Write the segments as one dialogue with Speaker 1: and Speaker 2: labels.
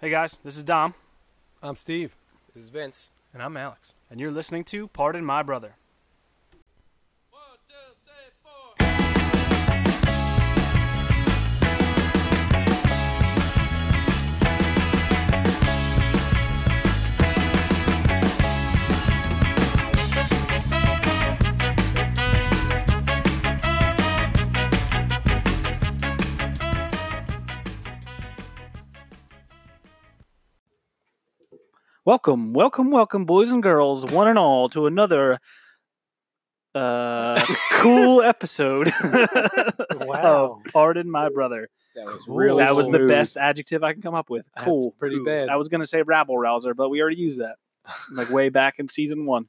Speaker 1: Hey guys, this is Dom,
Speaker 2: I'm Steve.
Speaker 3: This is Vince.
Speaker 4: And I'm Alex.
Speaker 1: and you're listening to Pardon My Brother. Welcome, welcome, welcome, boys and girls, one and all, to another uh, cool episode
Speaker 2: Wow.
Speaker 1: of Pardon My Brother.
Speaker 3: That was
Speaker 2: Cool.
Speaker 3: really
Speaker 1: that was the
Speaker 3: smooth.
Speaker 1: best adjective I can come up with.
Speaker 2: That's
Speaker 1: Cool.
Speaker 2: pretty
Speaker 1: cool.
Speaker 2: bad.
Speaker 1: I was going to say rabble rouser, but we already used that like way back in season one.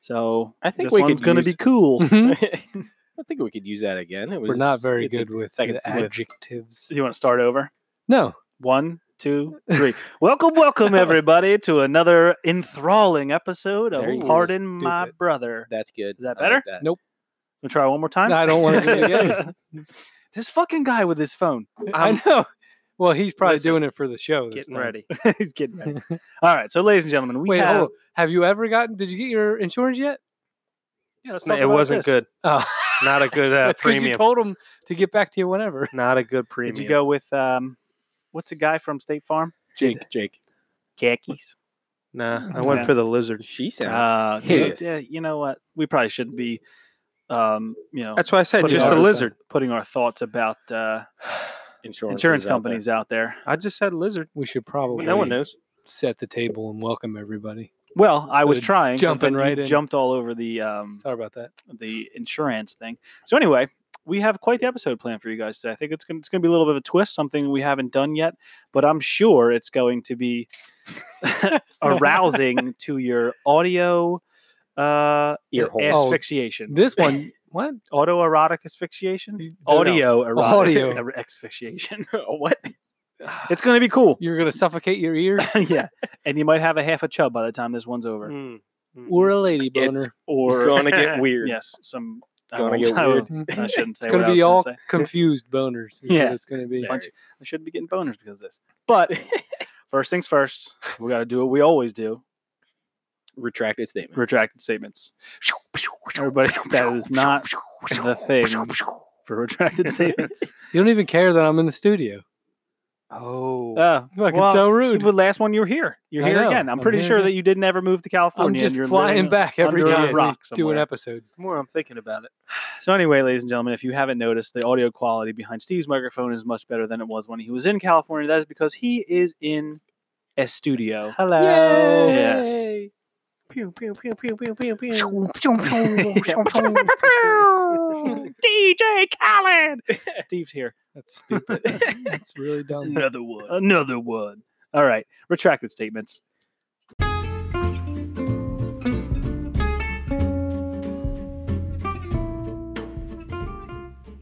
Speaker 1: So
Speaker 3: I think
Speaker 1: this
Speaker 3: we
Speaker 1: one's
Speaker 3: could
Speaker 1: going to
Speaker 3: use-
Speaker 1: be cool.
Speaker 2: Mhm.
Speaker 3: I think we could use that again. It was,
Speaker 2: We're not very
Speaker 3: it's a-
Speaker 2: good with
Speaker 3: second
Speaker 2: with
Speaker 3: season.
Speaker 2: adjectives.
Speaker 1: you want to start over?
Speaker 2: No.
Speaker 1: One, two, three. welcome, welcome, everybody, to another enthralling episode of
Speaker 3: There you go.
Speaker 1: Pardon My
Speaker 2: Stupid.
Speaker 1: Brother.
Speaker 3: That's good.
Speaker 1: Is that
Speaker 3: I like
Speaker 1: better?
Speaker 3: that.
Speaker 2: Nope.
Speaker 1: We'll try one more time.
Speaker 2: I don't want to do it again.
Speaker 1: this fucking guy with his phone.
Speaker 2: I
Speaker 1: I'm
Speaker 2: know. Well, he's probably
Speaker 1: listen,
Speaker 2: doing it for the show. this
Speaker 1: getting
Speaker 2: time.
Speaker 1: ready. He's getting ready. All right. So, ladies and gentlemen, we
Speaker 2: Wait, oh,
Speaker 1: have.
Speaker 2: hold on. have you ever gotten? Did you get your insurance yet?
Speaker 1: Yeah, let's
Speaker 4: No,
Speaker 1: talk
Speaker 4: it
Speaker 1: about
Speaker 4: wasn't
Speaker 1: this.
Speaker 4: good.
Speaker 2: Oh,
Speaker 4: Not a good uh,
Speaker 2: that's because you
Speaker 4: premium.
Speaker 2: told him to get back to you whenever.
Speaker 4: Not a good premium.
Speaker 1: Did you go with um, what's the guy from State Farm?
Speaker 3: Jake. Jake.
Speaker 1: Khakis.
Speaker 4: Nah, I went
Speaker 1: Mm, Yeah.
Speaker 4: for the lizard.
Speaker 3: She sounds.
Speaker 1: Uh,
Speaker 3: serious.
Speaker 1: yeah, you know what? We probably shouldn't be, um, you know,
Speaker 4: That's why I said
Speaker 1: putting
Speaker 4: just
Speaker 1: our-
Speaker 4: a lizard.
Speaker 1: putting our thoughts about uh,
Speaker 3: insurance
Speaker 1: insurance
Speaker 3: is out there.
Speaker 1: companies out there.
Speaker 4: I just said lizard.
Speaker 2: We should probably
Speaker 4: No one knows.
Speaker 2: set the table and welcome everybody.
Speaker 1: Well, I was
Speaker 2: So
Speaker 1: trying, but
Speaker 2: jumping
Speaker 1: then you
Speaker 2: right in.
Speaker 1: jumped all over the um,
Speaker 2: Sorry about that.
Speaker 1: the insurance thing. So anyway, we have quite the episode planned for you guys today. I think it's gonna, it's going to be a little bit of a twist, something we haven't done yet, but I'm sure it's going to be arousing to your audio uh,
Speaker 3: Ear hole.
Speaker 2: Oh,
Speaker 1: asphyxiation,
Speaker 2: This one, what?
Speaker 1: autoerotic asphyxiation,
Speaker 2: You- no, no.
Speaker 1: audio
Speaker 2: Audio.
Speaker 1: erotic er, asphyxiation. Oh, what? It's going to be cool.
Speaker 2: You're gonna suffocate your ear
Speaker 1: yeah, and you might have a half a chub by the time this one's over,
Speaker 3: Hmm.
Speaker 4: Mm, mm.
Speaker 2: or a lady boner.
Speaker 1: It's- or
Speaker 3: gonna get weird.
Speaker 1: Yes, some. I,
Speaker 3: Gonna
Speaker 1: won't-
Speaker 3: get
Speaker 1: I won't-
Speaker 3: weird.
Speaker 2: Mhm.
Speaker 1: I shouldn't say
Speaker 2: It's gonna
Speaker 1: what I was
Speaker 2: be
Speaker 1: gonna
Speaker 2: all
Speaker 1: say.
Speaker 2: confused boners. is what
Speaker 1: Yes.
Speaker 2: it's gonna be.
Speaker 1: bunch- I should be getting boners because of this. But first things first, we got to do what we always do:
Speaker 3: Retracted statement.
Speaker 1: retracted statements. Everybody, that is not the thing for retracted statements.
Speaker 2: You don't even care that I'm in the studio.
Speaker 4: Oh.
Speaker 1: Oh,
Speaker 2: Fucking
Speaker 1: Well,
Speaker 2: so
Speaker 1: the
Speaker 2: rude.
Speaker 1: last one you were here. You're
Speaker 2: I
Speaker 1: here
Speaker 2: know,
Speaker 1: again. I'm
Speaker 2: I'm
Speaker 1: pretty
Speaker 2: here
Speaker 1: sure that
Speaker 2: again.
Speaker 1: you didn't ever move to
Speaker 2: I'm
Speaker 1: California. and
Speaker 2: just
Speaker 1: you're
Speaker 2: flying
Speaker 1: living
Speaker 2: back every
Speaker 1: under a
Speaker 2: time
Speaker 1: rock
Speaker 2: we do an
Speaker 1: somewhere.
Speaker 2: episode.
Speaker 4: The more I'm thinking about it.
Speaker 1: So anyway, ladies and gentlemen, if you haven't noticed, the audio quality behind Steve's microphone is much better than it was when he was in California. That is because he is in a studio.
Speaker 2: Hello.
Speaker 1: Yes.
Speaker 4: Yay. Pew, pew, pew, pew, pew, pew, pew.
Speaker 1: DJ Khaled. Steve's here.
Speaker 2: That's stupid. That's really dumb.
Speaker 1: Another one. Another one. All right. Retracted statements.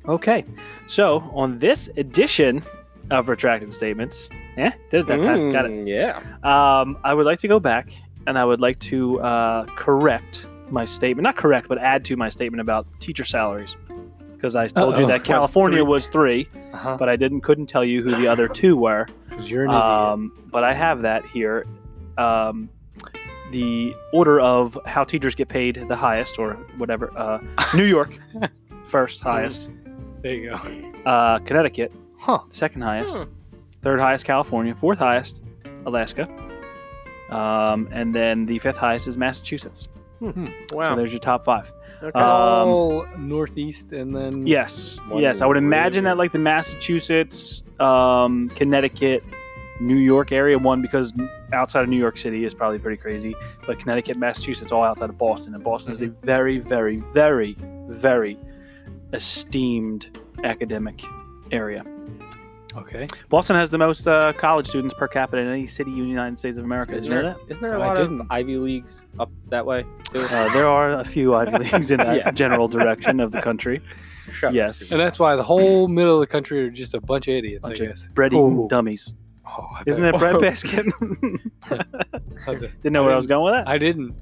Speaker 1: Okay. So on this edition of retracted statements, yeah, did it that time. Got it.
Speaker 3: Mm, Yeah.
Speaker 1: Um, I would like to go back and I would like to uh, correct my statement. Not correct, but add to my statement about teacher salaries. Because I told you
Speaker 2: Uh-oh.
Speaker 1: that
Speaker 2: What,
Speaker 1: California
Speaker 2: three?
Speaker 1: was three,
Speaker 2: Uh-huh.
Speaker 1: but I didn't couldn't tell you who the other two were.
Speaker 2: Because you're an idiot.
Speaker 1: Um, but I have that here. Um, the order of how teachers get paid the highest, or whatever. Uh, New York, first highest.
Speaker 2: There you go.
Speaker 1: Uh, Connecticut,
Speaker 2: Huh.
Speaker 1: second highest.
Speaker 4: Hmm.
Speaker 1: Third highest, California. Fourth highest, Alaska. Um, and then the fifth highest is Massachusetts. So
Speaker 4: Wow.
Speaker 1: there's your top five.
Speaker 4: Okay.
Speaker 1: Uh,
Speaker 2: All northeast and then
Speaker 1: Yes,
Speaker 3: One
Speaker 1: yes. I would imagine
Speaker 3: really-
Speaker 1: that like the Massachusetts, um, Connecticut, New York area one because outside of New York City is probably pretty crazy, but Connecticut, Massachusetts, all outside of Boston, and Boston is
Speaker 4: Mm-hmm.
Speaker 1: a very, very, very, very esteemed academic area.
Speaker 2: Okay.
Speaker 1: Boston has the most uh, college students per capita in any city in the United States of America. Did
Speaker 3: Isn't
Speaker 1: you know
Speaker 3: there,
Speaker 1: that?
Speaker 3: isn't there a
Speaker 2: I
Speaker 3: lot of
Speaker 2: didn't.
Speaker 3: Ivy Leagues up that way? Too?
Speaker 1: Uh, there are a few Ivy Leagues in that
Speaker 3: Yeah.
Speaker 1: general direction of the country.
Speaker 3: Shut up,
Speaker 1: yes.
Speaker 3: Steve.
Speaker 2: And that's why the whole middle of the country are just a bunch of idiots,
Speaker 1: Bunch
Speaker 2: I
Speaker 1: of
Speaker 2: guess.
Speaker 1: Bread
Speaker 2: Ooh.
Speaker 1: eating dummies.
Speaker 2: Oh, I
Speaker 1: Isn't
Speaker 2: bet.
Speaker 1: it a bread basket? Didn't
Speaker 2: I
Speaker 1: know where I was going with that.
Speaker 2: I didn't.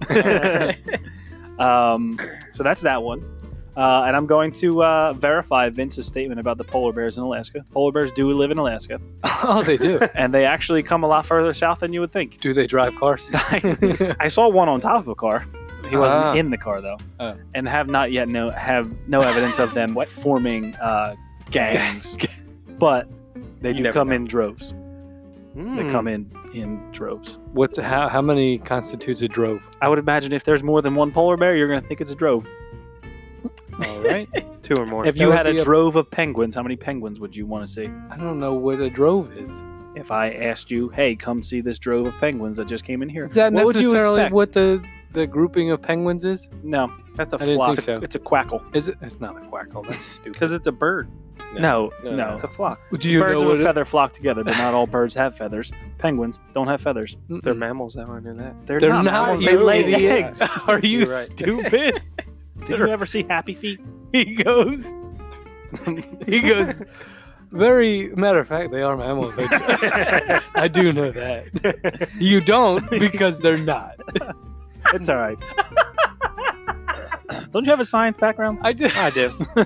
Speaker 1: um, so that's that one. Uh, and I'm going to uh, verify Vince's statement about the polar bears in Alaska. Polar bears do live in Alaska,
Speaker 2: oh, they do.
Speaker 1: and they actually come a lot further south than you would think.
Speaker 2: Do they drive cars?
Speaker 1: I, I saw one on top of a car. He wasn't
Speaker 2: Ah.
Speaker 1: in the car though,
Speaker 2: Oh.
Speaker 1: and have not yet no have no evidence of them forming uh, gangs. but they
Speaker 3: You
Speaker 1: do
Speaker 3: never
Speaker 1: come
Speaker 3: know.
Speaker 1: in droves. They
Speaker 4: Mm.
Speaker 1: come in in droves.
Speaker 2: What's how, how many constitutes a drove?
Speaker 1: I would imagine if there's more than one polar bear, you're going to think it's a drove.
Speaker 2: All right.
Speaker 4: Two or more.
Speaker 1: If you
Speaker 2: would
Speaker 1: had
Speaker 2: be
Speaker 1: a
Speaker 2: a-
Speaker 1: drove of penguins, how many penguins would you want to see?
Speaker 2: I don't know what a drove is.
Speaker 1: If I asked you, hey, come see this drove of penguins that just came in here,
Speaker 2: Is that
Speaker 1: what would you
Speaker 2: necessarily
Speaker 1: expect?
Speaker 2: what the the grouping of penguins is?
Speaker 1: No, that's a
Speaker 2: I didn't
Speaker 1: flock.
Speaker 2: think
Speaker 1: It's a-
Speaker 2: so.
Speaker 1: It's a quackle.
Speaker 2: Is it? It's not a quackle. That's stupid.
Speaker 4: Because it's a bird.
Speaker 1: No,
Speaker 3: No,
Speaker 1: no,
Speaker 3: no.
Speaker 1: it's a flock.
Speaker 2: do you
Speaker 1: birds
Speaker 2: know
Speaker 1: of
Speaker 2: what
Speaker 1: a feather flock together, but not all birds have feathers. Penguins don't have feathers.
Speaker 2: It,
Speaker 4: They're mammals. though, I knew that.
Speaker 1: They're,
Speaker 2: They're
Speaker 1: not.
Speaker 2: not
Speaker 1: mammals. They
Speaker 2: you.
Speaker 1: lay the
Speaker 2: Yeah.
Speaker 1: eggs.
Speaker 2: Are you
Speaker 3: You're right.
Speaker 2: stupid?
Speaker 1: Did you ever see Happy Feet?
Speaker 2: he goes. he goes. Very matter of fact, they are mammals. I, I do know that. You don't because they're not.
Speaker 1: It's all right. don't you have a science background?
Speaker 2: I just
Speaker 4: I do.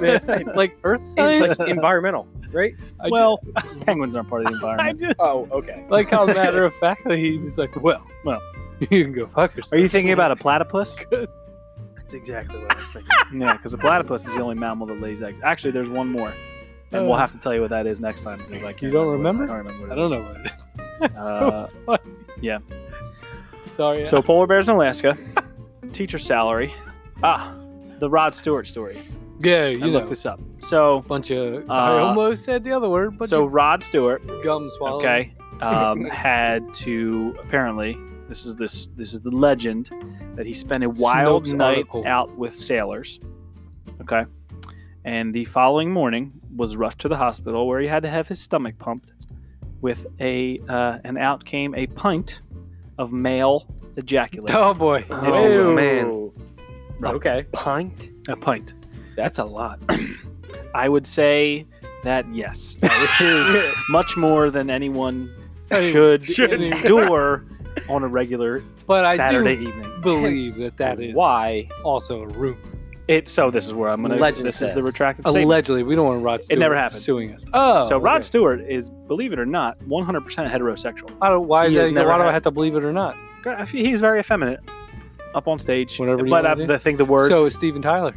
Speaker 2: like Earth
Speaker 3: In-
Speaker 2: science.
Speaker 3: like, environmental, right?
Speaker 2: I
Speaker 1: well, penguins aren't part of the
Speaker 2: just, I
Speaker 1: environment.
Speaker 2: just
Speaker 3: Oh, okay.
Speaker 2: like how matter of factly he's just like, well,
Speaker 1: Well.
Speaker 2: you can go fuck yourself.
Speaker 1: Are you thinking about a platypus?
Speaker 4: That's exactly what I was thinking.
Speaker 1: yeah, because a platypus is the only mammal that lays eggs. Actually, there's one more, and we'll
Speaker 2: Uh.
Speaker 1: have to tell you what that is next time. Because I can't
Speaker 2: You don't
Speaker 1: remember? what-
Speaker 2: I
Speaker 1: I
Speaker 2: don't
Speaker 1: don't
Speaker 2: know
Speaker 1: remember.
Speaker 2: what it is. That's so
Speaker 1: what it is.
Speaker 2: funny. Sorry.
Speaker 1: Uh, so polar bears in Alaska, teacher salary. Ah, the Rod Stewart story.
Speaker 2: yeah, you
Speaker 1: I
Speaker 2: know,
Speaker 1: looked this up. So,
Speaker 2: bunch of.
Speaker 1: Uh,
Speaker 2: I almost said the other word, but
Speaker 1: so Rod Stewart,
Speaker 2: gum swallowing.
Speaker 1: okay, um, had to apparently. This is this this is the legend that he spent a wild
Speaker 2: Snopes
Speaker 1: night
Speaker 2: article.
Speaker 1: out with sailors. Okay, and the following morning was rushed to the hospital where he had to have his stomach pumped with a uh, and out came a pint of male ejaculate.
Speaker 2: Oh boy.
Speaker 4: Oh,
Speaker 2: Ew.
Speaker 4: man.
Speaker 1: Right.
Speaker 3: Okay,
Speaker 4: Pint?
Speaker 1: A pint.
Speaker 3: that's a lot.
Speaker 1: I would say that yes, that is much more than anyone
Speaker 2: Hey,
Speaker 1: should,
Speaker 2: should.
Speaker 1: endure on a regular
Speaker 2: But I
Speaker 1: Saturday
Speaker 2: do
Speaker 1: evening.
Speaker 2: believe
Speaker 3: Hence
Speaker 2: that that is
Speaker 3: why.
Speaker 2: also a rumor.
Speaker 1: It so this is where I'm gonna.
Speaker 3: Legend
Speaker 1: this is
Speaker 3: says.
Speaker 1: the retracted statement.
Speaker 2: Allegedly, we don't want Rod Stewart
Speaker 1: never happened.
Speaker 2: suing us. Oh,
Speaker 1: so Rod
Speaker 2: okay.
Speaker 1: Stewart is, believe it or not, 100% heterosexual.
Speaker 2: I don't, why is
Speaker 1: he
Speaker 2: that?
Speaker 1: has never
Speaker 2: Why do I
Speaker 1: happened.
Speaker 2: have to believe it or not?
Speaker 1: I feel He's very effeminate up on stage.
Speaker 2: Whatever you
Speaker 1: but
Speaker 2: wanna
Speaker 1: I,
Speaker 2: do.
Speaker 1: I think the word so,
Speaker 2: So is Steven Tyler.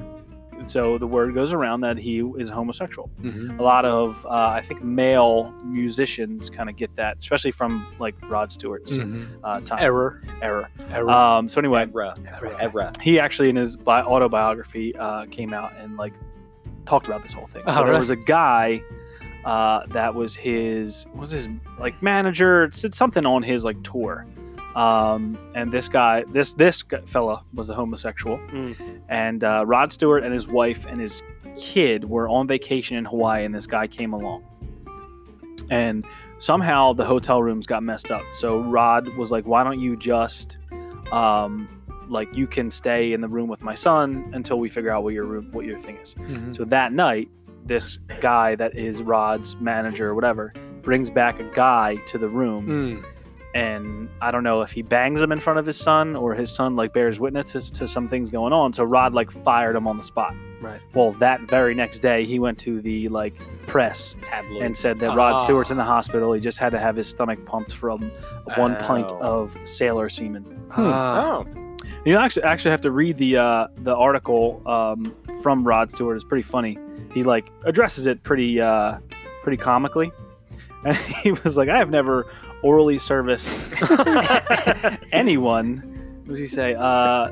Speaker 1: the word goes around that he is homosexual.
Speaker 2: Mm-hmm.
Speaker 1: A lot of uh, I think male musicians kind of get that, especially from like Rod Stewart's
Speaker 2: Mhm.
Speaker 1: uh, time
Speaker 2: Error.
Speaker 1: error.
Speaker 2: Error.
Speaker 1: Um, so anyway,
Speaker 3: Evra, Evra.
Speaker 1: he actually in his bi- autobiography uh, came out and like talked about this whole thing. So
Speaker 2: All
Speaker 1: there
Speaker 2: right.
Speaker 1: was a guy uh, that was his was his like manager it said something on his like tour, um, and this guy this this g- fella was a homosexual,
Speaker 4: Mm.
Speaker 1: and uh, Rod Stewart and his wife and his kid were on vacation in Hawaii, and this guy came along, and somehow the hotel rooms got messed up. So Rod was like, "Why don't you just um, like you can stay in the room with my son until we figure out what your room what your thing is."
Speaker 2: Mhm.
Speaker 1: So that night, this guy that is Rod's manager or whatever brings back a guy to the room,
Speaker 2: Mm.
Speaker 1: and I don't know if he bangs him in front of his son or his son like bears witness to- to some things going on. So Rod like fired him on the spot.
Speaker 4: Right.
Speaker 1: Well, that very next day, he went to the like press
Speaker 3: Tabloids.
Speaker 1: and said that Rod
Speaker 2: Ah.
Speaker 1: Stewart's in the hospital. He just had to have his stomach pumped from one pint
Speaker 3: Ow.
Speaker 1: of sailor semen.
Speaker 2: Hmm.
Speaker 4: Ah.
Speaker 3: Oh,
Speaker 1: You actually actually have to read the uh, the article um, from Rod Stewart. It's pretty funny. He like addresses it pretty uh, pretty comically, and he was like, "I have never orally serviced anyone." What does he say? Uh,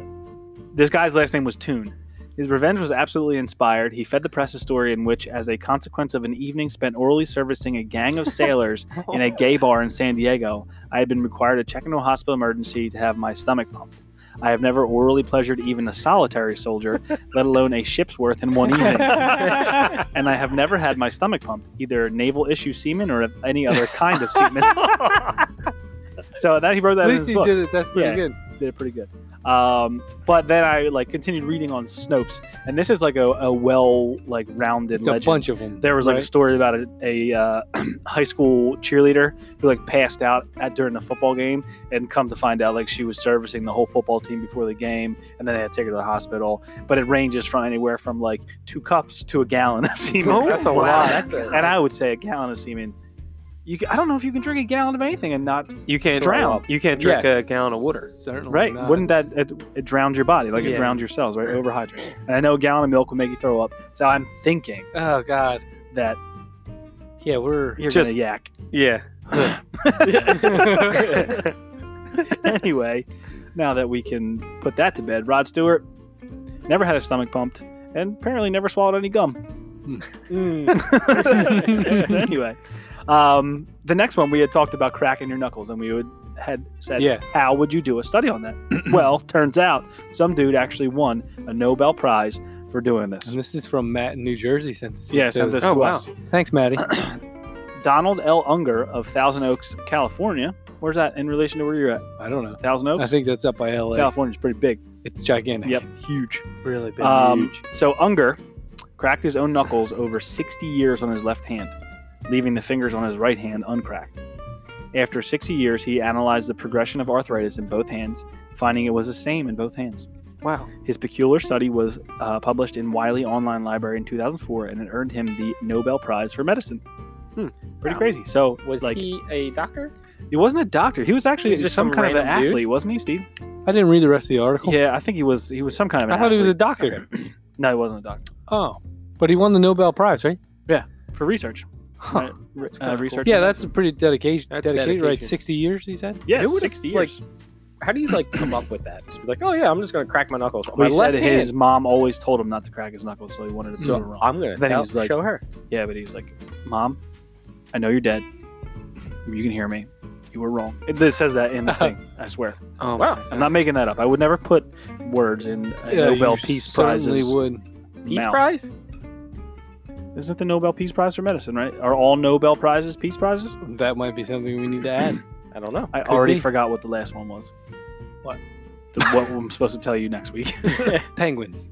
Speaker 1: this guy's last name was Toon. His revenge was absolutely inspired. He fed the press a story in which, as a consequence of an evening spent orally servicing a gang of sailors in a gay bar in San Diego, I had been required to check into a hospital emergency to have my stomach pumped. I have never orally pleasured even a solitary soldier, let alone a ship's worth in one evening. and I have never had my stomach pumped, either naval issue semen or of any other kind of semen. so that he wrote that
Speaker 2: At
Speaker 1: in his
Speaker 2: least he
Speaker 1: book. Did.
Speaker 2: did it. That's pretty
Speaker 1: Yeah.
Speaker 2: good.
Speaker 1: it pretty good. Um, but then I like continued reading on Snopes, and this is like a, a well like rounded
Speaker 2: It's
Speaker 1: legend.
Speaker 2: a bunch of them.
Speaker 1: there was like a story about a, a uh, high school cheerleader who like passed out at during a football game and come to find out like she was servicing the whole football team before the game and then they had to take her to the hospital but it ranges from anywhere from like two cups to a gallon of semen
Speaker 4: Oh, That's a wow. lot.
Speaker 3: That's a
Speaker 1: and i would say a gallon of semen you ca I don't know if you can drink a gallon of anything and not
Speaker 4: You can't
Speaker 1: Drown.
Speaker 4: drown. You can't drink
Speaker 3: Yes.
Speaker 4: a gallon of water.
Speaker 2: Certainly
Speaker 1: right
Speaker 2: not.
Speaker 1: wouldn't that it, it drowns your body like it
Speaker 4: Oh, Yeah.
Speaker 1: drowns your cells right overhydrated and i know a gallon of milk would make you throw up so i'm thinking
Speaker 2: Oh God.
Speaker 1: that
Speaker 2: Yeah, we're.
Speaker 1: you're
Speaker 4: Just-
Speaker 1: gonna yak
Speaker 4: Yeah.
Speaker 1: uh, anyway, now that we can put that to bed, Rod Stewart never had his stomach pumped and apparently never swallowed any gum.
Speaker 3: Hmm.
Speaker 1: So anyway, um, the next one we had talked about cracking your knuckles, and we would had said,
Speaker 2: Yeah.
Speaker 1: "How would you do a study on that?" well, turns out some dude actually won a Nobel Prize for doing this.
Speaker 2: And this is from Matt in New Jersey sent this. in.
Speaker 1: Yeah,
Speaker 2: So-
Speaker 1: sent this
Speaker 4: Oh,
Speaker 1: to
Speaker 4: wow.
Speaker 1: us.
Speaker 2: Thanks, Maddie.
Speaker 1: Donald L. Unger of Thousand Oaks, California. Where's that in relation to where you're at?
Speaker 2: I don't know.
Speaker 1: Thousand
Speaker 2: I
Speaker 1: Oaks,
Speaker 2: think that's up by LA.
Speaker 1: California's pretty big.
Speaker 2: It's gigantic.
Speaker 1: Yep, huge.
Speaker 4: Really big.
Speaker 1: Um, so Unger cracked his own knuckles over 60 years on his left hand, leaving the fingers on his right hand uncracked. After 60 years, he analyzed the progression of arthritis in both hands, finding it was the same in both hands.
Speaker 4: wow.
Speaker 1: His peculiar study was uh, published in Wiley Online Library in 2004, and it earned him the Nobel Prize for Medicine.
Speaker 4: Hmm.
Speaker 1: Pretty
Speaker 3: Wow.
Speaker 1: crazy. So
Speaker 3: Was
Speaker 1: like,
Speaker 3: he a doctor?
Speaker 1: he wasn't a doctor. He was actually
Speaker 3: He was
Speaker 1: just
Speaker 3: just
Speaker 1: some,
Speaker 3: some
Speaker 1: kind of an
Speaker 3: random dude?
Speaker 1: athlete, wasn't he, Steve?
Speaker 2: I didn't read the rest of the article.
Speaker 1: Yeah, I think he was. He was some kind of. An
Speaker 2: I thought he was a
Speaker 1: athlete.
Speaker 2: doctor.
Speaker 1: No, he wasn't a doctor
Speaker 2: Oh, but he won the Nobel Prize, right?
Speaker 1: for research.
Speaker 2: Huh.
Speaker 1: Right.
Speaker 4: That's
Speaker 1: Uh,
Speaker 4: kinda cool.
Speaker 1: research.
Speaker 2: Yeah, that's a pretty dedication.
Speaker 4: That's
Speaker 2: dedicated, right?
Speaker 4: dedication.
Speaker 2: Sixty years, he said.
Speaker 1: Yeah,
Speaker 3: It would've,
Speaker 1: 60
Speaker 3: like,
Speaker 1: years.
Speaker 3: How do you like come up with that? Just be like, oh yeah, I'm just gonna crack my knuckles. on
Speaker 1: we
Speaker 3: my
Speaker 1: said
Speaker 3: left hand.
Speaker 1: his mom always told him not to crack his knuckles, so he wanted to prove
Speaker 3: So
Speaker 1: her wrong.
Speaker 3: I'm gonna
Speaker 1: Then he
Speaker 3: tell-
Speaker 1: was like-
Speaker 3: show her.
Speaker 1: yeah, but he was like, "Mom, I know you're dead. You can hear me. You were wrong." It, it says that in the thing. I swear,
Speaker 4: Oh,
Speaker 3: Wow.
Speaker 4: my
Speaker 1: I'm not making that up. I would never put words in a
Speaker 2: Yeah,
Speaker 1: Nobel
Speaker 2: you
Speaker 1: Peace
Speaker 2: certainly
Speaker 1: Prize's
Speaker 2: would.
Speaker 3: Peace
Speaker 1: mouth.
Speaker 3: prize?
Speaker 1: Isn't the Nobel Peace Prize for medicine right? Are all Nobel prizes peace prizes?
Speaker 2: That might be something we need to add.
Speaker 3: I don't know.
Speaker 1: I
Speaker 2: Could
Speaker 1: already
Speaker 2: be.
Speaker 1: forgot what the last one was.
Speaker 3: What?
Speaker 1: The- what I'm supposed to tell you next week.
Speaker 2: penguins.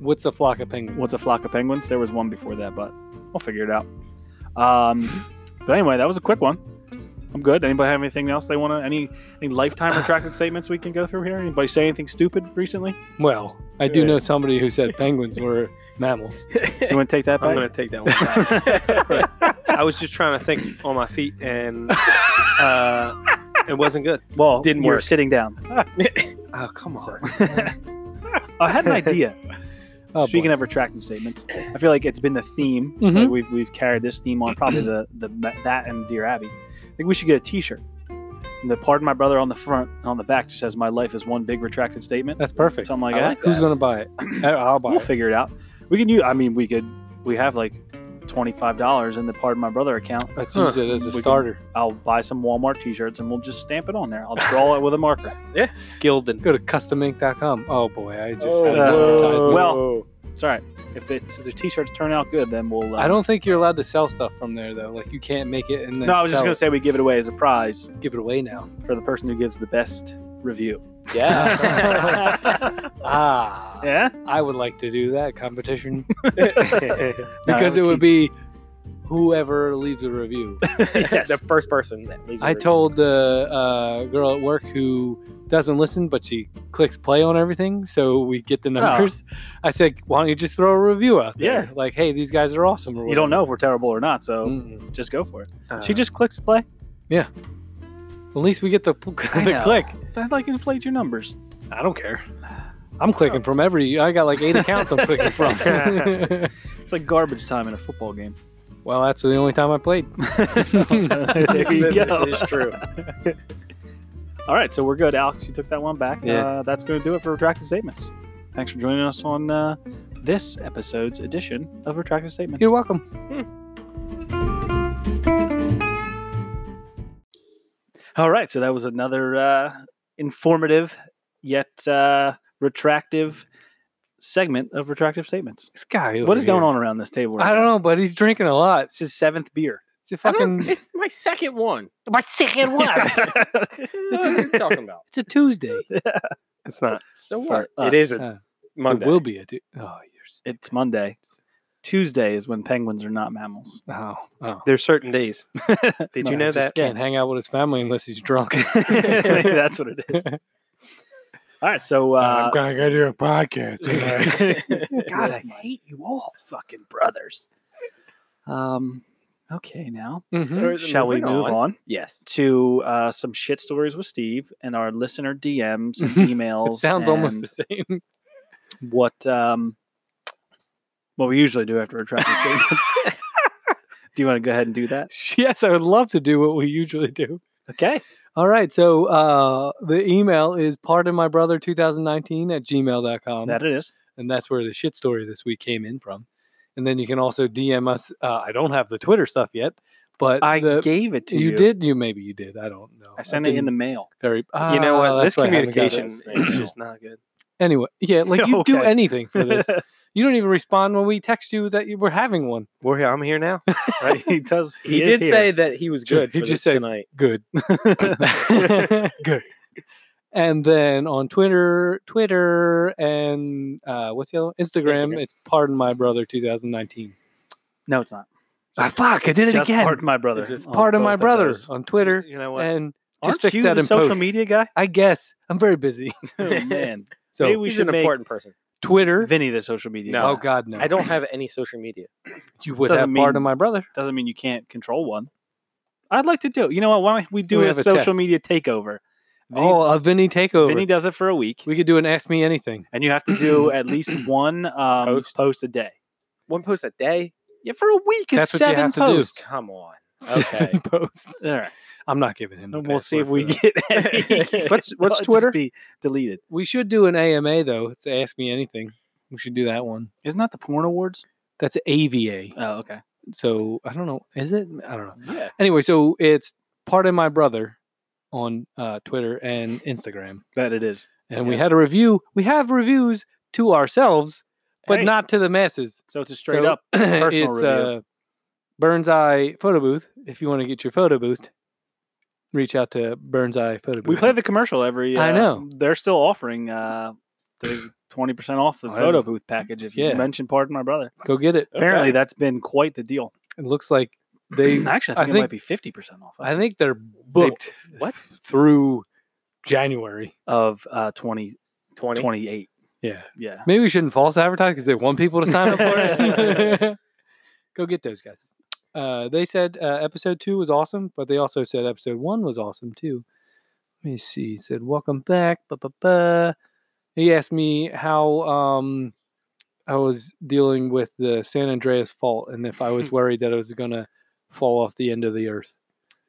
Speaker 2: What's a flock of penguins?
Speaker 1: What's a flock of penguins? There was one before that, but I'll figure it out. Um, but anyway, that was a quick one. I'm good. Anybody have anything else they want to? Any any lifetime retracted statements we can go through here? Anybody say anything stupid recently?
Speaker 2: Well, I do
Speaker 3: Yeah.
Speaker 2: know somebody who said penguins were mammals.
Speaker 1: You want to take that back?
Speaker 4: I'm going to take that one back. I was just trying to think on my feet, and uh, it wasn't good.
Speaker 1: well,
Speaker 3: Didn't
Speaker 1: you're
Speaker 3: work.
Speaker 1: sitting down.
Speaker 4: Oh, come on.
Speaker 1: I had an idea.
Speaker 2: Oh,
Speaker 1: Speaking
Speaker 2: boy.
Speaker 1: of retracted statements, I feel like it's been the theme.
Speaker 2: Mhm.
Speaker 1: Like we've we've carried this theme on probably the the that and Dear Abby. I think we should get a T-shirt. And the part of my brother on the front and on the back just says, "My life is one big retracted statement."
Speaker 2: that's perfect.
Speaker 1: Something like
Speaker 3: I
Speaker 1: that.
Speaker 3: like
Speaker 2: Who's
Speaker 3: that.
Speaker 2: going to buy it? I- I'll buy
Speaker 1: we'll
Speaker 2: it.
Speaker 1: figure it out. We can use. I mean, we could. We have like twenty five dollars in the part of my brother account.
Speaker 2: Let's
Speaker 4: Huh.
Speaker 2: use it as
Speaker 1: We
Speaker 2: a
Speaker 1: can-
Speaker 2: starter.
Speaker 1: I'll buy some Walmart t shirts and we'll just stamp it on there. I'll draw it with a marker.
Speaker 4: Gildan.
Speaker 2: Go to customink.com. Oh boy, I just
Speaker 3: Oh,
Speaker 2: had an
Speaker 1: whoa.
Speaker 2: advertisement.
Speaker 1: Well- It's all right. If, it, if the t shirts turn out good, then we'll. Uh,
Speaker 2: I don't think you're allowed to sell stuff from there though. Like you can't make it and then
Speaker 1: No, I was just
Speaker 2: sell
Speaker 1: gonna say we give it away as a prize
Speaker 2: it. give it away now.
Speaker 1: for the person who gives the best review.
Speaker 3: yeah.
Speaker 2: Ah,
Speaker 1: Yeah.
Speaker 2: I would like to do that competition
Speaker 1: No,
Speaker 2: because
Speaker 1: I
Speaker 2: it would
Speaker 1: teach-
Speaker 2: be whoever leaves a review.
Speaker 1: Yes.
Speaker 3: The first person that leaves. a
Speaker 2: I
Speaker 3: review.
Speaker 2: told the uh, girl at work who doesn't listen, but she clicks play on everything, so we get the numbers. I said, "Why don't you just throw a review out there?
Speaker 1: Oh. Yeah.
Speaker 2: Like, hey, these guys are awesome." Or
Speaker 1: You don't know if we're terrible or not, so
Speaker 2: whatever." Mm-mm.
Speaker 1: just go for it.
Speaker 4: Uh,
Speaker 2: Uh-huh.
Speaker 1: she just clicks play.
Speaker 2: At least we get the,
Speaker 1: I
Speaker 2: the
Speaker 1: know.
Speaker 2: click.
Speaker 1: That like inflates your numbers.
Speaker 2: I don't care. I'm clicking from every. I got like eight accounts I'm clicking from.
Speaker 1: It's like garbage time in a football game.
Speaker 2: well, that's the only time I played.
Speaker 1: there you
Speaker 3: This
Speaker 1: go.
Speaker 3: is true.
Speaker 1: All right, so we're good. Alex, you took that one back.
Speaker 4: Yeah.
Speaker 1: Uh, that's going to do it for Retracted Statements. Thanks for joining us on uh, this episode's edition of Retracted Statements.
Speaker 2: You're welcome.
Speaker 1: All right, so that was another uh, informative yet uh, retractive segment of Retractive Statements.
Speaker 2: This guy.
Speaker 1: What is
Speaker 2: over
Speaker 1: going
Speaker 2: here.
Speaker 1: on around this table?
Speaker 2: I don't know, but he's drinking a lot.
Speaker 1: It's his seventh beer.
Speaker 2: It's a
Speaker 3: I don't-
Speaker 2: fucking.
Speaker 3: it's my second one. My second one. That's what you're talking about.
Speaker 2: It's a Tuesday.
Speaker 4: It's not.
Speaker 1: So
Speaker 3: what?
Speaker 4: It is a
Speaker 2: Uh,
Speaker 4: Monday.
Speaker 2: It will be a du- oh, you're s-
Speaker 1: It's Monday. Tuesday is when penguins are not mammals.
Speaker 2: oh, oh.
Speaker 4: There's certain days. Did
Speaker 1: No,
Speaker 4: you know
Speaker 1: just
Speaker 4: that?
Speaker 2: Can't hang out with his family unless he's drunk.
Speaker 1: That's what it is. All right, so uh,
Speaker 2: I'm gonna go do a podcast. tonight.
Speaker 1: Oh, God, I hate you all, fucking brothers. Um, okay, now
Speaker 2: Mhm.
Speaker 3: Or is it
Speaker 1: Hmm? shall we
Speaker 3: moving
Speaker 1: move on,
Speaker 3: Yes.
Speaker 1: to uh, some shit stories with Steve and our listener DMs and
Speaker 2: It
Speaker 1: emails?
Speaker 2: sounds almost
Speaker 1: and
Speaker 2: the same.
Speaker 1: what um, what we usually do after a traffic statements. do you want to go ahead and do that?
Speaker 2: Yes, I would love to do what we usually do.
Speaker 1: Okay.
Speaker 2: All right, so uh, the email is pardon my brother 2019 at gmail.com.
Speaker 1: that it is.
Speaker 2: and that's where the shit story this week came in from. And then you can also DM us. Uh, I don't have the Twitter stuff yet, but
Speaker 1: I
Speaker 2: the-
Speaker 1: gave it to you.
Speaker 2: you did. You maybe you did. I don't know.
Speaker 1: I sent it in
Speaker 2: didn't
Speaker 1: the mail.
Speaker 2: very.
Speaker 4: You know
Speaker 2: Ah,
Speaker 4: what?
Speaker 2: that's
Speaker 4: This
Speaker 2: why I haven't got it.
Speaker 4: communication is just not good.
Speaker 2: Anyway, yeah, like you do
Speaker 1: Okay.
Speaker 2: anything for this. You don't even respond when we text you that you were having one.
Speaker 4: We're here. I'm here now.
Speaker 1: Right? He does.
Speaker 3: He,
Speaker 1: is
Speaker 3: did
Speaker 1: here.
Speaker 3: say that he was
Speaker 2: Sure,
Speaker 3: good.
Speaker 2: he
Speaker 3: for
Speaker 2: just
Speaker 3: the-
Speaker 2: said-
Speaker 3: tonight.
Speaker 2: Good. Good. And then on Twitter, Twitter, and uh, what's the other one? Instagram,
Speaker 1: Instagram.
Speaker 2: It's pardon my brother 2019.
Speaker 1: no, it's not.
Speaker 2: Ah, fuck! I
Speaker 1: It's
Speaker 2: did it
Speaker 1: just
Speaker 2: again.
Speaker 1: Part of my brother.
Speaker 2: It's
Speaker 1: on
Speaker 2: part of my
Speaker 1: both
Speaker 2: brother
Speaker 1: those.
Speaker 2: on Twitter
Speaker 4: You know what?
Speaker 2: and
Speaker 1: Aren't
Speaker 2: just fix
Speaker 1: you
Speaker 2: that
Speaker 1: the
Speaker 2: in
Speaker 1: social
Speaker 2: post.
Speaker 1: media guy?
Speaker 2: I guess I'm very busy.
Speaker 1: Oh man,
Speaker 2: So
Speaker 1: Maybe we
Speaker 3: He's
Speaker 1: should
Speaker 3: an
Speaker 1: make
Speaker 3: important person.
Speaker 2: Twitter.
Speaker 1: Vinny the social media.
Speaker 3: No.
Speaker 1: guy.
Speaker 2: Oh God, no!
Speaker 3: I don't have any social media.
Speaker 2: You would have
Speaker 1: Doesn't
Speaker 2: part of
Speaker 1: mean-
Speaker 2: my brother.
Speaker 1: doesn't mean you can't control one. I'd like to do. You know what? Why don't we do
Speaker 2: We
Speaker 1: a
Speaker 2: have a
Speaker 1: social
Speaker 2: test.
Speaker 1: media takeover? Vinny,
Speaker 2: oh, a Vinny takeover.
Speaker 1: Vinny does it for a week,
Speaker 2: we could do an Ask Me Anything.
Speaker 1: and you have to do at least one um, post.
Speaker 3: Post.
Speaker 1: a day.
Speaker 3: One post a day.
Speaker 1: Yeah, for a week. It's
Speaker 2: That's what you
Speaker 1: seven
Speaker 2: have to do.
Speaker 1: posts.
Speaker 3: Come on.
Speaker 2: Seven
Speaker 3: Okay.
Speaker 2: posts.
Speaker 1: All right,
Speaker 2: I'm not giving him. The
Speaker 1: we'll see if
Speaker 2: password
Speaker 1: we
Speaker 2: for that.
Speaker 1: get any.
Speaker 4: What's-
Speaker 1: It'll
Speaker 4: what's
Speaker 1: just
Speaker 4: Twitter?
Speaker 1: Be deleted.
Speaker 2: We should do an AMA though. It's Ask Me Anything. We should do that one.
Speaker 1: Isn't that the porn awards?
Speaker 2: That's AVA.
Speaker 1: Oh, okay.
Speaker 2: So I don't know. Is it? I don't know.
Speaker 3: yeah.
Speaker 2: Anyway, so it's part of my brother on uh, Twitter and Instagram.
Speaker 1: That it is.
Speaker 2: and we
Speaker 1: Yeah.
Speaker 2: had a review. We have reviews to ourselves, but
Speaker 1: Hey.
Speaker 2: not to the masses.
Speaker 1: So it's a straight
Speaker 2: So,
Speaker 1: up personal
Speaker 2: it's
Speaker 1: review.
Speaker 2: uh, Burns Eye Photo Booth. If you want to get your photo booth, reach out to Burns Eye Photo Booth.
Speaker 1: We play the commercial every. Uh,
Speaker 2: I know.
Speaker 1: they're still offering uh, the twenty percent off the
Speaker 2: I
Speaker 1: photo
Speaker 2: haven't-
Speaker 1: booth package if
Speaker 2: Yeah.
Speaker 1: you mention "Pardon My Brother."
Speaker 2: Go get it.
Speaker 1: Apparently,
Speaker 3: Okay.
Speaker 1: that's been quite the deal.
Speaker 2: It looks like they.
Speaker 1: Actually,
Speaker 2: I
Speaker 1: I think it
Speaker 2: think-
Speaker 1: might be fifty percent off.
Speaker 2: I think they're booked.
Speaker 1: what?
Speaker 2: through January?
Speaker 1: of uh, 20,
Speaker 3: 20.
Speaker 1: 28.
Speaker 2: Yeah.
Speaker 1: Yeah,
Speaker 2: Maybe we shouldn't false advertise because they want people to sign up for it. Go get those guys. Uh, they said uh, episode two was awesome, but they also said episode one was awesome too. Let me see. It said welcome back. Ba, ba, ba. He asked me how um, I was dealing with the San Andreas fault and if I was worried that it was going to fall off the end of the earth.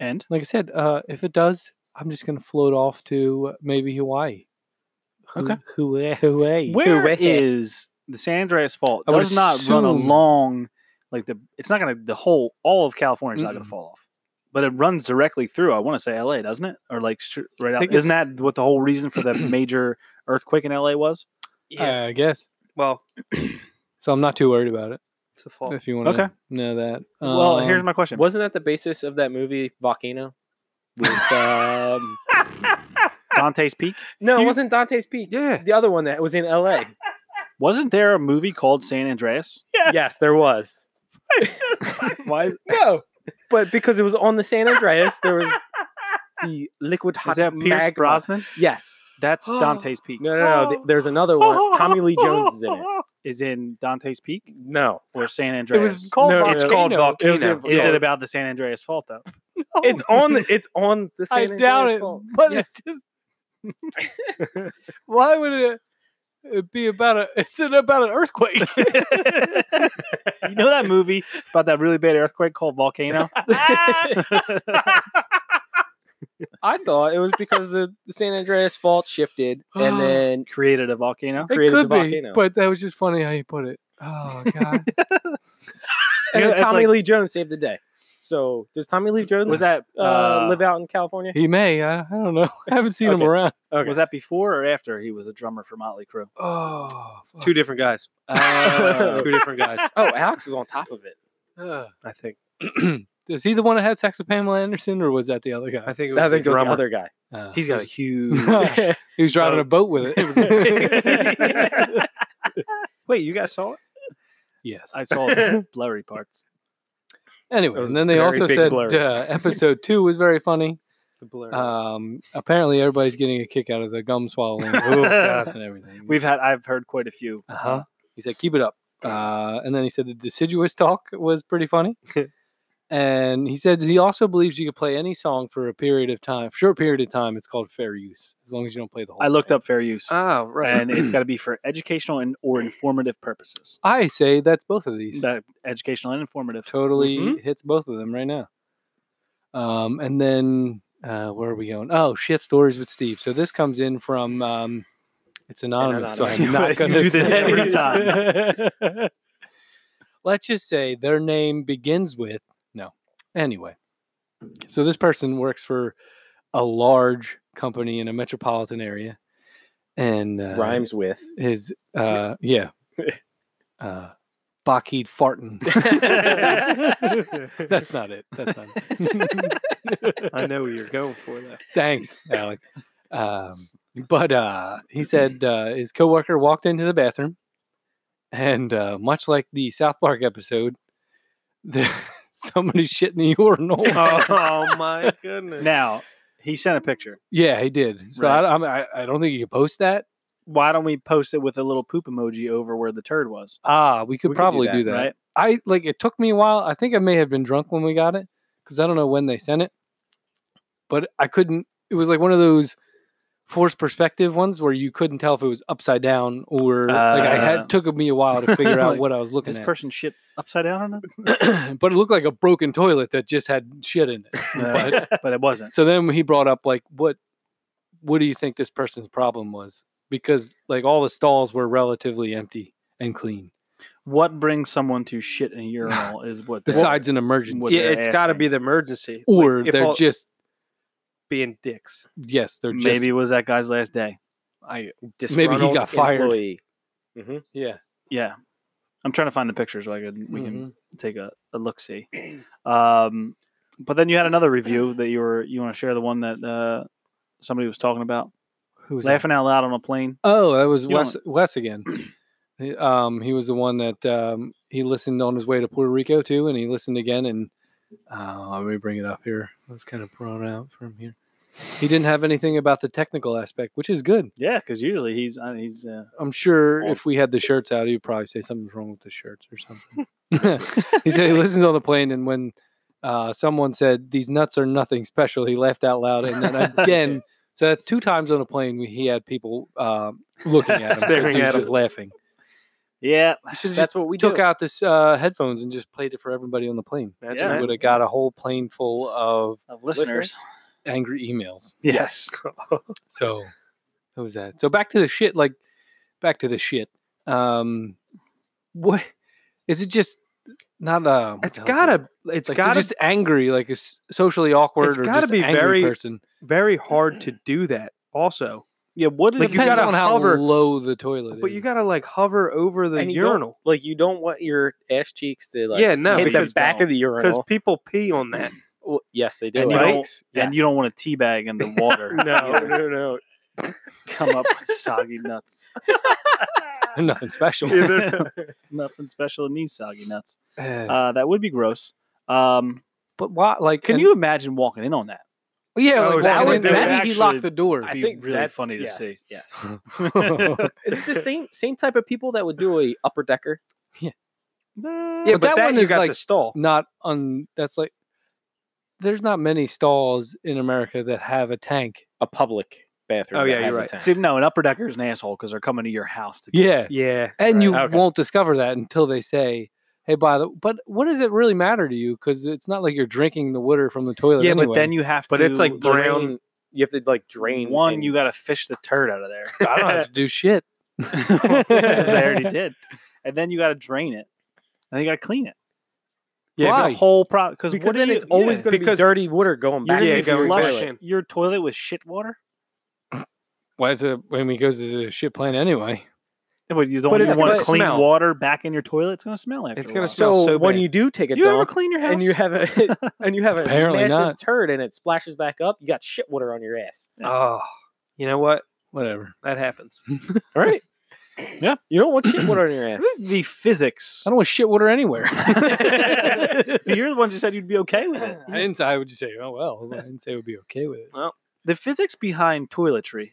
Speaker 1: and
Speaker 2: Like I said, uh, if it does, I'm just going to float off to maybe Hawaii. eh,
Speaker 1: Okay.
Speaker 2: Hu- Hawaii. Hawaii.
Speaker 1: where
Speaker 3: Correct.
Speaker 1: is the San Andreas Fault?
Speaker 2: I would
Speaker 1: Does not run
Speaker 2: assume-
Speaker 1: along like the. It's not gonna the whole all of California's not gonna
Speaker 2: Mm-mm.
Speaker 1: fall off, but it runs directly through. I want to say L.A. doesn't it? Or like str- right out.
Speaker 4: think
Speaker 1: Isn't that what the whole reason for the major earthquake in L.A. was?
Speaker 4: Yeah.
Speaker 2: I guess.
Speaker 4: well,
Speaker 2: So I'm not too worried about it.
Speaker 4: it's a fault.
Speaker 2: If you want to
Speaker 1: Okay.
Speaker 2: know that.
Speaker 1: well, here's
Speaker 2: Um,
Speaker 1: my question.
Speaker 3: Wasn't that the basis of that movie Volcano? With um,
Speaker 1: Dante's Peak?
Speaker 3: no,
Speaker 4: You-
Speaker 3: it wasn't Dante's Peak.
Speaker 4: Yeah.
Speaker 3: The other one that was in L.A.
Speaker 1: Wasn't there a movie called San Andreas?
Speaker 3: yes, there was.
Speaker 1: Why is
Speaker 3: No, but because it was on the San Andreas, there was the liquid hot
Speaker 1: that Pierce
Speaker 3: magma.
Speaker 1: Brosnan?
Speaker 3: Yes.
Speaker 1: That's Dante's Peak.
Speaker 3: No, no, no. th- There's another one. Tommy Lee Jones is in it.
Speaker 1: Is in Dante's Peak
Speaker 3: No,
Speaker 1: or San
Speaker 2: it
Speaker 1: Andreas?
Speaker 2: was called
Speaker 3: No, no, no.
Speaker 1: it's called
Speaker 3: It was
Speaker 1: volcano.
Speaker 3: in
Speaker 1: Is it
Speaker 3: Volcano.
Speaker 1: about the San Andreas fault though?
Speaker 3: it's on. The, it's on the San
Speaker 2: I
Speaker 3: Andreas
Speaker 2: doubt it,
Speaker 3: Fault.
Speaker 2: but
Speaker 3: Yes.
Speaker 2: it's just. Why would it, it be about a? It's an- about an earthquake.
Speaker 1: You know that movie about that really bad earthquake called Volcano?
Speaker 3: I thought it was because the, the San Andreas fault shifted, and then
Speaker 1: Created a volcano.
Speaker 2: it
Speaker 3: Created the
Speaker 2: could be,
Speaker 3: volcano.
Speaker 2: but that was just funny how you put it. Oh God!
Speaker 1: You
Speaker 3: and
Speaker 1: know,
Speaker 3: then
Speaker 1: it's
Speaker 3: Tommy
Speaker 1: like-
Speaker 3: Lee Jones saved the day. So does Tommy Lee Jones
Speaker 1: Was that,
Speaker 3: uh,
Speaker 1: uh,
Speaker 3: live out in California?
Speaker 2: he may. I, I don't know. I haven't seen him
Speaker 3: Okay.
Speaker 2: around.
Speaker 3: Okay.
Speaker 1: Was that before or after he was a drummer for Motley Crue?
Speaker 2: Oh,
Speaker 4: Two different guys.
Speaker 1: Uh,
Speaker 4: Two different guys.
Speaker 3: oh, Alex is on top of it.
Speaker 2: fuck. Uh,
Speaker 4: I think.
Speaker 2: Is he the one that had sex with Pamela Anderson, or was that the other guy?
Speaker 4: I think it was
Speaker 3: I think
Speaker 4: the
Speaker 3: there's
Speaker 4: drummer.
Speaker 3: another guy.
Speaker 2: Uh,
Speaker 1: He's got a huge.
Speaker 2: he was
Speaker 4: Oh.
Speaker 2: driving a boat with it.
Speaker 4: Wait, you guys saw it?
Speaker 2: yes.
Speaker 1: I saw the blurry parts.
Speaker 2: anyway,
Speaker 4: That was
Speaker 2: and then they
Speaker 4: very
Speaker 2: also
Speaker 4: big
Speaker 2: said
Speaker 4: blur.
Speaker 2: uh, episode two was very funny.
Speaker 4: The blur.
Speaker 2: Um, apparently, everybody's getting a kick out of the gum swallowing
Speaker 4: Oh, God.
Speaker 2: and everything.
Speaker 1: We've had. I've heard quite a few.
Speaker 2: uh huh. He said, "Keep it up." Uh, and then he said the deciduous talk was pretty funny. and he said that he also believes you could play any song for a period of time, short period of time. It's called fair use, as long as you don't play the whole.
Speaker 1: I looked
Speaker 2: thing.
Speaker 1: up fair use,
Speaker 4: oh, right.
Speaker 1: and it's got to be for educational and or informative purposes.
Speaker 2: I say that's both of these.
Speaker 1: That educational and informative.
Speaker 2: totally
Speaker 1: Mm-hmm.
Speaker 2: hits both of them right now. Um, and then uh, where are we going? Oh, shit stories with Steve. So this comes in from um, it's anonymous, so I'm
Speaker 1: anonymous.
Speaker 2: not
Speaker 1: You
Speaker 2: going to
Speaker 1: do this every
Speaker 2: time. Let's just say their name begins with no. Anyway, so this person works for a large company in a metropolitan area, and uh,
Speaker 3: Rhymes with.
Speaker 2: his uh, yeah, uh, Bakid Fartin. That's not it. That's not it.
Speaker 4: I know where you're going for that.
Speaker 2: Thanks, Alex. Um, but uh, he said uh, his coworker walked into the bathroom, and uh, much like the South Park episode, the, somebody shit in the urinal.
Speaker 4: oh my goodness.
Speaker 1: Now he sent a picture.
Speaker 2: yeah, he did. So I, I'm- I, I don't think you could post that.
Speaker 1: Why don't we post it with a little poop emoji over where the turd was?
Speaker 2: Ah, we could
Speaker 3: We could do
Speaker 2: probably
Speaker 3: that,
Speaker 2: do that.
Speaker 1: Right.
Speaker 2: I like it took me a while. I think I may have been drunk when we got it because I don't know when they sent it, but I couldn't. It was like one of those forced perspective ones where you couldn't tell if it was upside down or like I
Speaker 1: Uh,
Speaker 2: had took me a while to figure out
Speaker 1: like,
Speaker 2: what I was looking
Speaker 1: This
Speaker 2: at.
Speaker 1: person shit upside down on it,
Speaker 2: but it looked like a broken toilet that just had shit in it.
Speaker 1: No, but it wasn't.
Speaker 2: So then he brought up like what what do you think this person's problem was? Because like all the stalls were relatively empty and clean.
Speaker 1: What brings someone to shit in a urinal is what. they-
Speaker 2: Besides an emergency.
Speaker 1: what
Speaker 4: yeah,
Speaker 1: they're
Speaker 4: it's got to
Speaker 1: asking.
Speaker 4: be the emergency. Like,
Speaker 2: Or
Speaker 4: if
Speaker 2: they're
Speaker 4: all-
Speaker 2: just
Speaker 4: being dicks.
Speaker 2: yes, they're just
Speaker 1: maybe it was that guy's last day.
Speaker 2: I he
Speaker 3: Disgruntled
Speaker 2: got fired.
Speaker 3: employee. Mm-hmm.
Speaker 2: yeah.
Speaker 1: Yeah, I'm trying to find the picture so I can we can take a, a look see. Um, but then you had another review that you were you want to share the one that uh, somebody was talking about
Speaker 2: Who was that?
Speaker 1: laughing out loud on a plane.
Speaker 2: Oh, that was
Speaker 1: You don't-
Speaker 2: Wes. Wes again. He- um, he was the one that um, he listened on his way to Puerto Rico too, and he listened again. And uh, let me bring it up here. It was kind of brought out from here. He didn't have anything about the technical aspect, which is good.
Speaker 1: Yeah, because usually he's uh, he's uh,
Speaker 2: I'm sure
Speaker 1: Oh.
Speaker 2: if we had the shirts out, he'd probably say something's wrong with the shirts or something. he said he listens on the plane, and when uh, someone said these nuts are nothing special, he laughed out loud. And then again, so that's two times on a plane we, he had people uh, looking at him, 'cause
Speaker 4: Staring
Speaker 2: he was
Speaker 4: at him.
Speaker 2: just laughing.
Speaker 1: yeah.
Speaker 2: You should have just
Speaker 3: That's what we
Speaker 2: took
Speaker 3: do.
Speaker 2: out this uh, headphones and just played it for everybody on the plane.
Speaker 4: That's
Speaker 1: Yeah.
Speaker 2: We would have got a whole plane full of
Speaker 1: Of listeners,
Speaker 2: angry emails.
Speaker 1: yes,
Speaker 2: So what was that? So back to the shit, like back to the shit. Um what is it just not uh
Speaker 4: It's gotta. It's
Speaker 2: like they're
Speaker 4: gotta.
Speaker 2: just angry, like it's socially awkward
Speaker 4: It's
Speaker 2: or
Speaker 4: gotta
Speaker 2: just
Speaker 4: be
Speaker 2: angry
Speaker 4: very-
Speaker 2: person.
Speaker 4: very hard to do that. Also,
Speaker 1: yeah. What is
Speaker 4: Like, you
Speaker 2: Depends
Speaker 4: gotta
Speaker 2: on how
Speaker 4: hover-
Speaker 2: low the toilet
Speaker 4: but
Speaker 2: is.
Speaker 4: you gotta like hover over the
Speaker 3: And you don't-
Speaker 4: urinal
Speaker 3: Like you don't want your ass cheeks to like
Speaker 4: Yeah, no,
Speaker 3: hit the
Speaker 4: because-
Speaker 3: back of the
Speaker 4: because
Speaker 3: urinal.
Speaker 4: people pee on that.
Speaker 3: Well, yes, they do.
Speaker 1: And
Speaker 4: you
Speaker 3: right?
Speaker 4: don't-
Speaker 1: and you don't want a tea bag in the water. You're
Speaker 4: no, no.
Speaker 1: gonna come up with soggy nuts.
Speaker 2: nothing special.
Speaker 4: Yeah, they're-
Speaker 1: Nothing special in these soggy nuts.
Speaker 2: Uh,
Speaker 1: Uh, that would be gross. Um,
Speaker 2: but why like
Speaker 1: can
Speaker 2: and-
Speaker 1: you imagine walking in on that?
Speaker 2: Yeah,
Speaker 4: Oh,
Speaker 2: like,
Speaker 4: so
Speaker 2: why
Speaker 4: they
Speaker 2: would
Speaker 4: do
Speaker 2: that he
Speaker 1: actually-
Speaker 2: locked the door?
Speaker 1: I-
Speaker 3: I
Speaker 1: be
Speaker 3: think
Speaker 1: really
Speaker 3: that's-
Speaker 1: funny to
Speaker 3: yes,
Speaker 1: see.
Speaker 3: Yes. Is it the same same type of people that would do a upper decker?
Speaker 4: Yeah,
Speaker 2: But
Speaker 4: but,
Speaker 2: that
Speaker 4: that,
Speaker 2: one
Speaker 4: you
Speaker 2: is
Speaker 4: got
Speaker 2: like-
Speaker 4: the stall.
Speaker 2: not on that's like there's not many stalls in America that have a tank.
Speaker 3: A public bathroom.
Speaker 4: Oh,
Speaker 3: that
Speaker 4: yeah,
Speaker 3: had
Speaker 4: you're
Speaker 3: the
Speaker 4: right.
Speaker 3: tank.
Speaker 1: See, no, an upper decker is an asshole because they're coming to your house to
Speaker 2: Yeah.
Speaker 4: Yeah,
Speaker 2: and
Speaker 4: right.
Speaker 2: you
Speaker 3: Okay.
Speaker 2: won't discover that until they say hey by the but what does it really matter to you because it's not like you're drinking the water from the toilet
Speaker 1: Yeah,
Speaker 2: anyway.
Speaker 1: but then you have
Speaker 4: But
Speaker 1: to.
Speaker 4: it's
Speaker 1: drain-
Speaker 4: like brown-
Speaker 3: Drain- You have to like drain
Speaker 1: One,
Speaker 3: and-
Speaker 1: you got to fish the turd out of there.
Speaker 2: i don't have to do shit
Speaker 1: 'Cause I already did. And then you got to drain it. And then you got to clean it.
Speaker 4: yeah,
Speaker 1: It's
Speaker 2: Why?
Speaker 1: a whole problem. Because
Speaker 3: because
Speaker 1: what do
Speaker 3: then
Speaker 1: you-
Speaker 3: it's always
Speaker 1: yeah.
Speaker 3: going to be
Speaker 4: because-
Speaker 3: dirty water going
Speaker 1: You're
Speaker 3: back.
Speaker 1: gonna
Speaker 4: Yeah,
Speaker 1: be
Speaker 3: into the
Speaker 4: going
Speaker 1: flush
Speaker 4: toilet.
Speaker 1: your toilet with shit water.
Speaker 2: why is it when he goes to the shit plant anyway
Speaker 1: But you don't
Speaker 4: But
Speaker 1: you
Speaker 4: it's
Speaker 1: want
Speaker 4: gonna
Speaker 1: clean
Speaker 4: smell.
Speaker 1: water back in your toilet. It's gonna smell after.
Speaker 4: It's
Speaker 1: a
Speaker 4: gonna
Speaker 1: while.
Speaker 4: smell
Speaker 3: So,
Speaker 4: so
Speaker 3: when
Speaker 4: bad.
Speaker 3: you do take a
Speaker 1: Do you ever
Speaker 3: dump
Speaker 1: clean your house?
Speaker 3: and you have a and you have a
Speaker 2: Apparently
Speaker 3: massive
Speaker 2: not.
Speaker 3: turd and it splashes back up, you got shit water on your ass.
Speaker 4: Oh, you know what?
Speaker 2: Whatever.
Speaker 4: That happens.
Speaker 3: All right.
Speaker 1: Yeah.
Speaker 3: You don't want shit water on your ass.
Speaker 1: the physics.
Speaker 2: I don't want shit water anywhere.
Speaker 1: You're the one who said you'd be okay with it.
Speaker 2: I didn't. I would just say, oh well. I didn't say it would be okay with it.
Speaker 1: The physics behind toiletry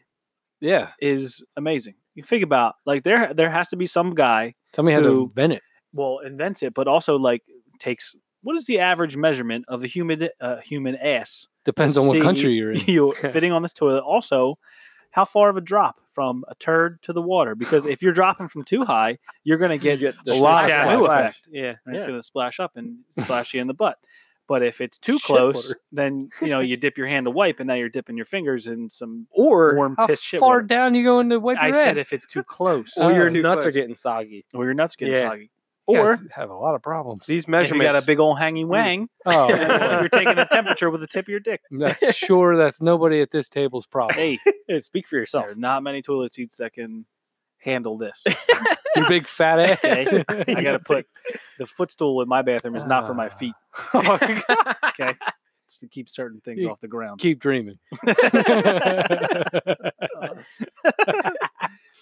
Speaker 2: Yeah.
Speaker 1: is amazing. You think about like there there has to be some guy
Speaker 2: Tell me how
Speaker 1: Who-
Speaker 2: to invent it.
Speaker 1: well invents it, but also like takes what is the average measurement of the human uh, human ass
Speaker 2: Depends on what
Speaker 1: see-
Speaker 2: country you're in.
Speaker 1: you're fitting on this toilet? Also, how far of a drop from a turd to the water? Because if you're dropping from too high, you're gonna get a
Speaker 3: the
Speaker 1: lot of
Speaker 3: splash
Speaker 1: blue
Speaker 3: splash.
Speaker 1: effect.
Speaker 4: Yeah.
Speaker 1: and it's
Speaker 3: Yeah.
Speaker 1: going to splash up and splash you in the butt. But if it's too
Speaker 3: Shit
Speaker 1: close,
Speaker 3: water.
Speaker 1: then you know you dip your hand to wipe, and now you're dipping your fingers in some
Speaker 3: Or
Speaker 1: warm
Speaker 2: How
Speaker 1: piss shit
Speaker 2: far
Speaker 1: water.
Speaker 2: down you going to wipe
Speaker 1: I
Speaker 2: your
Speaker 1: said
Speaker 2: ass?
Speaker 1: if it's too close,
Speaker 2: Oh,
Speaker 3: or your
Speaker 4: too
Speaker 3: nuts
Speaker 4: close.
Speaker 3: are getting soggy.
Speaker 1: or your nuts getting
Speaker 4: Yeah.
Speaker 1: soggy,
Speaker 2: You
Speaker 1: or
Speaker 2: guys have a lot of problems.
Speaker 4: These
Speaker 1: if you got
Speaker 4: measurements.
Speaker 1: a big old hanging wang,
Speaker 2: oh,
Speaker 1: you're taking a temperature with the tip of your dick.
Speaker 2: Lord. that's sure. That's nobody at this table's problem.
Speaker 1: Hey,
Speaker 3: Yeah, Speak for yourself.
Speaker 1: there are not many toilet seats that can handle this.
Speaker 2: You big fat ass.
Speaker 1: Okay. I got to put the footstool in my bathroom is not for my
Speaker 2: Ah.
Speaker 1: feet.
Speaker 2: Oh, God.
Speaker 1: Okay, it's to keep certain things
Speaker 2: You-
Speaker 1: off the ground.
Speaker 2: Keep dreaming.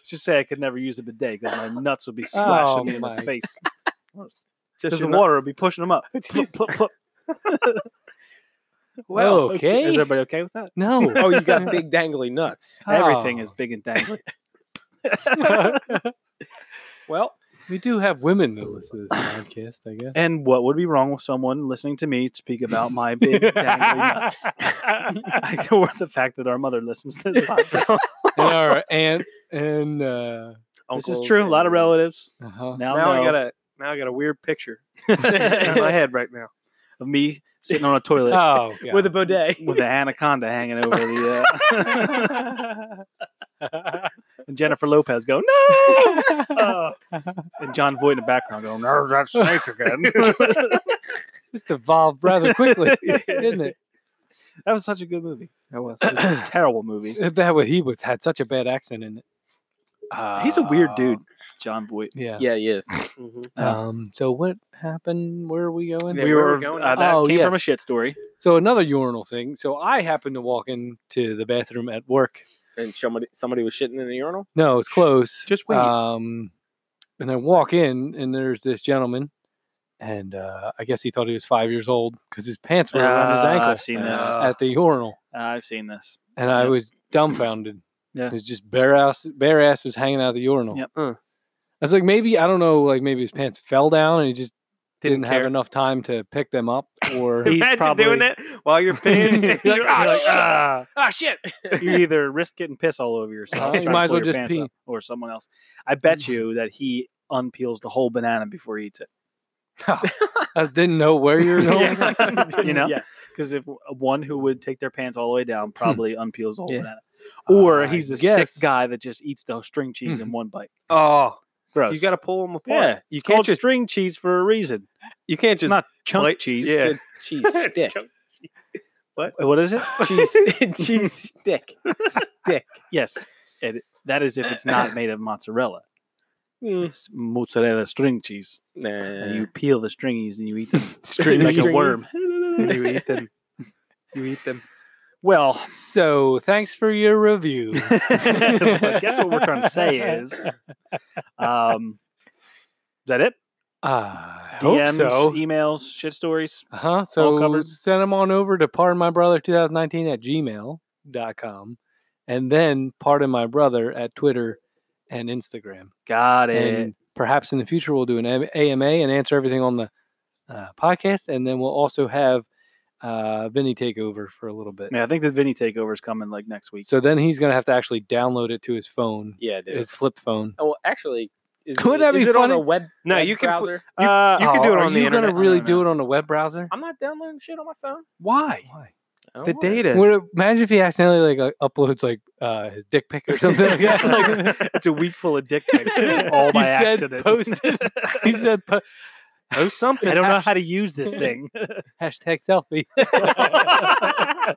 Speaker 1: Just say I could never use a bidet because my nuts would be splashing
Speaker 2: Oh,
Speaker 1: me in
Speaker 2: my-
Speaker 1: the face.
Speaker 4: Just
Speaker 1: Because the
Speaker 4: your nut-
Speaker 1: water would be pushing them up. Plop, plop, plop.
Speaker 2: well, okay.
Speaker 1: Is everybody okay with that?
Speaker 2: no.
Speaker 3: oh, you got big dangly nuts.
Speaker 1: Everything
Speaker 2: Oh.
Speaker 1: is big and dangly.
Speaker 3: Well,
Speaker 2: we do have women that listen to this podcast, I guess.
Speaker 1: and what would be wrong with someone listening to me speak about my big dangly nuts? I- or the fact that our mother listens to this podcast.
Speaker 2: and our aunt and uh,
Speaker 1: this is
Speaker 3: Uncles
Speaker 1: true. A lot of
Speaker 3: and-
Speaker 1: relatives
Speaker 2: uh-huh.
Speaker 1: now,
Speaker 4: Now
Speaker 1: know
Speaker 4: I got a now I got a weird picture in my
Speaker 1: of
Speaker 4: head right now.
Speaker 1: me sitting on a toilet
Speaker 2: oh, God.
Speaker 3: with a bidet.
Speaker 1: with an anaconda hanging over the. Uh, and Jennifer Lopez go no, Uh, and John Voight in the background going there's that snake again.
Speaker 2: just evolved rather quickly, didn't it?
Speaker 1: That was such a good movie. That was, It was a terrible movie.
Speaker 2: That was, he was had such a bad accent in it.
Speaker 1: He's a weird
Speaker 2: Uh,
Speaker 1: dude, John Voight.
Speaker 2: Yeah.
Speaker 3: Uh, Yeah, he is.
Speaker 2: Um. So what happened? Where are we going?
Speaker 4: Yeah,
Speaker 1: we
Speaker 4: where
Speaker 1: were
Speaker 4: we're going
Speaker 1: uh, that
Speaker 4: with
Speaker 2: that. Oh,
Speaker 1: came from a
Speaker 2: yes.
Speaker 1: shit story.
Speaker 2: So another urinal thing. So I happened to walk into the bathroom at work.
Speaker 3: And somebody somebody was shitting in the urinal.
Speaker 2: No, it's close.
Speaker 4: Just wait.
Speaker 2: Um, and I walk in, and there's this gentleman, and uh, I guess he thought he was five years old because his pants were around his
Speaker 1: Ah,
Speaker 2: ankle
Speaker 1: I've seen
Speaker 4: this.
Speaker 2: at the urinal,
Speaker 1: I've seen this.
Speaker 2: and I
Speaker 1: Yep.
Speaker 2: was dumbfounded.
Speaker 1: Yeah.
Speaker 2: it was just bare ass, bare ass was hanging out of the urinal.
Speaker 1: Yep.
Speaker 4: Huh.
Speaker 2: I was like, maybe I don't know, like maybe his pants fell down, and he just
Speaker 4: Didn't
Speaker 2: didn't, have
Speaker 4: care.
Speaker 2: enough time to pick them up, or
Speaker 1: He's
Speaker 4: Imagine
Speaker 1: probably-
Speaker 4: doing that while you're peeing.
Speaker 2: You're like,
Speaker 4: You're
Speaker 2: "Ah,
Speaker 3: Ah
Speaker 2: shit."
Speaker 4: like, "Ah."
Speaker 3: shit.
Speaker 1: You either risk getting piss all over yourself,
Speaker 2: Uh,
Speaker 1: trying
Speaker 2: you
Speaker 1: to
Speaker 2: might as
Speaker 1: pull
Speaker 2: well
Speaker 1: your
Speaker 2: just
Speaker 1: pants
Speaker 2: pee.
Speaker 1: up, or someone else. I bet you that he unpeels the whole banana before he eats it.
Speaker 2: I just didn't know where you were going.
Speaker 1: Yeah. You know?
Speaker 3: Yeah.
Speaker 1: Because if one who would take their pants all the way
Speaker 4: Hmm.
Speaker 1: down probably unpeels the whole
Speaker 3: Yeah.
Speaker 1: banana, or
Speaker 2: I
Speaker 1: he's the
Speaker 2: guess.
Speaker 1: sick guy that just eats the string cheese in one bite.
Speaker 4: Oh,
Speaker 1: Gross.
Speaker 4: Hmm. you got to pull them apart.
Speaker 1: yeah.
Speaker 4: you
Speaker 1: It's
Speaker 4: can't
Speaker 1: called
Speaker 4: just
Speaker 1: string cheese for a reason.
Speaker 4: you can't
Speaker 1: It's
Speaker 4: just
Speaker 1: not chunk
Speaker 4: blat-
Speaker 1: cheese.
Speaker 4: Yeah.
Speaker 3: Said Cheese
Speaker 4: It's
Speaker 3: stick.
Speaker 4: chunk-
Speaker 1: What is it?
Speaker 3: cheese cheese stick. Stick.
Speaker 1: Yes, it, that is if it's not made of mozzarella.
Speaker 4: Hmm.
Speaker 3: Mm.
Speaker 1: It's mozzarella string cheese. And you
Speaker 3: Nah.
Speaker 1: peel the stringies and you eat them
Speaker 2: String
Speaker 1: like a
Speaker 2: cheese.
Speaker 1: worm.
Speaker 4: you eat them. You eat them.
Speaker 1: Well,
Speaker 2: So thanks for your review.
Speaker 1: I guess what we're trying to say is, um, is that it?
Speaker 2: Ah, I
Speaker 1: DMs,
Speaker 2: hope so.
Speaker 1: emails, shit stories.
Speaker 2: Uh-huh.
Speaker 1: All
Speaker 2: So
Speaker 1: covered.
Speaker 2: send them on over to part of my brother 2019 at gmail.com and then part of my brother at Twitter and Instagram.
Speaker 1: Got it.
Speaker 2: And perhaps in the future we'll do an A- AMA and answer everything on the uh, podcast. And then we'll also have uh, Vinny take over for a little bit.
Speaker 1: Yeah, I think the Vinny takeover is coming like next week.
Speaker 2: So then he's going to have to actually download it to his phone,
Speaker 3: Yeah, dude.
Speaker 2: his flip phone.
Speaker 3: oh, actually, is
Speaker 2: Could
Speaker 3: it,
Speaker 2: that be
Speaker 3: is it on a
Speaker 2: funny?
Speaker 3: web?
Speaker 4: No,
Speaker 3: web
Speaker 4: you can put-
Speaker 3: browser?
Speaker 1: you, uh,
Speaker 4: you can do it
Speaker 2: Oh, are
Speaker 4: on the
Speaker 2: you
Speaker 4: internet.
Speaker 2: going
Speaker 4: I
Speaker 2: to really
Speaker 1: don't
Speaker 2: do
Speaker 1: know.
Speaker 2: it on the web browser?
Speaker 3: I'm not downloading shit on my phone. Oh,
Speaker 1: Why?
Speaker 2: Why?
Speaker 3: I don't
Speaker 4: The
Speaker 3: want it.
Speaker 4: data.
Speaker 2: Would it- imagine if he accidentally like uh, uploads like uh, his dick pic or something like
Speaker 1: It's
Speaker 2: that.
Speaker 1: like- it's a week full of dick pics, all by
Speaker 2: He said
Speaker 1: accident.
Speaker 2: posted. he said po-
Speaker 4: Oh, something.
Speaker 1: I don't know how to use this thing.
Speaker 2: hashtag selfie,
Speaker 1: Uh,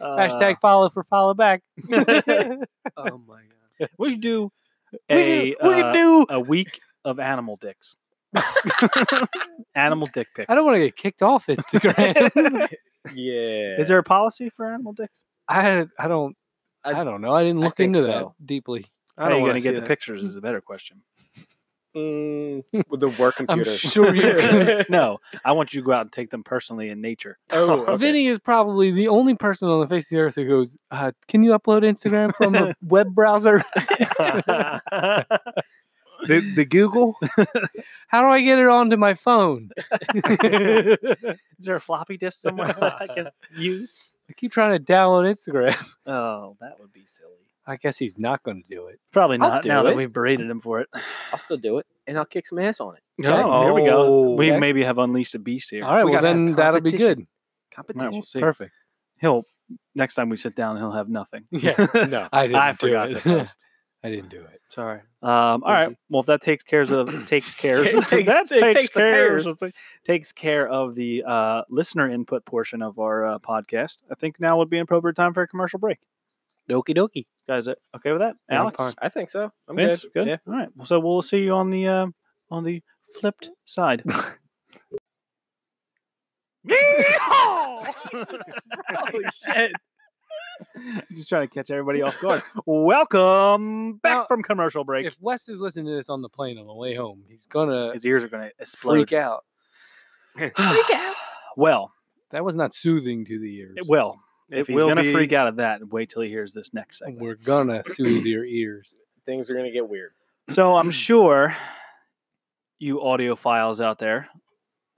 Speaker 1: Uh,
Speaker 2: hashtag follow for follow back.
Speaker 4: Oh my god.
Speaker 1: We should do a
Speaker 2: we, can, we
Speaker 1: uh,
Speaker 2: can do.
Speaker 1: a week of animal dicks. animal dick pics.
Speaker 2: I don't want to get kicked off Instagram.
Speaker 3: Yeah.
Speaker 1: Is there a policy for animal dicks?
Speaker 2: I I don't.
Speaker 3: I-
Speaker 2: I, don't know. I didn't
Speaker 3: I
Speaker 2: look
Speaker 3: think
Speaker 2: into
Speaker 3: so.
Speaker 2: that deeply.
Speaker 1: How are you
Speaker 4: wanna
Speaker 1: going to
Speaker 4: see
Speaker 1: get the
Speaker 4: that.
Speaker 1: pictures? Is a better question.
Speaker 3: Mm, with the work
Speaker 2: I'm
Speaker 3: computer?
Speaker 2: sure you can.
Speaker 1: No, I want you to go out and take them personally in nature.
Speaker 3: oh, okay.
Speaker 2: Vinny is probably the only person on the face of the earth who goes, uh, "Can you upload Instagram from a web browser?
Speaker 4: the, the Google.
Speaker 2: How do I get it onto my phone?
Speaker 1: Is there a floppy disk somewhere that I can use?
Speaker 2: I keep trying to download Instagram."
Speaker 1: Oh, that would be silly.
Speaker 2: I guess he's not going to do it.
Speaker 1: Probably
Speaker 3: I'll
Speaker 1: not.
Speaker 3: do
Speaker 1: Now
Speaker 3: it.
Speaker 1: that we've berated him for it.
Speaker 3: I'll still do it, and I'll kick some ass on it.
Speaker 1: Oh, here we go. We
Speaker 3: okay.
Speaker 1: maybe have unleashed a beast here.
Speaker 2: All right,
Speaker 4: We
Speaker 2: well
Speaker 4: got some
Speaker 2: then that'll be good.
Speaker 1: All right, we'll see.
Speaker 2: Perfect.
Speaker 1: He'll next time we sit down, he'll have nothing.
Speaker 2: Yeah. No, I didn't.
Speaker 1: I
Speaker 2: do
Speaker 1: forgot to
Speaker 2: it.
Speaker 1: post.
Speaker 2: I didn't do it.
Speaker 4: Sorry.
Speaker 1: Um, all right.
Speaker 4: Busy.
Speaker 1: Well, if that takes cares of takes cares
Speaker 3: Takes-
Speaker 1: that
Speaker 3: it
Speaker 1: takes,
Speaker 3: takes the
Speaker 1: cares,
Speaker 3: cares.
Speaker 1: of thi- takes care of the uh, listener input portion of our uh, podcast. I think now would be an appropriate time for a commercial break.
Speaker 3: Doki doki.
Speaker 1: Guys, uh, okay with that?
Speaker 4: Yeah, I'm
Speaker 1: Alex,
Speaker 4: fine.
Speaker 3: I think so. I'm
Speaker 1: Vince,
Speaker 3: good.
Speaker 1: good.
Speaker 3: Yeah.
Speaker 1: All right. So we'll see you on the um on the flipped side.
Speaker 3: Holy shit!
Speaker 1: Just trying to catch everybody off guard. Welcome back
Speaker 2: Now,
Speaker 1: from commercial break.
Speaker 2: If Wes is listening to this on the plane on the way home, he's gonna
Speaker 1: His ears are going to explode.
Speaker 2: freak out.
Speaker 1: well,
Speaker 2: That was not soothing to the ears.
Speaker 1: it will. If
Speaker 4: It
Speaker 1: he's
Speaker 4: will
Speaker 1: going to
Speaker 4: be-
Speaker 1: freak out at that, wait till he hears this next segment.
Speaker 2: We're gonna soothe your ears.
Speaker 3: Things are gonna get weird.
Speaker 1: So I'm sure you audiophiles out there,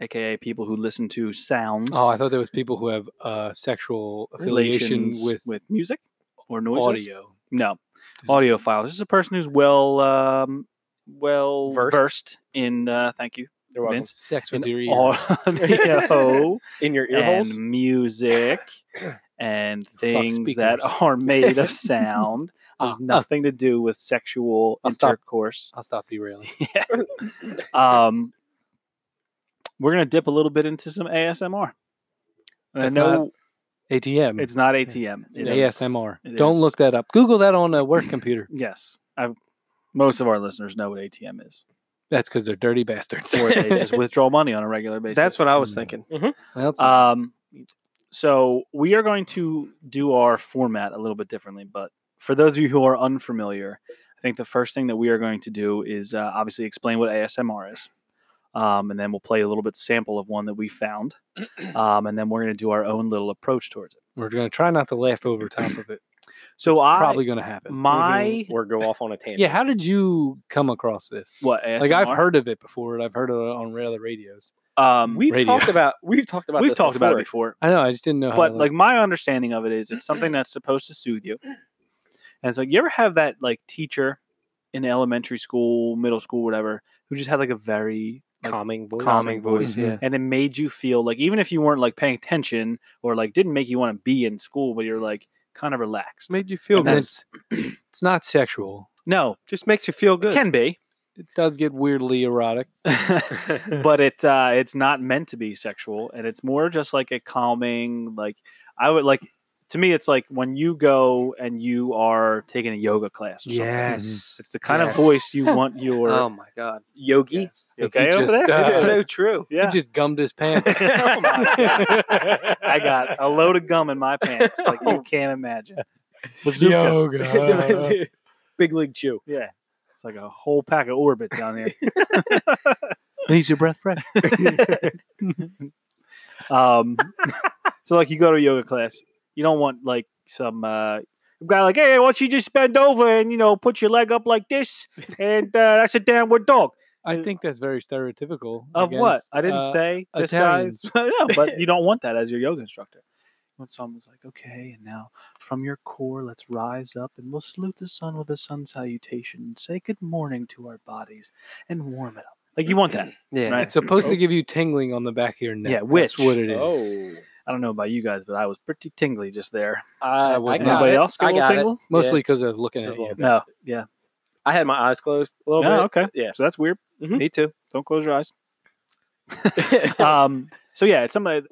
Speaker 1: aka people who listen to sounds,
Speaker 2: Oh, I thought there was people who have uh, sexual affiliation
Speaker 1: relations
Speaker 2: with,
Speaker 1: with music or noises.
Speaker 2: audio.
Speaker 1: No,
Speaker 2: Just-
Speaker 1: audiophiles. This is a person who's well, um, well versed,
Speaker 3: Versed.
Speaker 1: in. Uh, thank you.
Speaker 3: You're welcome.
Speaker 1: Vince.
Speaker 2: Sex
Speaker 1: In
Speaker 2: with your ears.
Speaker 1: audio
Speaker 3: In your ear holes.
Speaker 1: and music and things that
Speaker 2: speakers.
Speaker 1: are made of sound
Speaker 2: Ah,
Speaker 1: has
Speaker 2: ah,
Speaker 1: nothing to do with sexual
Speaker 2: I'll stop.
Speaker 1: intercourse.
Speaker 2: I'll stop derailing.
Speaker 1: um, we're gonna dip a little bit into some ASMR. And I
Speaker 2: That's
Speaker 1: know
Speaker 2: ATM.
Speaker 1: it's not ATM.
Speaker 2: It's
Speaker 1: it
Speaker 2: an
Speaker 1: is-
Speaker 2: ASMR.
Speaker 1: it
Speaker 2: Don't
Speaker 1: is.
Speaker 2: look that up. Google that on a work computer.
Speaker 1: Yes, I've, most of our listeners know what ATM is,
Speaker 2: That's because they're dirty bastards.
Speaker 1: or they just withdraw money on a regular basis.
Speaker 4: That's what I was
Speaker 2: Mm.
Speaker 4: thinking.
Speaker 2: Well, it's-
Speaker 1: Um, so we are going to do our format a little bit differently, but for those of you who are unfamiliar, I think the first thing that we are going to do is uh, obviously explain what ASMR is, um, and then we'll play a little bit sample of one that we found, um, and then we're going to do our own little approach towards it.
Speaker 2: We're gonna try not to laugh over top of it.
Speaker 1: So I
Speaker 2: Probably gonna happen.
Speaker 1: my
Speaker 3: or go off on a tangent.
Speaker 2: Yeah. How did you come across this?
Speaker 1: what ASMR?
Speaker 2: Like I've heard of it before, and I've heard of it on other radios.
Speaker 1: um,
Speaker 3: we've
Speaker 2: Radio.
Speaker 3: talked about we've talked about
Speaker 1: we've
Speaker 3: this
Speaker 1: talked about it
Speaker 3: before.
Speaker 1: before.
Speaker 2: I know. I just didn't know. how
Speaker 1: but
Speaker 2: to,
Speaker 1: like my understanding of it is it's something that's supposed to soothe you and so you ever have that like teacher in elementary school middle school whatever who just had like a very like,
Speaker 4: calming voice.
Speaker 1: calming
Speaker 2: voice, yeah.
Speaker 1: and it made you feel like even if you weren't like paying attention or like didn't make you want to be in school but you're like kind of relaxed
Speaker 4: Made you feel
Speaker 2: And
Speaker 4: good.
Speaker 2: it's it's not sexual.
Speaker 1: no
Speaker 4: Just makes you feel
Speaker 1: it
Speaker 4: good.
Speaker 1: can be
Speaker 2: It does get weirdly erotic.
Speaker 1: but it uh, it's not meant to be sexual, and it's more just like a calming. Like I would like to me, it's like when you go and you are taking a yoga class. Or
Speaker 4: mm,
Speaker 1: something. it's the kind of
Speaker 4: Yes.
Speaker 1: voice you want your.
Speaker 4: Oh my god.
Speaker 3: Yogi.
Speaker 1: Yes. You
Speaker 2: If you
Speaker 1: okay, over
Speaker 2: just,
Speaker 1: there.
Speaker 2: uh,
Speaker 1: It is.
Speaker 4: so true.
Speaker 1: yeah,
Speaker 2: He just gummed his pants.
Speaker 1: Oh my God. I got a load of gum in my pants, like
Speaker 2: Oh.
Speaker 1: you can't imagine. Bazooka.
Speaker 2: Yoga.
Speaker 3: Big league chew.
Speaker 1: Yeah, it's like a whole pack of orbit down here.
Speaker 2: Leaves your breath fresh.
Speaker 1: Um, so like you go to a yoga class, you don't want like some uh, guy like, hey, why don't you just bend over and you know put your leg up like this, and uh, that's a downward dog.
Speaker 2: I think that's very stereotypical.
Speaker 1: Of what?
Speaker 2: against,
Speaker 1: I didn't
Speaker 2: uh,
Speaker 1: say this
Speaker 2: Italians.
Speaker 1: guy's. I know, but you don't want that as your yoga instructor. You want someone's like, okay, and now from your core, let's rise up and we'll salute the sun with a sun salutation and say good morning to our bodies and warm it up. Like you want that.
Speaker 3: Mm-hmm.
Speaker 4: Yeah.
Speaker 1: Right.
Speaker 2: It's supposed to give you tingling on the back of your neck.
Speaker 1: Oh. Yeah,
Speaker 2: That's
Speaker 1: which-
Speaker 2: what it is.
Speaker 3: Oh,
Speaker 1: I don't know about you guys, but I was pretty tingly just there.
Speaker 3: I,
Speaker 2: was
Speaker 3: I got
Speaker 2: not.
Speaker 1: Anybody
Speaker 3: it.
Speaker 1: else get a
Speaker 3: I
Speaker 1: little
Speaker 3: got it.
Speaker 1: tingle?
Speaker 2: Mostly because I was looking
Speaker 3: Just
Speaker 2: at
Speaker 3: a
Speaker 2: you.
Speaker 3: little
Speaker 1: No, yeah.
Speaker 3: I had my eyes closed a little
Speaker 1: Oh,
Speaker 3: bit.
Speaker 1: okay.
Speaker 3: Yeah.
Speaker 1: So that's weird.
Speaker 3: Mhm.
Speaker 1: Me too. Don't close your eyes. um. So yeah, it's something,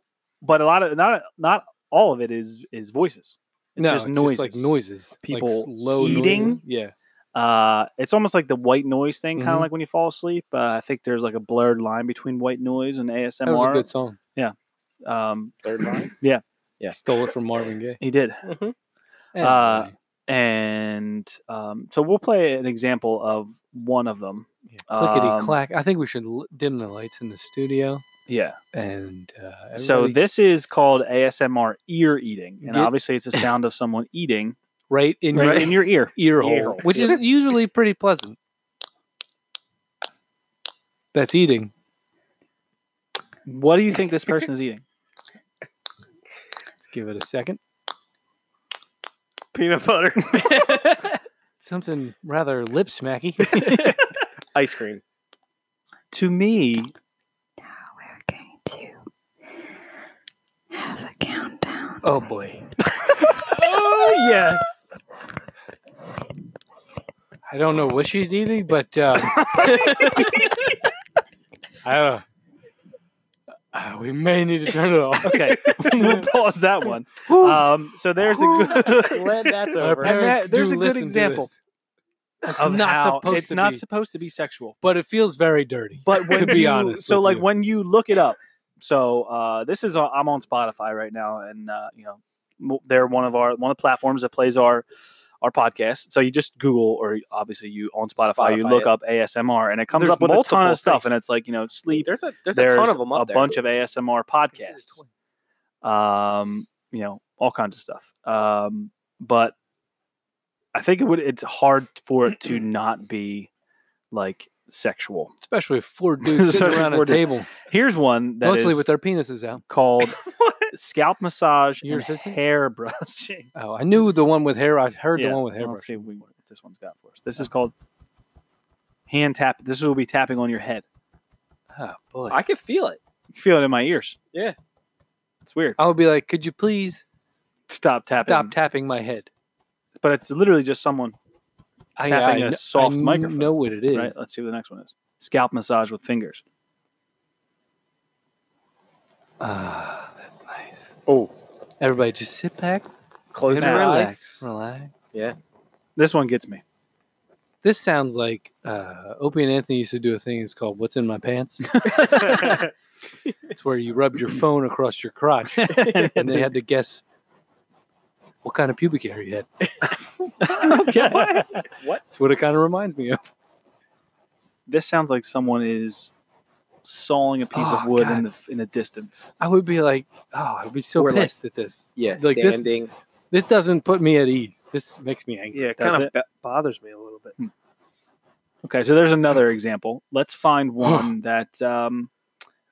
Speaker 1: but a lot of not not all of it is is voices. It's
Speaker 2: no,
Speaker 1: just
Speaker 2: it's
Speaker 1: noises.
Speaker 2: like noises. like
Speaker 1: People
Speaker 2: slow
Speaker 1: eating.
Speaker 2: noises. Yeah.
Speaker 1: Uh, it's almost like the white noise thing, kind of
Speaker 2: Mhm.
Speaker 1: like when you fall asleep. Uh, I think there's like a blurred line between white noise and
Speaker 2: That was a
Speaker 1: ASMR.
Speaker 2: good song.
Speaker 1: Um,
Speaker 3: Third line. Yeah.
Speaker 2: Stole it from Marvin Gaye.
Speaker 1: he did,
Speaker 3: Mhm.
Speaker 1: Uh,
Speaker 2: Anyway.
Speaker 1: and um, so we'll play an example of one of them.
Speaker 2: Clickety
Speaker 1: Um,
Speaker 2: clack. I think we should l- dim the lights in the studio.
Speaker 1: Yeah.
Speaker 2: And uh,
Speaker 1: So
Speaker 2: everybody
Speaker 1: this is called ASMR ear eating, and
Speaker 2: Get-
Speaker 1: obviously it's the sound of someone eating
Speaker 2: right in
Speaker 1: right in your ear.
Speaker 2: your ear hole,
Speaker 1: ear hole,
Speaker 2: which is usually pretty pleasant. That's eating.
Speaker 1: What do you think this person is eating?
Speaker 2: Let's give it a second.
Speaker 4: Peanut butter.
Speaker 2: Something rather lip smacky.
Speaker 4: Ice cream.
Speaker 1: To me,
Speaker 5: Now we're going to have a countdown.
Speaker 2: oh boy.
Speaker 3: oh yes.
Speaker 2: I don't know what she's eating, but uh, I, uh, uh, we may need to turn it off.
Speaker 1: okay, we'll pause that one. Um, so there's a good.
Speaker 3: Glad that's
Speaker 2: Our
Speaker 3: over.
Speaker 1: And
Speaker 2: parents
Speaker 1: that- there's
Speaker 2: do
Speaker 1: a good
Speaker 2: listen to
Speaker 1: example.
Speaker 2: this. It's
Speaker 1: of
Speaker 2: not
Speaker 1: how-
Speaker 2: supposed
Speaker 1: it's
Speaker 2: to
Speaker 1: not
Speaker 2: be,
Speaker 1: supposed to be sexual.
Speaker 2: but it feels very dirty.
Speaker 1: But when
Speaker 2: to be
Speaker 1: you-
Speaker 2: honest
Speaker 1: so
Speaker 2: with
Speaker 1: like
Speaker 2: you.
Speaker 1: when you look it up. So uh, this is on, I'm on Spotify right now, and uh, you know mo- they're one of our one of the platforms that plays our our podcast. So you just Google or obviously you on Spotify, you
Speaker 3: Spotify
Speaker 1: look
Speaker 3: it.
Speaker 1: up ASMR, and it comes
Speaker 4: There's
Speaker 1: up with a ton
Speaker 4: multiple
Speaker 1: of stuff,
Speaker 4: things.
Speaker 1: and it's like you know sleep.
Speaker 3: There's a there's,
Speaker 1: There's
Speaker 3: a ton of them up
Speaker 1: a
Speaker 3: there.
Speaker 1: bunch of ASMR podcasts. um, you know, all kinds of stuff. Um, but I think it would. It's hard for it to not be like sexual.
Speaker 2: Especially if four dudes sitting
Speaker 1: Especially
Speaker 2: around a
Speaker 1: four dudes.
Speaker 2: table,
Speaker 1: Here's one that is
Speaker 2: mostly with their penises out.
Speaker 1: called scalp massage and
Speaker 2: Yours isn't?
Speaker 1: hair brushing.
Speaker 2: Oh, I knew the one with hair. I heard
Speaker 1: Yeah,
Speaker 2: the one with hair.
Speaker 1: Let's see what we- what this one's got for us. This is called hand tap. This will be tapping on your head.
Speaker 2: Oh boy.
Speaker 3: I could feel it.
Speaker 1: You can feel it in my ears.
Speaker 3: Yeah.
Speaker 1: it's weird.
Speaker 2: I would be like, could you please
Speaker 1: Stop tapping.
Speaker 2: stop tapping my head?
Speaker 1: But it's literally just someone.
Speaker 2: I,
Speaker 1: Tapping
Speaker 2: I
Speaker 1: a
Speaker 2: kn-
Speaker 1: soft
Speaker 2: I
Speaker 1: microphone,
Speaker 2: know what it is.
Speaker 1: Right. Let's see what the next one is. Scalp massage with fingers.
Speaker 2: Ah, that's nice.
Speaker 3: Oh.
Speaker 2: Everybody, just sit back
Speaker 3: Close
Speaker 2: and
Speaker 1: your
Speaker 2: relax. Relax.
Speaker 1: This one gets me.
Speaker 2: This sounds like uh, Opie and Anthony used to do a thing. It's called "What's in My Pants." it's where you rubbed your phone across your crotch, and they had to guess what kind of pubic hair you had.
Speaker 1: okay.
Speaker 2: That's what it kind of reminds me of.
Speaker 1: This sounds like someone is sawing a piece of
Speaker 2: Oh,
Speaker 1: wood in
Speaker 2: God.
Speaker 1: the in the distance.
Speaker 2: I would be like, oh, I'd be so
Speaker 3: Or like-
Speaker 2: pissed at this.
Speaker 3: Yeah,
Speaker 2: Like this-
Speaker 3: sanding.
Speaker 2: This doesn't put me at ease. This makes me angry.
Speaker 4: Yeah, it
Speaker 1: Does
Speaker 4: kind
Speaker 1: it?
Speaker 4: of bothers me a little bit.
Speaker 1: Okay, so there's another example. Let's find one that um,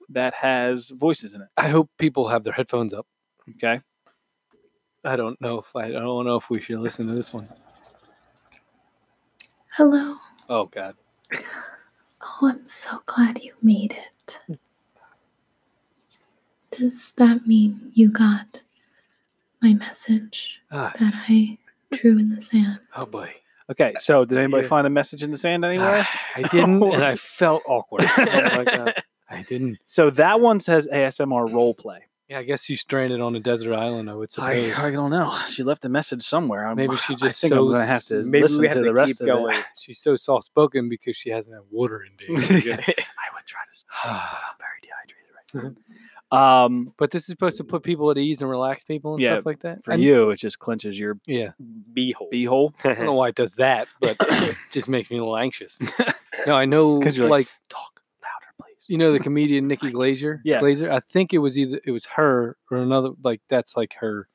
Speaker 1: that has voices in it.
Speaker 2: I hope people have their headphones up.
Speaker 1: Okay.
Speaker 2: I don't know if I, I don't know if we should listen to this one.
Speaker 5: Hello.
Speaker 2: Oh God.
Speaker 5: Oh, I'm so glad you made it. Does that mean you got my message
Speaker 2: Ah,
Speaker 5: that I drew in the sand?
Speaker 2: oh boy. Ah,
Speaker 1: Okay. So did anybody
Speaker 4: Yeah.
Speaker 1: find a message in the sand anywhere?
Speaker 2: I didn't, and I felt awkward. Oh, I didn't.
Speaker 1: so that one says ASMR role play.
Speaker 2: Yeah, I guess she's stranded on a desert island. I would
Speaker 1: I,
Speaker 2: suppose.
Speaker 1: I don't know. She left a message somewhere. I'm,
Speaker 2: Maybe she
Speaker 1: I
Speaker 2: just
Speaker 1: think
Speaker 2: so
Speaker 1: I'm gonna have to
Speaker 2: s-
Speaker 3: Maybe
Speaker 1: listen
Speaker 3: we have
Speaker 1: to
Speaker 3: to,
Speaker 1: the rest
Speaker 3: keep
Speaker 1: of it.
Speaker 3: going.
Speaker 2: she's so soft spoken because she hasn't had water in days.
Speaker 1: I would try to. sleep, but I'm very dehydrated right now. um,
Speaker 2: but this is supposed to put people at ease and relax people and
Speaker 1: Yeah,
Speaker 2: stuff like that.
Speaker 1: for
Speaker 2: I-
Speaker 1: you, it just clenches your
Speaker 2: Yeah.
Speaker 4: Beehole.
Speaker 1: beehole.
Speaker 2: I don't know why it does that, but it just makes me a little anxious. No, I know
Speaker 1: 'Cause you're
Speaker 2: like
Speaker 1: Talk louder, please.
Speaker 2: you know the comedian Nikki Glazer.
Speaker 1: Yeah.
Speaker 2: Glazer. I think it was either it was her or another like that's like her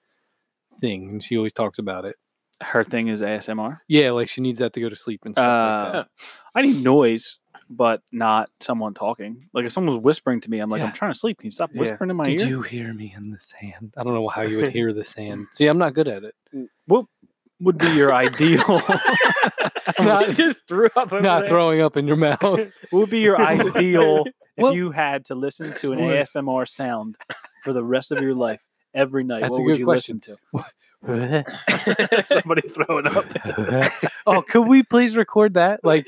Speaker 2: thing, and she always talks about it.
Speaker 1: Her thing is ASMR.
Speaker 2: Yeah, like she needs that to go to sleep and stuff like
Speaker 1: Uh,
Speaker 2: that.
Speaker 1: I need noise, but not someone talking. Like if someone's whispering to me, I'm like,
Speaker 2: Yeah.
Speaker 1: I'm trying to sleep. Can you stop
Speaker 4: Yeah.
Speaker 1: whispering in my
Speaker 2: Did
Speaker 1: ear?
Speaker 2: you hear me in the sand? I don't know how you would hear the sand. See, I'm not good at it.
Speaker 1: Would be your ideal.
Speaker 2: Not-
Speaker 3: just threw up. over
Speaker 2: not
Speaker 3: there.
Speaker 2: throwing up in your mouth.
Speaker 1: what would be your ideal if
Speaker 2: Well-
Speaker 1: you had to listen to an
Speaker 2: What?
Speaker 1: ASMR sound for the rest of your life every night?
Speaker 2: That's
Speaker 1: what
Speaker 2: a
Speaker 1: would
Speaker 2: good
Speaker 1: you
Speaker 2: question.
Speaker 1: listen to? Somebody throwing up.
Speaker 2: oh, could we please record that? Like,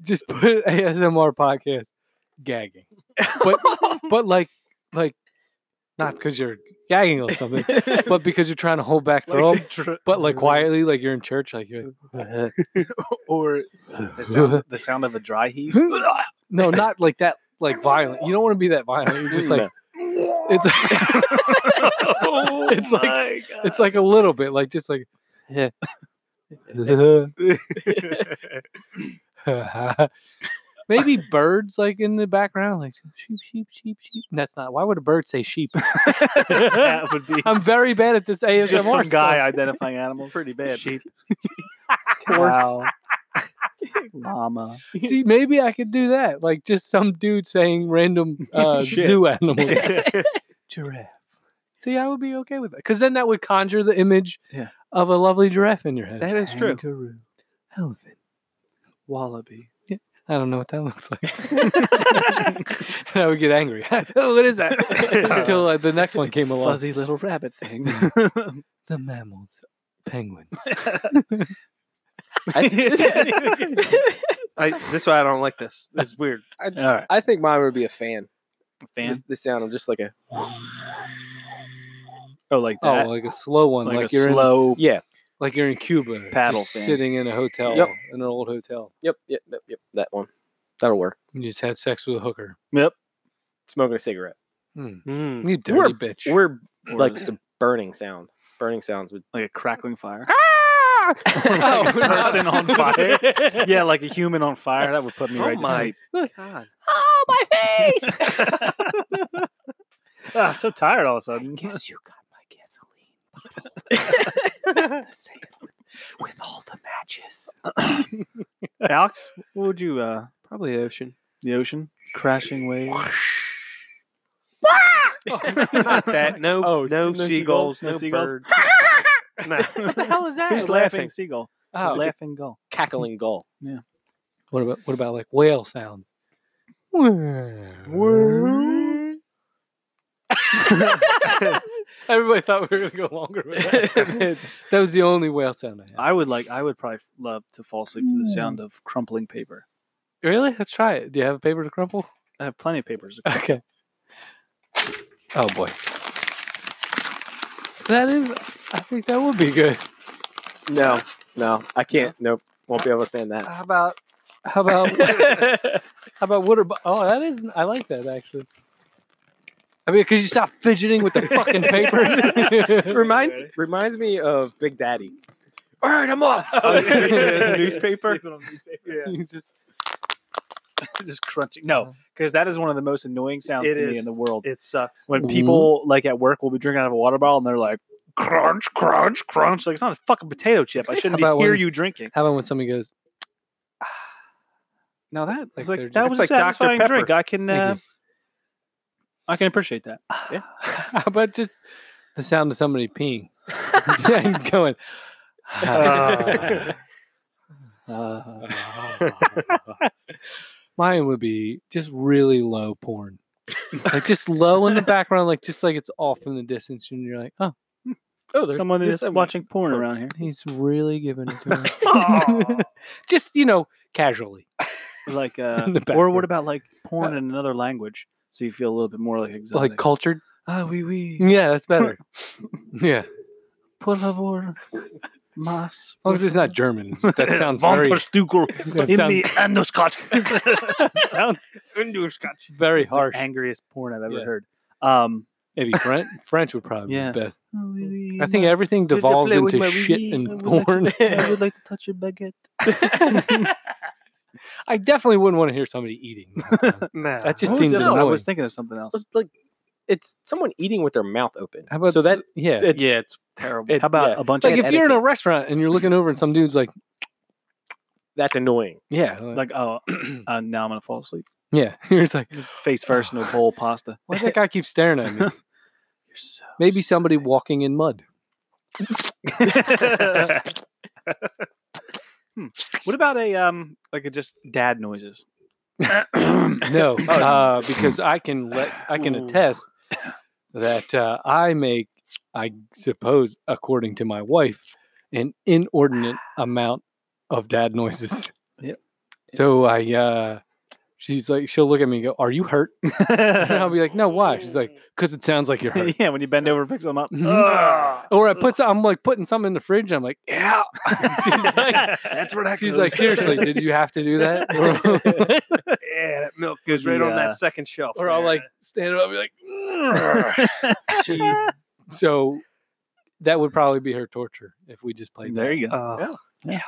Speaker 2: just put ASMR podcast gagging, but but like like not because you're gagging on something, but because you're trying to hold back throw 'em, but like quietly, like you're in church, like you're like,
Speaker 1: or the sound, the sound of a dry heave.
Speaker 2: no, not like that, like violent. You don't want to be that violent. You're just like it's
Speaker 1: Oh
Speaker 2: it's like it's like a little bit, like just like yeah. Maybe birds like in the background, like sheep, sheep, sheep, sheep. That's not. Why would a bird say sheep?
Speaker 1: that would be
Speaker 2: I'm very bad at this ASMR
Speaker 1: just some
Speaker 2: stuff.
Speaker 1: guy identifying animals. Pretty bad. Sheep, cow, llama.
Speaker 2: See, maybe I could do that. Like just some dude saying random uh,
Speaker 4: Shit.
Speaker 2: zoo animals. giraffe. See, I would be okay with that because then that would conjure the image
Speaker 1: Yeah.
Speaker 2: of a lovely giraffe in your head.
Speaker 4: That is true.
Speaker 1: Kangaroo,
Speaker 2: elephant.
Speaker 1: wallaby.
Speaker 2: I don't know what that looks like. I would get angry. "Oh, what is that? Until uh, the next one came along.
Speaker 1: Fuzzy little rabbit thing.
Speaker 2: The mammals, penguins.
Speaker 4: I, this is why I don't like this. This is weird.
Speaker 1: All right,
Speaker 3: I think mine would be a fan.
Speaker 1: fan.
Speaker 3: This, this sound of just like a
Speaker 1: Oh, like
Speaker 2: Oh,
Speaker 1: that.
Speaker 2: like a slow one,
Speaker 1: like,
Speaker 2: like,
Speaker 1: a
Speaker 2: you're in,
Speaker 1: slow.
Speaker 3: yeah.
Speaker 2: like you're in Cuba,
Speaker 1: paddle
Speaker 2: just
Speaker 1: thing.
Speaker 2: sitting in a hotel,
Speaker 3: Yep.
Speaker 2: in an old hotel.
Speaker 3: Yep, yep, yep, yep. That one. That'll work.
Speaker 2: You just had sex with a hooker.
Speaker 1: Yep.
Speaker 3: Smoking a cigarette.
Speaker 4: Mm.
Speaker 2: You dirty
Speaker 3: We're-
Speaker 2: bitch.
Speaker 3: We're
Speaker 1: Or
Speaker 3: like the burning sound. Burning sounds would.
Speaker 1: like a crackling fire.
Speaker 2: Oh,
Speaker 1: like a
Speaker 2: no.
Speaker 1: person on fire. yeah, like a human on fire. That would put me
Speaker 4: Oh
Speaker 1: right
Speaker 4: my
Speaker 1: to sleep.
Speaker 4: God.
Speaker 2: oh my face!
Speaker 1: Ah, I'm so tired all of a sudden.
Speaker 2: guess you got my gasoline bottle. the same with, with all the matches.
Speaker 1: Alex, what would you? uh
Speaker 4: Probably ocean.
Speaker 1: The ocean crashing waves.
Speaker 4: Oh, Not that. No.
Speaker 2: Oh,
Speaker 4: no,
Speaker 1: no seagulls,
Speaker 4: seagulls.
Speaker 1: no
Speaker 4: No
Speaker 1: seagulls.
Speaker 4: birds. no.
Speaker 2: hell is that?
Speaker 1: Who's
Speaker 4: It's
Speaker 1: laughing?
Speaker 4: laughing.
Speaker 1: Seagull. It's a
Speaker 2: Oh,
Speaker 1: laughing gull.
Speaker 3: Cackling gull.
Speaker 2: what about what about like whale sounds? Everybody thought we were gonna go longer with that. that was the only whale sound I had.
Speaker 1: I would like. I would probably love to fall asleep to the sound of crumpling paper.
Speaker 2: Really? Let's try it. Do you have a paper to crumple?
Speaker 1: I have plenty of papers.
Speaker 2: Okay. Oh boy. That is I think that would be good.
Speaker 3: No, no, I can't. Nope, won't be able to stand that.
Speaker 2: How about how about how
Speaker 4: Oh,
Speaker 2: about water? bo- Oh, that is I like that actually. I mean, could you stop fidgeting with the fucking paper?
Speaker 3: Reminds reminds me of Big Daddy. Oh, All right, I'm off.
Speaker 1: newspaper.
Speaker 2: He's just-
Speaker 1: Just crunching. No, because that is one of the most annoying sounds
Speaker 4: It
Speaker 1: to me
Speaker 4: is.
Speaker 1: in the world.
Speaker 4: It sucks.
Speaker 1: when
Speaker 2: Mhm.
Speaker 1: people like at work will be drinking out of a water bottle and they're like crunch, crunch, crunch. Like it's not a fucking potato chip. I shouldn't be
Speaker 2: about
Speaker 1: hear
Speaker 2: when-
Speaker 1: you drinking.
Speaker 2: How about when somebody goes?
Speaker 1: Now that like,
Speaker 2: Like they're
Speaker 1: like
Speaker 2: just-
Speaker 1: that was
Speaker 4: It's
Speaker 1: a
Speaker 4: like Dr.
Speaker 1: satisfying
Speaker 4: Pepper.
Speaker 1: drink. I can
Speaker 2: Thank
Speaker 1: uh, I can appreciate that.
Speaker 2: Yeah. how about just the sound of somebody peeing? And going. Uh,
Speaker 4: Ah.
Speaker 2: Mine would be just really low porn. like just low in the background, like just like it's off in the distance, and you're like, oh,
Speaker 3: Oh,
Speaker 1: Someone is watching porn
Speaker 3: porn.
Speaker 1: around here.
Speaker 2: he's really giving it to me. just you know, casually.
Speaker 1: Like uh,
Speaker 2: In the
Speaker 1: or what
Speaker 2: background. Uh,
Speaker 1: about like porn in another language? So you feel a little bit more like exotic.
Speaker 2: Like Mm. cultured.
Speaker 1: ah oui oui.
Speaker 2: Yeah, that's better. yeah. As
Speaker 1: Por favor. Mas.
Speaker 2: long as it's not German. it's- That sounds very that sounds
Speaker 1: sounds
Speaker 2: very
Speaker 1: It's the
Speaker 2: harsh.
Speaker 1: angriest porn I've ever
Speaker 2: Yeah.
Speaker 1: heard. Um,
Speaker 2: Maybe French French would probably
Speaker 1: Yeah.
Speaker 2: be best.
Speaker 1: I
Speaker 2: I think everything devolves
Speaker 1: play with
Speaker 2: into
Speaker 1: my
Speaker 2: shit
Speaker 1: wee, I
Speaker 2: and
Speaker 1: would like to
Speaker 2: porn.
Speaker 1: I would like to touch your baguette.
Speaker 2: I definitely wouldn't want to hear somebody eating. the whole time.
Speaker 4: Nah.
Speaker 2: That just
Speaker 1: What was
Speaker 2: seems
Speaker 1: the other one? I
Speaker 2: annoying.
Speaker 1: was thinking of something else.
Speaker 3: It's like it's someone eating with their mouth open.
Speaker 2: How about
Speaker 3: so that?
Speaker 2: s- yeah.
Speaker 4: yeah, it's terrible.
Speaker 1: How about
Speaker 3: yeah.
Speaker 1: a bunch
Speaker 2: like if
Speaker 1: of
Speaker 2: you're in a restaurant and you're looking over and some dude's like,
Speaker 3: That's annoying.
Speaker 2: yeah, like,
Speaker 1: like oh uh, now I'm gonna fall asleep.
Speaker 2: yeah, you're just like,
Speaker 1: Just face first in a bowl of pasta.
Speaker 2: why does that guy keep staring at me?
Speaker 1: You're so
Speaker 2: Maybe somebody walking in mud.
Speaker 1: What about a um like a just dad noises?
Speaker 2: No, uh, because I can let I can
Speaker 1: Oh, Ooh.
Speaker 2: attest that uh, I make, I suppose, according to my wife, an inordinate amount of dad noises.
Speaker 1: Yep.
Speaker 2: So I uh, She's like, she'll look at me and go, "Are you hurt?" And I'll be like, "No, why?" She's like, "Cause it sounds like you're hurt."
Speaker 1: yeah, when you bend over and pick something up.
Speaker 2: Mhm.
Speaker 4: Oh,
Speaker 1: Ugh.
Speaker 2: Or I put, some, I'm like putting something in the fridge. And I'm like, "Yeah." she's like,
Speaker 1: That's where that
Speaker 2: she's
Speaker 1: goes.
Speaker 2: like, "Seriously, did you have to do that?"
Speaker 4: Yeah, that milk goes right on
Speaker 1: Yeah.
Speaker 4: that second shelf.
Speaker 2: or I'll
Speaker 4: there.
Speaker 2: like stand up and be like,
Speaker 4: Gee,
Speaker 2: so that would probably be her torture if we just played
Speaker 1: there you go.
Speaker 4: uh,
Speaker 2: Yeah. that.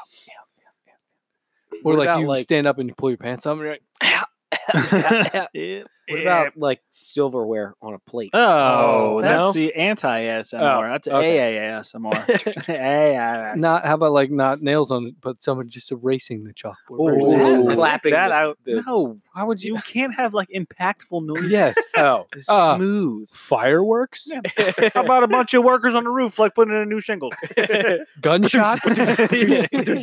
Speaker 3: What
Speaker 2: Or like
Speaker 3: about,
Speaker 2: you
Speaker 3: like-
Speaker 2: stand up and you pull your pants up and you're like,
Speaker 1: Yeah.
Speaker 3: What about like silverware on a plate?
Speaker 1: Oh,
Speaker 2: Oh,
Speaker 1: that's
Speaker 2: no?
Speaker 1: the anti ASMR. that's AASMR. AASMR.
Speaker 2: not how about like not nails on it, but someone just erasing the chalkboard.
Speaker 3: Ooh.
Speaker 2: Erasing it.
Speaker 3: Ooh. Clapping
Speaker 1: That
Speaker 3: the-
Speaker 1: out.
Speaker 3: the-
Speaker 1: No,
Speaker 2: Why would you?
Speaker 1: you can't have like impactful noises.
Speaker 2: Yes.
Speaker 3: Oh,
Speaker 1: It's
Speaker 2: Uh,
Speaker 1: smooth.
Speaker 2: Fireworks,
Speaker 1: Yeah. How about a bunch of workers on the roof like putting in new shingles?
Speaker 2: gunshots.
Speaker 1: Yeah.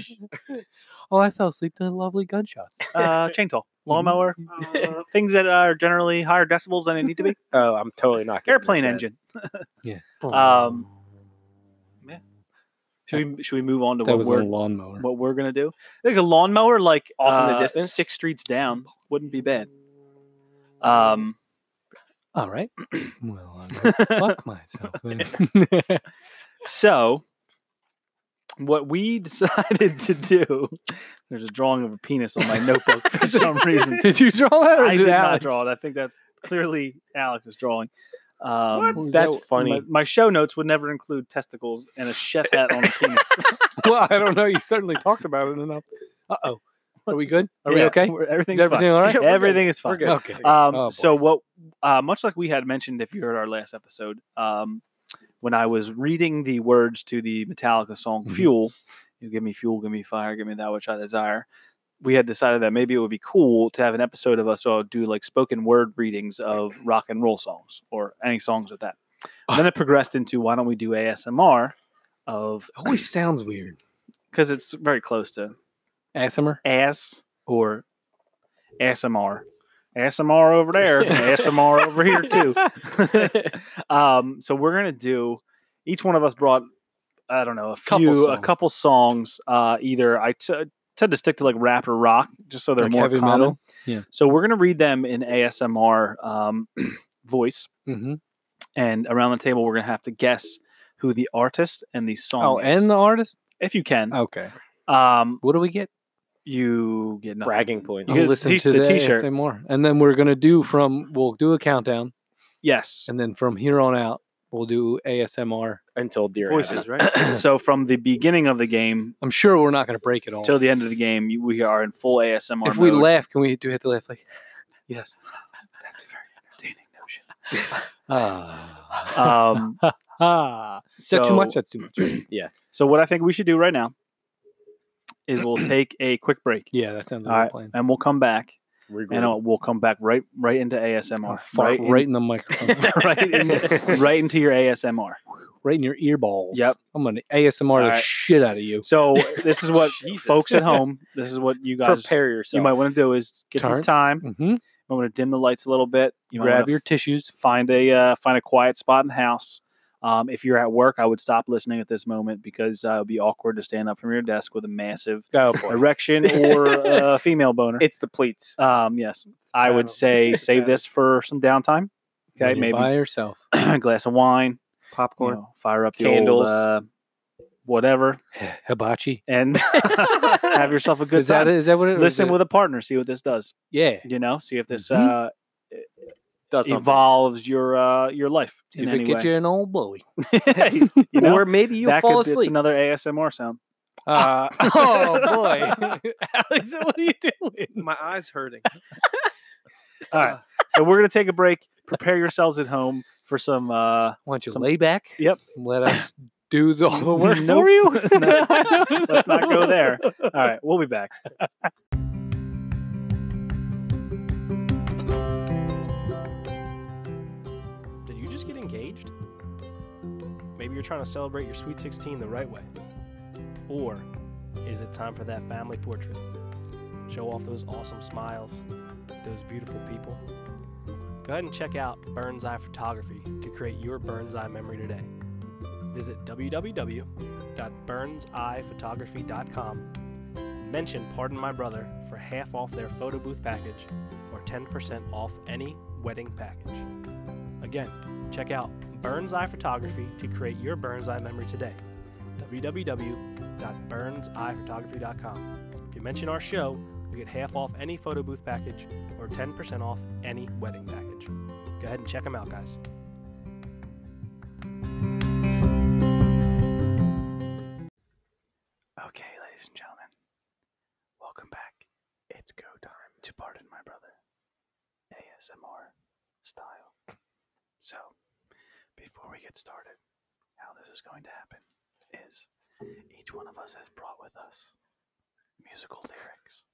Speaker 2: oh, I fell asleep to lovely gunshots.
Speaker 1: Uh, chain tool,
Speaker 2: Mm-hmm.
Speaker 1: lawnmower, uh, things that are generally higher decibels than they need to be.
Speaker 3: oh, I'm totally not. getting
Speaker 1: Airplane
Speaker 3: this
Speaker 1: engine.
Speaker 2: Um,
Speaker 1: Should we should we move on to
Speaker 2: that
Speaker 1: what
Speaker 2: was a
Speaker 1: we're
Speaker 2: lawnmower.
Speaker 1: what we're gonna do? Like a lawnmower, like
Speaker 3: Off in the
Speaker 1: uh,
Speaker 3: distance?
Speaker 1: six streets down, wouldn't be bad. Um,
Speaker 2: All right. well, I'm gonna fuck myself. Then.
Speaker 1: So, what we decided to do, there's a drawing of a penis on my notebook for some reason.
Speaker 2: did you draw that? Or
Speaker 1: I did not
Speaker 2: Alex?
Speaker 1: draw it. I think that's clearly Alex's drawing. Um,
Speaker 2: What?
Speaker 1: my-
Speaker 3: That's
Speaker 2: That-
Speaker 3: funny.
Speaker 1: My, show notes would never include testicles and a chef hat on a penis.
Speaker 2: Well, I don't know. You certainly talked about it enough. Uh oh. Are we good? Are we
Speaker 1: Yeah,
Speaker 2: okay?
Speaker 1: we're-
Speaker 2: Is
Speaker 1: Everything's
Speaker 2: everything all right?
Speaker 1: fine. Everything is fine.
Speaker 3: We're good.
Speaker 2: Okay.
Speaker 1: Um,
Speaker 2: Oh, boy.
Speaker 1: so what? Uh, much like we had mentioned, if you heard our last episode, um, when I was reading the words to the Metallica song
Speaker 2: Mhm.
Speaker 1: "Fuel," you give me fuel, give me fire, give me that which I desire. We had decided that maybe it would be cool to have an episode of us all do like spoken word readings of rock and roll songs or any songs with that. And then it progressed into why don't we do ASMR of
Speaker 2: Always sounds weird.
Speaker 1: because it's very close to
Speaker 2: Assimer.
Speaker 1: ass or ASMR. ASMR over there, ASMR over here too. um, so we're gonna do. Each one of us brought, I don't know, a few,
Speaker 2: Couple
Speaker 1: a
Speaker 2: songs.
Speaker 1: couple songs. Uh, either I t- tend to stick to like rap or rock, just so they're
Speaker 2: Like
Speaker 1: more
Speaker 2: heavy
Speaker 1: common.
Speaker 2: metal? Yeah.
Speaker 1: So we're gonna read them in ASMR um, voice,
Speaker 2: Mm-hmm.
Speaker 1: and around the table we're gonna have to guess who the artist and the song.
Speaker 2: Oh,
Speaker 1: is,
Speaker 2: and Uh, the artist.
Speaker 1: if you can,
Speaker 2: Okay.
Speaker 1: um,
Speaker 2: What do we get?
Speaker 1: you get nothing.
Speaker 3: Bragging points.
Speaker 1: You
Speaker 2: I'll
Speaker 1: get
Speaker 2: listen
Speaker 1: t-
Speaker 2: to
Speaker 1: the
Speaker 2: the
Speaker 1: t-shirt.
Speaker 2: more, and then we're gonna do from. We'll do a countdown,
Speaker 1: Yes.
Speaker 2: and then from here on out, we'll do ASMR.
Speaker 3: until deer
Speaker 4: voices,
Speaker 3: Eye.
Speaker 4: right?
Speaker 1: so from the beginning of the game
Speaker 2: I'm sure we're not gonna break it all.
Speaker 1: till the end of the game, you, we are in full ASMR.
Speaker 2: if we
Speaker 1: mode.
Speaker 2: laugh, can we do we have to laugh like?
Speaker 1: yes, that's a very entertaining notion.
Speaker 2: Ah.
Speaker 1: Um,
Speaker 2: ah. Is
Speaker 1: so,
Speaker 2: that too much? That's too much.
Speaker 1: So what I think we should do right now is we'll take a quick break
Speaker 2: Yeah, that sounds like
Speaker 1: All
Speaker 2: a
Speaker 1: right.
Speaker 2: plan.
Speaker 1: and we'll come back
Speaker 3: We're
Speaker 1: and
Speaker 3: good.
Speaker 1: uh, we'll come back right right into ASMR.
Speaker 2: I'll fart
Speaker 1: in-
Speaker 2: right in the microphone.
Speaker 1: right, in- right into your ASMR.
Speaker 2: right in your ear balls.
Speaker 1: Yep.
Speaker 2: I'm gonna ASMR the
Speaker 1: Alright.
Speaker 2: shit out of you.
Speaker 1: So this is what
Speaker 4: Jesus.
Speaker 1: folks at home. This is what you guys
Speaker 3: Prepare yourself.
Speaker 1: you might want to do is get some
Speaker 2: Turn.
Speaker 1: time. You
Speaker 2: Mm-hmm.
Speaker 1: might want to dim the lights a little bit. You might wanna
Speaker 2: Grab your tissues.
Speaker 1: find a uh, find a quiet spot in the house. Um, if you're at work, I would stop listening at this moment because uh, it would be awkward to stand up from your desk with a massive
Speaker 3: Oh, boy.
Speaker 1: erection or uh, female boner.
Speaker 3: it's the pleats.
Speaker 1: um, yes, I would
Speaker 4: Oh.
Speaker 1: say save this for some downtime. Okay,
Speaker 2: when you're
Speaker 1: maybe
Speaker 2: by yourself.
Speaker 1: a glass of wine, you
Speaker 4: Popcorn.
Speaker 1: know, fire up
Speaker 3: Candles.
Speaker 1: the old, uh, whatever,
Speaker 2: Hibachi.
Speaker 1: and have yourself a good
Speaker 2: is
Speaker 1: time.
Speaker 2: that it? Is that what it is?
Speaker 1: Listen
Speaker 2: it-
Speaker 1: with a partner, see what this does.
Speaker 2: yeah.
Speaker 1: You know, see if this
Speaker 2: Mhm.
Speaker 1: uh,
Speaker 3: Mm-hmm. Does something.
Speaker 1: evolves your uh, your life
Speaker 2: See
Speaker 1: in
Speaker 2: If it
Speaker 1: any
Speaker 2: gets
Speaker 1: way.
Speaker 2: you an old blowy.
Speaker 1: You know?
Speaker 3: or maybe you
Speaker 1: that
Speaker 3: fall
Speaker 1: could, It's
Speaker 3: asleep.
Speaker 1: another ASMR sound.
Speaker 2: Uh, oh boy, Alex, what are you doing?
Speaker 4: My eyes hurting.
Speaker 1: All right. so we're gonna take a break. Prepare yourselves at home for some. Uh,
Speaker 2: Why don't you
Speaker 1: Some-
Speaker 2: lay back?
Speaker 1: Yep.
Speaker 2: and Let us do the, all the work
Speaker 1: Nope.
Speaker 2: for you.
Speaker 1: No. let's not go there. All right, we'll be back.
Speaker 4: Did you just get engaged? Maybe you're trying to celebrate your Sweet 16 the right way. Or is it time for that family portrait? Show off those awesome smiles, those beautiful people. Go ahead and check out Burns Eye Photography to create your Burns Eye memory today. Visit www.burnseyephotography.com and Mention Pardon My Brother for half off their photo booth package or 10% off any wedding package. Again, check out Burns Eye Photography to create your Burns Eye memory today. www.burnseyephotography.com. If you mention our show, you get half off any photo booth package or 10% off any wedding package. Go ahead and check them out, guys.
Speaker 1: Okay, ladies and gentlemen, welcome back. It's go time to pardon my brother, ASMR style. So, before we get started, how this is going to happen is each one of us has brought with us musical lyrics,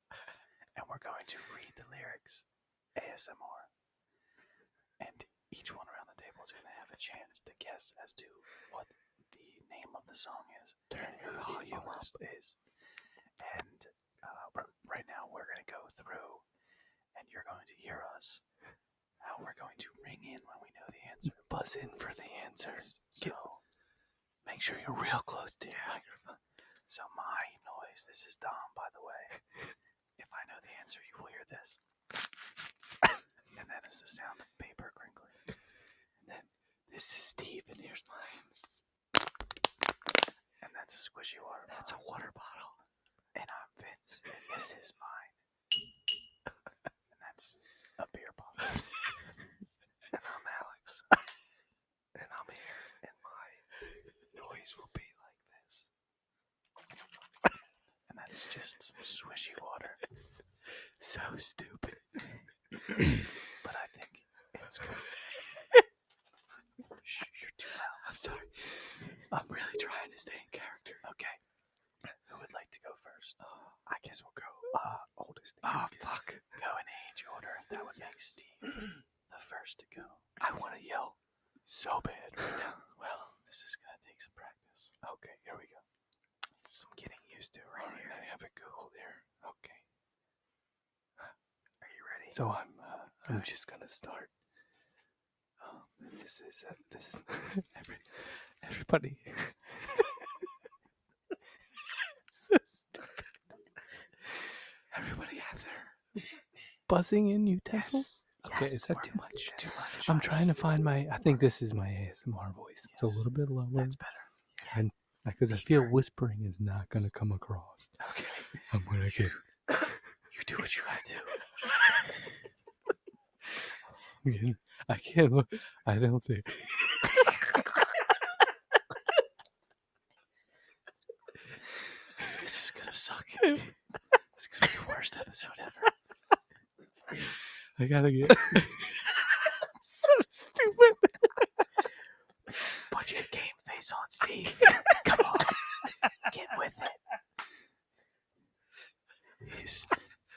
Speaker 1: and we're going to read the lyrics ASMR. And each one around the table is going to have a chance to guess as to what the name of the song is and who the artist is. And uh, r- right now, we're going to go through, and you're going to hear us how we're going to ring in when we know the answer. Buzz in for the answer. So make sure you're real close to your microphone. So my noise. This is Dom, by the way. if I know the answer, you will hear this. and that is the sound of paper crinkling. And then this is Steve, and here's mine. And that's a squishy water bottle. That's a water bottle. And I'm Vince, and this is mine. and that's a beer bottle. and I'm Alex. And I'm here, and my noise will be like this. And that's just some swishy water. so stupid. but I think it's good. Shh, you're too loud. I'm sorry. I'm really trying to stay in character. Okay. Who would like to go first? I guess we'll go uh, oldest. Oh, fuck. Go in age order. That would make Steve the first to go. I want to yell so bad right now. Well, this is going to take some practice. Okay, here we go. Some getting used to right here. I have it googled here. Okay. Are you ready? So I'm. Uh, I'm just gonna start. Um, this is uh, this is every, everybody. so stupid. Everybody have their
Speaker 2: Buzzing in utensils? Okay,
Speaker 1: Yes,
Speaker 2: is that
Speaker 1: we're-
Speaker 2: too much?
Speaker 1: It's too much.
Speaker 2: I'm trying to find my. I think this is my ASMR voice. It's a
Speaker 1: Yes.
Speaker 2: little bit lower
Speaker 1: That's better.
Speaker 2: because I feel whispering is not going to come across.
Speaker 1: Okay.
Speaker 2: I'm going to get.
Speaker 1: You do what you gotta do.
Speaker 2: I'm getting- I can't look. I don't see.
Speaker 1: This is gonna suck. This is gonna be the worst episode ever.
Speaker 2: I gotta get. so stupid.
Speaker 1: Put your game face on, Steve. Come on. Get with it. He's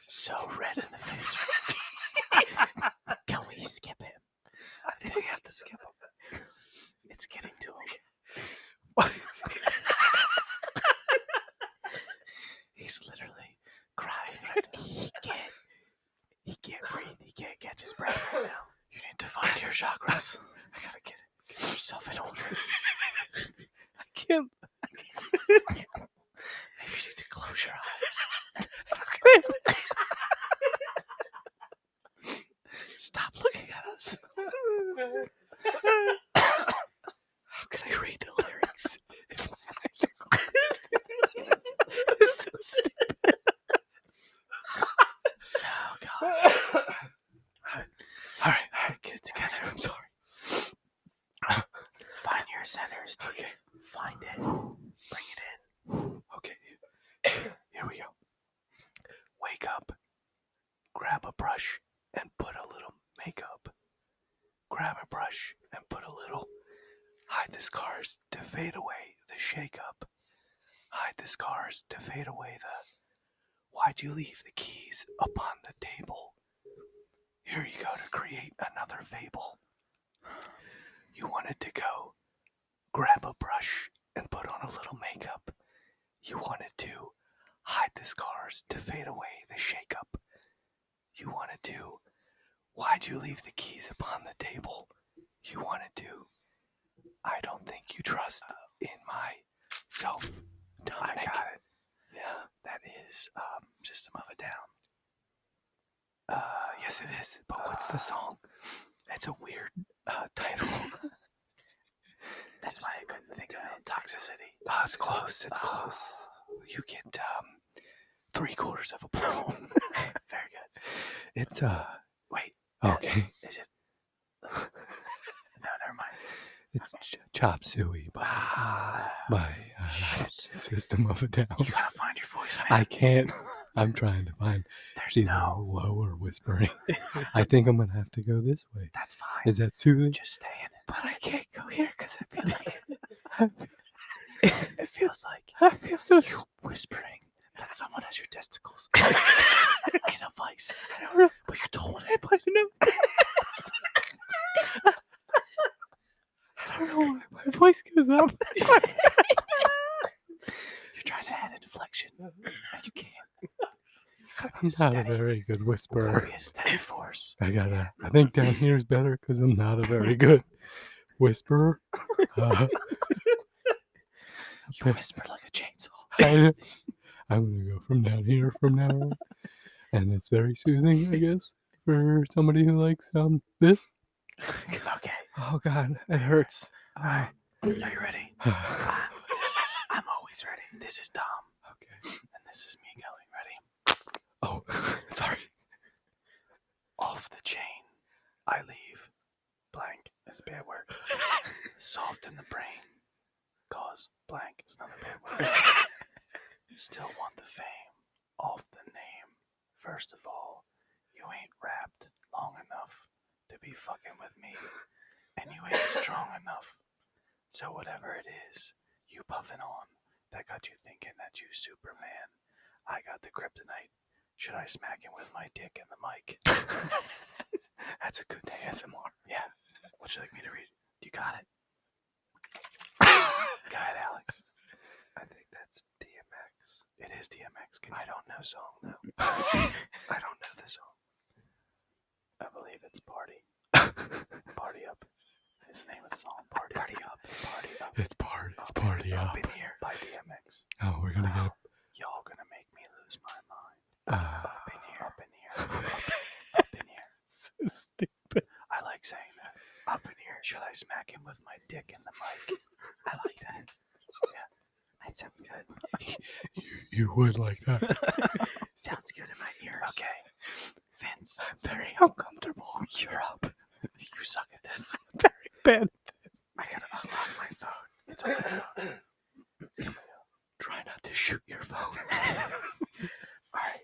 Speaker 1: so red in the face. Can we skip him? I think we have to skip him. It's getting to him. He's literally crying right now. He can't. He can't breathe. He can't catch his breath right now. You need to find your chakras. I gotta get it. Get yourself in order.
Speaker 2: I can't.
Speaker 1: Maybe you need to close your eyes. Stop looking at us. How can I read the lyrics? if my eyes are closed? This is so stupid. Oh god. Alright, alright, alright, get it together. I'm sorry. Find your centers. Okay. Find it. Bring it in. Okay, here we go. Wake up, grab a brush, and put a little makeup. Grab a brush and put a little. Hide the scars to fade away the shakeup. Hide the scars to fade away the. Why'd you leave the keys upon the table? Here you go to create another fable. You wanted to go. Grab a brush and put on a little makeup. You wanted to hide the scars to fade away the shakeup. You wanted to. Why'd you leave the keys upon the table? You wanted to. I don't think you trust in my self. I got it. Yeah. That
Speaker 6: is um, System of a Down. Uh, yes, it is. But what's the song? It's a weird uh, title. That's why I couldn't think of it. Toxicity. Oh, it's close. It's close. You get um, three quarters of a point. Very good. It's uh. Wait. Okay. Is it? no, never mind. It's ch- Chop Suey by, by uh, System of a Down. You gotta find your voice, man. I can't. I'm trying to find. There's either no lower whispering. I think I'm gonna have to go this way. That's fine. Is that soothing? Just stay in it. But I can't go here because I feel like it feels like I feel so whispering that someone has your testicles in a vice. But you don't want anybody to know. I don't know why my voice goes up. You're trying to add inflection. and You can't.
Speaker 2: I'm not a very good whisperer.
Speaker 6: a steady force.
Speaker 2: I gotta. I think down
Speaker 6: Mm-hmm.
Speaker 2: here is better because I'm not a very good whisperer. Uh,
Speaker 6: You whisper like a chainsaw.
Speaker 2: I, I'm gonna go from down here from now on, and it's very soothing, I guess, for somebody who likes um this.
Speaker 6: okay. Oh,
Speaker 2: Oh God, it hurts. I,
Speaker 6: Are you ready? Ah, This is. I'm always ready. This is Dom,
Speaker 2: okay.
Speaker 6: and this is me going. Ready?
Speaker 2: Oh, sorry.
Speaker 6: Off the chain, I leave. Blank is a bad word. Soft in the brain, cause blank is not a bad word. Still want the fame, off the name. First of all, you ain't rapped long enough to be fucking with me, and you ain't strong enough. So whatever it is you puffin on that got you thinking that you Superman, I got the kryptonite. Should I smack him with my dick and the mic? That's a good ASMR. Yeah. Would you like me to read? You got it. Go ahead, Alex. I think that's DMX. It is DMX. Can I don't know song though. I don't know the song. I believe it's Party. party up. Is the name of the song. Party, up. Party up.
Speaker 2: It's party. It's party up.
Speaker 6: in here. By DMX.
Speaker 2: Oh, we're gonna get.
Speaker 6: Y'all gonna make me lose my mind.
Speaker 2: Uh,
Speaker 6: Up in here. Up in here. Up, up in here. stupid. I like saying that. Up in here. Should I smack him with my dick in the mic? I like that. Yeah. That sounds good.
Speaker 2: you, you would like that.
Speaker 6: Sounds good in my ears. Okay. Vince. I'm very uncomfortable. You're up. You suck at this.
Speaker 2: Bad.
Speaker 6: I gotta unlock my phone. It's on my phone. It's coming up. Try not to shoot your phone. Alright.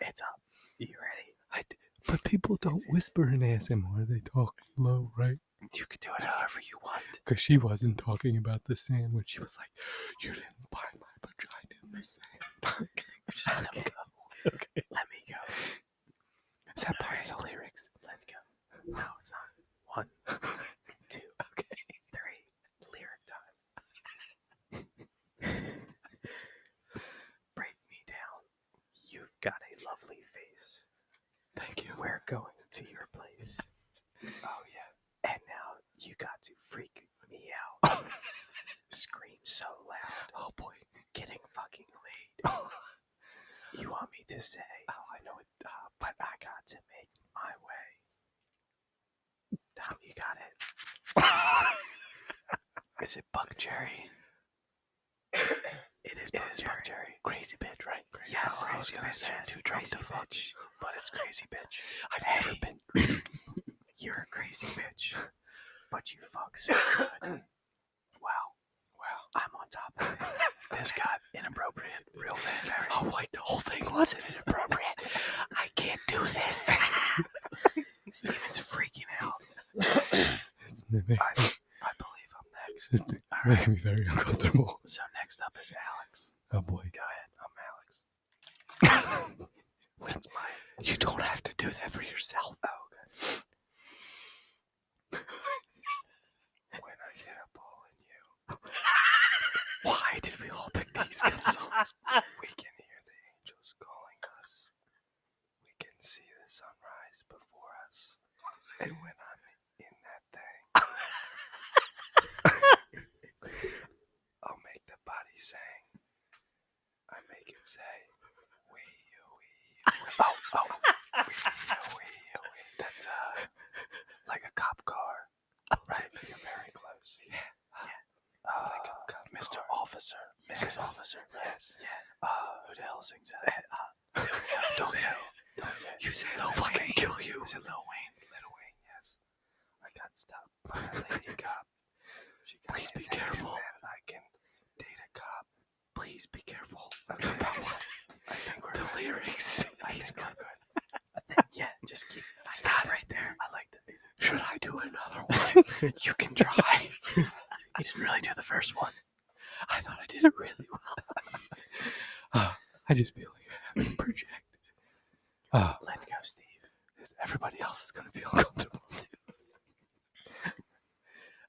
Speaker 6: It's up. You ready? I d-
Speaker 2: But people don't whisper in ASMR. They talk low, right?
Speaker 6: you can do it however you want.
Speaker 2: Because she wasn't talking about the sandwich. She was like, "You didn't find my vagina in the sand."
Speaker 6: You just let me go.
Speaker 2: Okay.
Speaker 6: Let me go. Is that part of the lyrics? Let's go. No, it's not. One, two, okay. three. Lyric time. Break me down. You've got a lovely face. Thank you. We're going to your place. Oh, yeah. And now you got to freak me out. Scream so loud. Oh, boy. Getting fucking laid. You want me to say? Oh, I know it, uh, but I got to make my way. Tom, you got it. is it Buck Jerry? it is Buck Jerry. Crazy bitch, right? Crazy yes, I was gonna say I'm too drunk to fuck, but it's crazy bitch. I've never been. You're a crazy bitch, but you fuck so good. wow. Wow. I'm on top of it. this got inappropriate real fast. Oh, like the whole thing wasn't inappropriate. I can't do this. Steven's freaking out.
Speaker 2: It makes,
Speaker 6: I, I believe I'm next.
Speaker 2: it makes me very uncomfortable.
Speaker 6: So next up is Alex.
Speaker 2: Oh boy.
Speaker 6: Go ahead. I'm Alex. That's my. You don't have to do that for yourself. Oh, okay. when I get a ball in you. Why did we all pick these kind of songs? We can hear the angels calling us. We can see the sunrise before us. And when I'm in that thing, I'll make the body sing. I make it say, Oh, That's uh, like a cop car, right? You're very close. Yeah. Uh, like a cop Mr. Officer, Mrs. Officer, right? Yes. Yeah. Uh, who the hell sings that? Uh, don't say. it. Don't say. You say Lil fucking kill you. Is it Lil Wayne? Lil Wayne, yes. I got stopped by a lady cop. She got Please be careful. That I can date a cop. Please be careful. Okay. About what? I think we're the lyrics. I think we're good. Yeah, just keep. Stop right there. I like the. Should I do another one? you can try. you didn't really do the first one. I thought I did it really well. Uh, I just feel like I have to project. Uh, Let's go, Steve. Everybody else is gonna feel uncomfortable. too.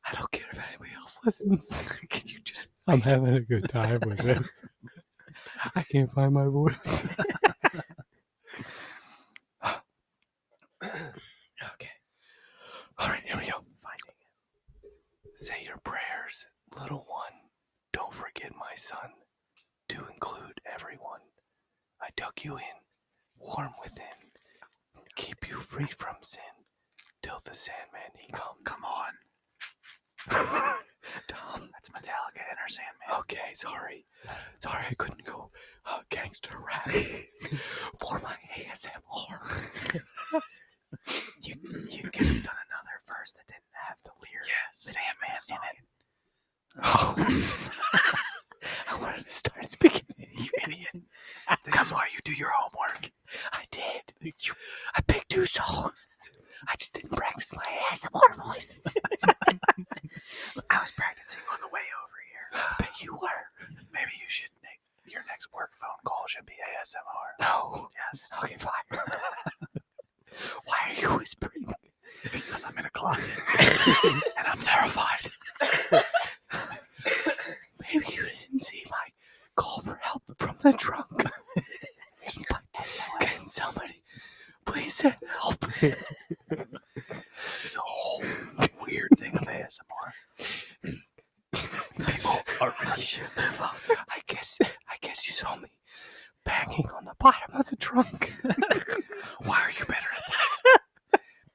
Speaker 6: I don't care if anybody else listens. can you just?
Speaker 2: I'm having a good time with it. I can't find my voice.
Speaker 6: Okay. All right, here we go. Finding it. Say your prayers, little one. Don't forget my son. To include everyone. I tuck you in, warm within. Keep you free from sin. Till the Sandman he come. Come on. Tom. That's Metallica Inner Sandman. Okay, sorry. Sorry I couldn't go uh, gangster rap for my ASMR. You you could have done another verse that didn't have the lyric. Yeah, Sandman in it. Oh. I wanted to start at the beginning, you idiot. This is why you do your homework. I did. You- I picked two songs. I just didn't practice my ASMR voice. I was practicing on the way over here. But you were. Maybe you should make your next work phone call should be ASMR. No. Yes. Okay, fine. Why are you whispering? Because I'm in a closet and I'm terrified. Maybe you didn't see my call for help from the trunk. But Can somebody please send help? this is a whole weird thing of ASMR. People are really should live up. I guess I guess you saw me banging on the bottom of the trunk. Why are you better at this?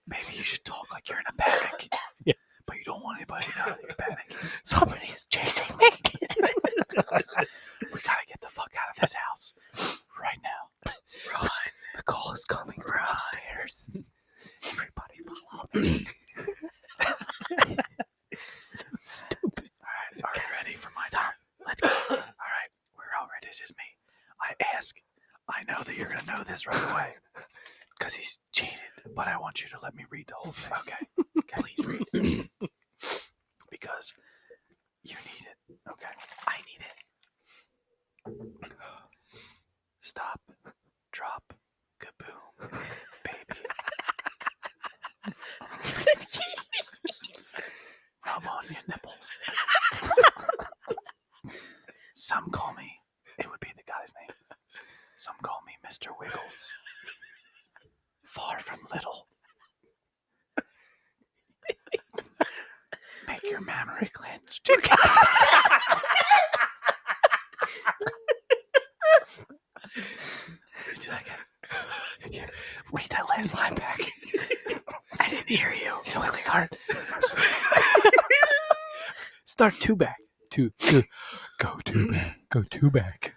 Speaker 6: Maybe you should talk like you're in a panic.
Speaker 2: Yeah.
Speaker 6: But you don't want anybody to know that you're panicking. Somebody is chasing me. we gotta get the fuck out of this house right now. Run. The call is coming from upstairs. Everybody follow me. so stupid. All right, are you ready for my turn? Let's go. All right, we're all right. This is me. I ask. I know that you're gonna know this right away because he's cheated. But I want you to let me read the whole thing. Okay. Please read it. because you need it. Okay. I need it. Stop. Drop. Kaboom. Baby. Rub on your nipples. Some call me. It would be the guy's name. Some call me Mr. Wiggles far from little. Make your mammary glands. jiggle. Read that again. Yeah, Read that last line back. I didn't hear you. You know what? Start. Start two back.
Speaker 2: Two, two,
Speaker 6: Go two back.
Speaker 2: go two back.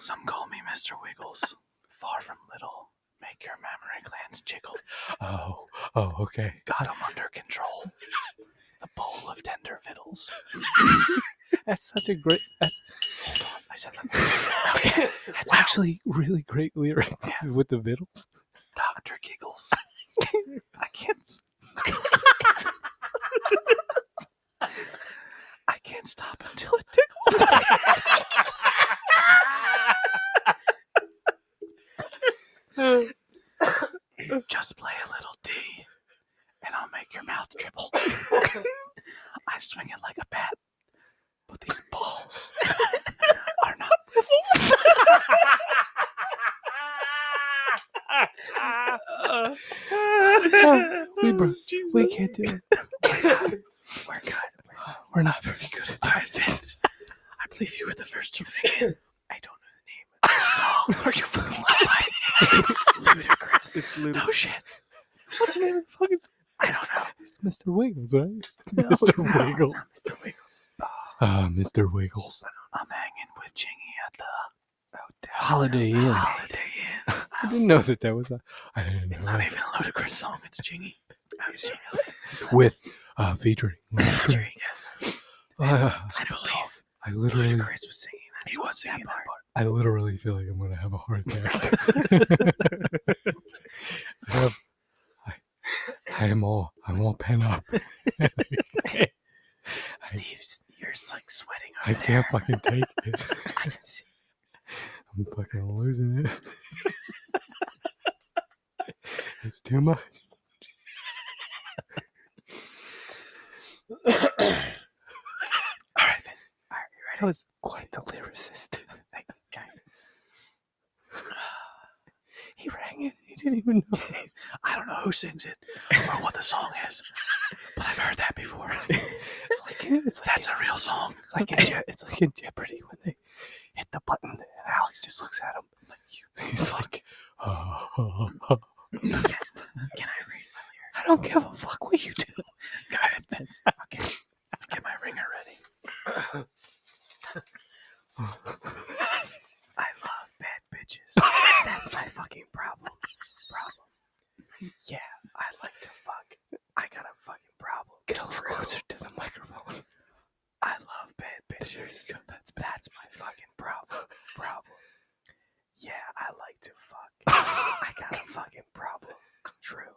Speaker 6: Some call me Mr. Wiggles. Far from little. Make your mammary glands jiggle.
Speaker 2: Oh, oh, okay.
Speaker 6: Got 'em under control. The bowl of tender fiddles.
Speaker 2: That's such a great. That's,
Speaker 6: Hold on. I said let me- Okay.
Speaker 2: that's actually really great lyrics with the vittles.
Speaker 6: Dr. Giggles. I can't. s- I can't stop until it tickles. Just play a little D, and I'll make your mouth dribble. I swing it like a bat, but these balls are not wiffle.
Speaker 2: we, bro- we can't do it.
Speaker 6: We're good. We're not very good at All right, Vince. I believe you were the first to ring in. I don't know the name of the song. Are you fucking lying? it's ludicrous.
Speaker 4: It's ludic-
Speaker 6: Oh shit!
Speaker 4: What's the name of the fucking?
Speaker 6: I don't know.
Speaker 2: It's Mr. Wiggles, right?
Speaker 6: No, it's
Speaker 2: Mr.
Speaker 6: not
Speaker 2: Wiggles.
Speaker 6: Mr. Wiggles. Oh,
Speaker 2: Ah, Mr. Wiggles.
Speaker 6: I'm hanging with Chingy at the hotel.
Speaker 2: Holiday Inn.
Speaker 6: Holiday Inn.
Speaker 2: I didn't know that that was a. I didn't know.
Speaker 6: It's not even a ludicrous song. It's Chingy. Oh, it's Chingy.
Speaker 2: With uh, featuring.
Speaker 6: Featuring, yes.
Speaker 2: Ah,
Speaker 6: I believe
Speaker 2: I literally,
Speaker 6: Ludacris was singing that. He was singing that part.
Speaker 2: I literally feel like I'm gonna have a heart attack. I, have- I- I am all, I'm all pent up.
Speaker 6: Steve's, you're just, like sweating over
Speaker 2: I can't fucking take it.
Speaker 6: there. I can see.
Speaker 2: I'm fucking losing it. it's too much.
Speaker 6: All right, Vince. All right, you ready?
Speaker 2: That was quite the lyricist.
Speaker 6: Thank you. Okay.
Speaker 2: He rang it. He didn't even know.
Speaker 6: I don't know who sings it or what the song is, but I've heard that before.
Speaker 2: It's like it's like
Speaker 6: That's a real song.
Speaker 2: it's like in, Je- it's like in Jeopardy when they hit the button and Alex just looks at him like you. He's like, oh,
Speaker 6: Can I read my lyrics?
Speaker 2: I don't give a fuck what you do.
Speaker 6: Go ahead, Vince. Okay. Get my ringer ready. I love bad bitches. That's my fucking problem. Problem. Yeah, I like to fuck. I got a fucking problem.
Speaker 2: Get a little closer to the microphone.
Speaker 6: I love bad bitches. That's that's my fucking problem. Problem. Yeah, I like to fuck. I got a fucking problem. True.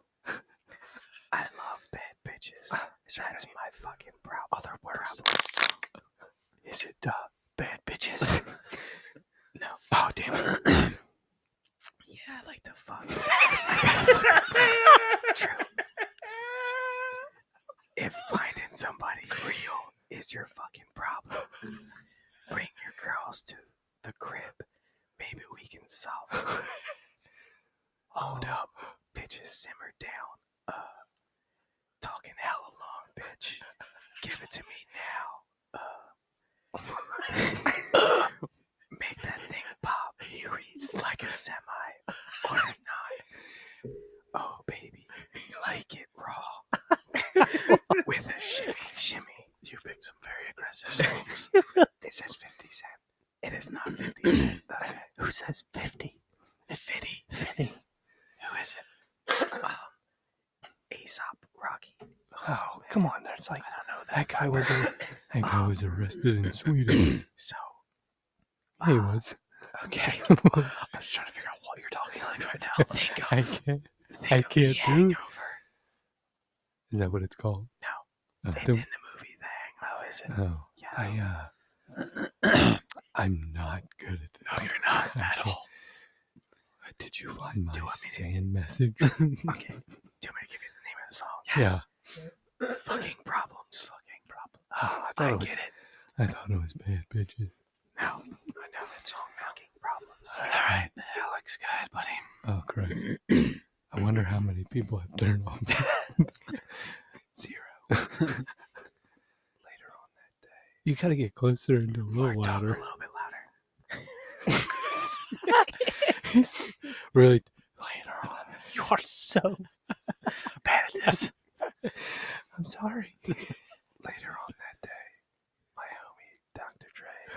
Speaker 6: I love bad bitches.
Speaker 2: Ah,
Speaker 6: That's my fucking problem. Other words.
Speaker 2: Is it uh, bad bitches? no. Oh damn it.
Speaker 6: Yeah, I like to fuck. I got a fucking problem. True. If finding somebody real is your fucking problem, bring your girls to the crib. Maybe we can solve it. Hold up, bitches, simmer down. Uh, talking hella long, bitch. Give it to me now. Uh, make that thing pop. He reads like a semi or a nine. Oh, baby, like it raw with a shimmy, shimmy. You picked some very aggressive songs. this is 50 Cent. It is not 50 Cent. Okay. Who says 50? 50. 50. Who is it? um, Aesop Rocky.
Speaker 2: Oh come on, that's like
Speaker 6: I don't know that.
Speaker 2: that guy was
Speaker 6: person.
Speaker 2: ar- that guy was arrested in Sweden.
Speaker 6: so,
Speaker 2: he was.
Speaker 6: okay. I'm just trying to figure out what you're talking like right now. Think of,
Speaker 2: I can't.
Speaker 6: think
Speaker 2: I
Speaker 6: of the
Speaker 2: can't do it.
Speaker 6: hangover.
Speaker 2: Is that what it's called? No.
Speaker 6: It's in the movie The Hangover. Oh, is it?
Speaker 2: oh.
Speaker 6: Yes.
Speaker 2: I uh, I'm not good at this.
Speaker 6: no, you're not
Speaker 2: I
Speaker 6: at
Speaker 2: can't-
Speaker 6: all.
Speaker 2: Did you find my
Speaker 6: Do you want me to-
Speaker 2: sand message?
Speaker 6: Okay. Do you want me to give you the name of the song?
Speaker 2: Yeah.
Speaker 6: Yes. Fucking problems. Fucking problems.
Speaker 2: Ah, I thought
Speaker 6: I,
Speaker 2: it was.
Speaker 6: get it.
Speaker 2: I thought it was bad bitches.
Speaker 6: Now I know that song. Fucking problems.
Speaker 2: All right.
Speaker 6: Alex, go ahead, buddy.
Speaker 2: Oh Christ! I wonder how many people have turned off.
Speaker 6: Zero. Later on that day.
Speaker 2: you gotta get closer and a
Speaker 6: Or
Speaker 2: little
Speaker 6: talk a
Speaker 2: louder.
Speaker 6: little bit louder.
Speaker 2: really?
Speaker 6: Later on. You are so bad at this. I'm sorry. Later on that day, my homie Dr. Dre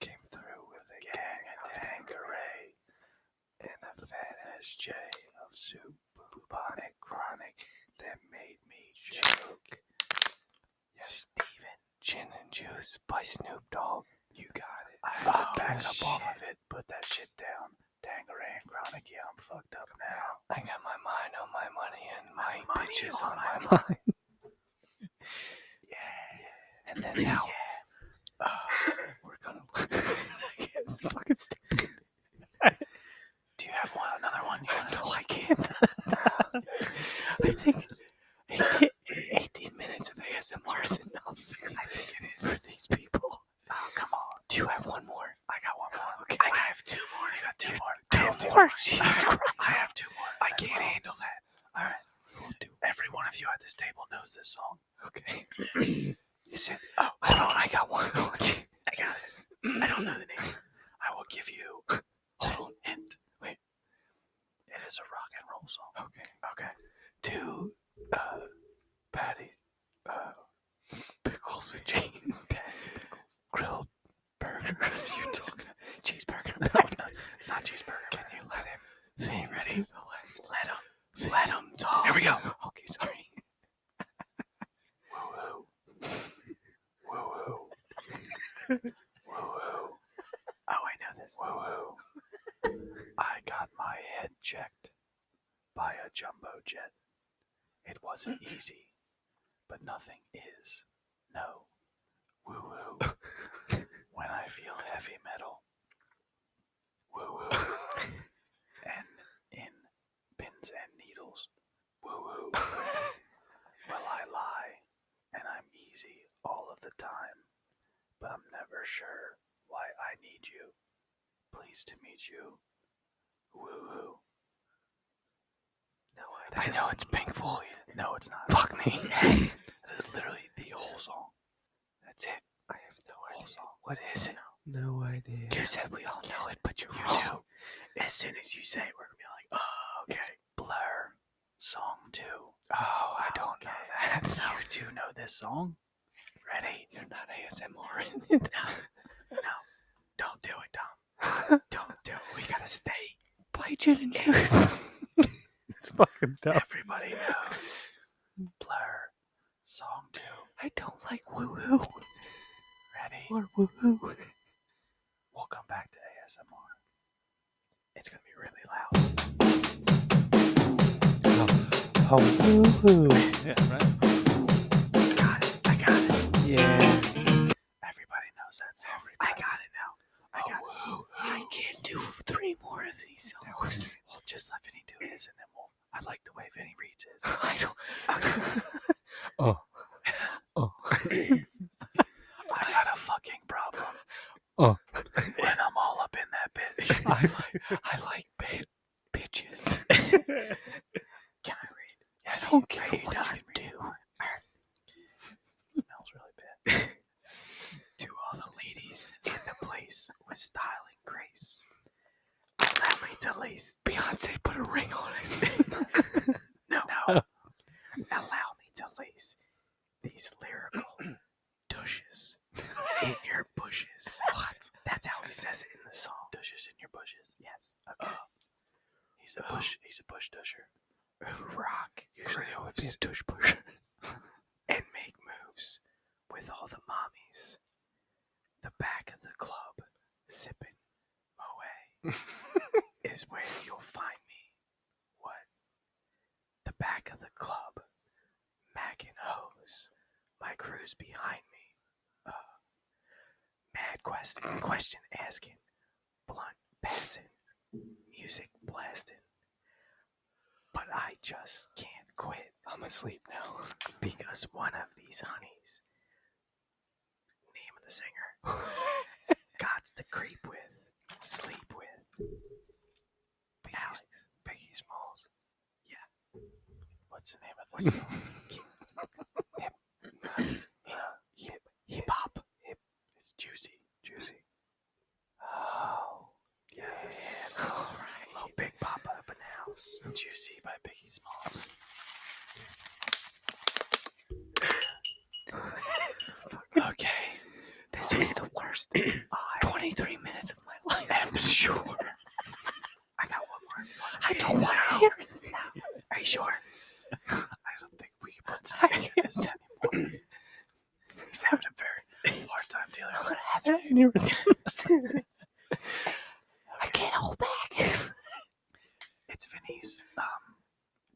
Speaker 6: came through with a gang of Tanqueray and a fat SJ of soup, bubonic, chronic that made me choke. Yes. Steven, Gin and Juice by Snoop Dogg. You got it. I had to back up off of it. Put that shit down. Tangeray and Chronic, yeah, I'm fucked up now. I got my mind on my money and my, bitches on my mind. yeah. And then now, we're gonna. it's fucking stupid. Do you have one? Another one? You wanna no, I can't. I think 18, 18 minutes of ASMR is enough. I think it is for these people. Oh come on! Do you have one more? I got one more. Okay. I have two more. You got two more. Two, more. Jesus Christ! I have two more. I can't handle that. All right. We'll do. Every one of you at this table knows this song. Okay. is it? Oh, hold on. I got Mm, one. I got it. I don't know the name. I will give you. Hold on. Hint. Wait. uh, Oh, Woohoo. I got my head checked by a jumbo jet. It wasn't easy, but nothing is. No. Woo woo. when I feel heavy metal. Woo woo. and in pins and needles. Woo woo. well, I lie, and I'm easy all of the time, but I'm never sure why I need you. Pleased to meet you. Woo woo. No, I, I know it's Pink Floyd. No, it's not. Fuck me. that is literally the whole song. That's it. I have no idea. What is it?
Speaker 7: No idea.
Speaker 6: You said we all know it, but you're you wrong. As soon as you say it, we're gonna be like, oh, okay. It's Blur, song two. Oh, I don't know that. You do know this song? Ready? You're not ASMR in it. No, no, don't do it, Tom. don't do it. We gotta stay. Play Jen and Juice.
Speaker 2: It's fucking tough.
Speaker 6: Everybody knows. Blur, song two. I don't like woo woo. Ready? Or woo hoo. We'll come back to ASMR. It's gonna be really loud.
Speaker 2: Oh,
Speaker 7: Yeah, right.
Speaker 6: I got it. I got it.
Speaker 7: Yeah.
Speaker 6: Everybody knows that song. I got it now. I got it. I can't do three more of these songs. Well, just let Vinny do his, and then we'll. I like the way Vinny reads his. I don't.
Speaker 7: Oh. Oh.
Speaker 6: I got a fucking problem.
Speaker 7: Oh.
Speaker 6: And I'm all up in that bitch.
Speaker 7: I
Speaker 6: like, I like bit, bitches. can I read? Yes, I don't care what I do. Smells really bad. to all the ladies in the place with style and grace, allow me to lace. Beyonce put a ring on it. no, no. allow me to lace these lyrical douches in your bushes. What? That's how he says it in the song. Douches in your bushes. Yes. Okay. he's a bush. He's a bush dusher. Rock. Usually it would be a douche pusher. and make moves with all the mommies. The back of the club, sipping moe, is where you'll find me. What? The back of the club, mackin' hoes. My crew's behind me Uh, mad quest, question asking, blunt passing, music blasting. But I just can't quit. I'm asleep now. Because one of these honeys, name of the singer, gots to creep with, sleep with. Biggie, Alex. Biggie Smalls. Yeah. What's the name of the song? hip, hip, hip hop. Hip it's juicy, juicy. Oh, yes. All right. Little Big Papa up in the house. Juicy by Biggie Smalls. okay. This was the worst 23 minutes of my life. I'm sure. I got one more. I don't want to hear it now. Are you sure? I don't think we can put together this anymore. He's having a very hard time dealing with this. I can't hold back. it's Vinny's um,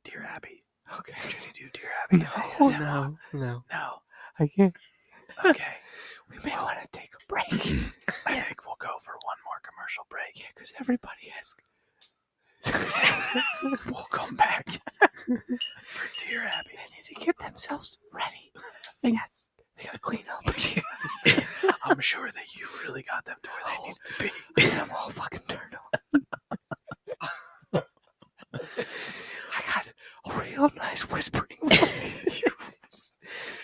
Speaker 6: Dear Abby. Okay. Should you do Dear Abby?
Speaker 7: No, no, no.
Speaker 6: No.
Speaker 7: I can't.
Speaker 6: Okay. we may want to take a break. I think we'll go for one more commercial break. Yeah, because everybody has. we'll come back for Dear Abby. They need to get themselves ready. yes. They gotta clean up. I'm sure that you've really got them to where they need to be. Oh, I'm all fucking turned on. I got a real nice whispering voice.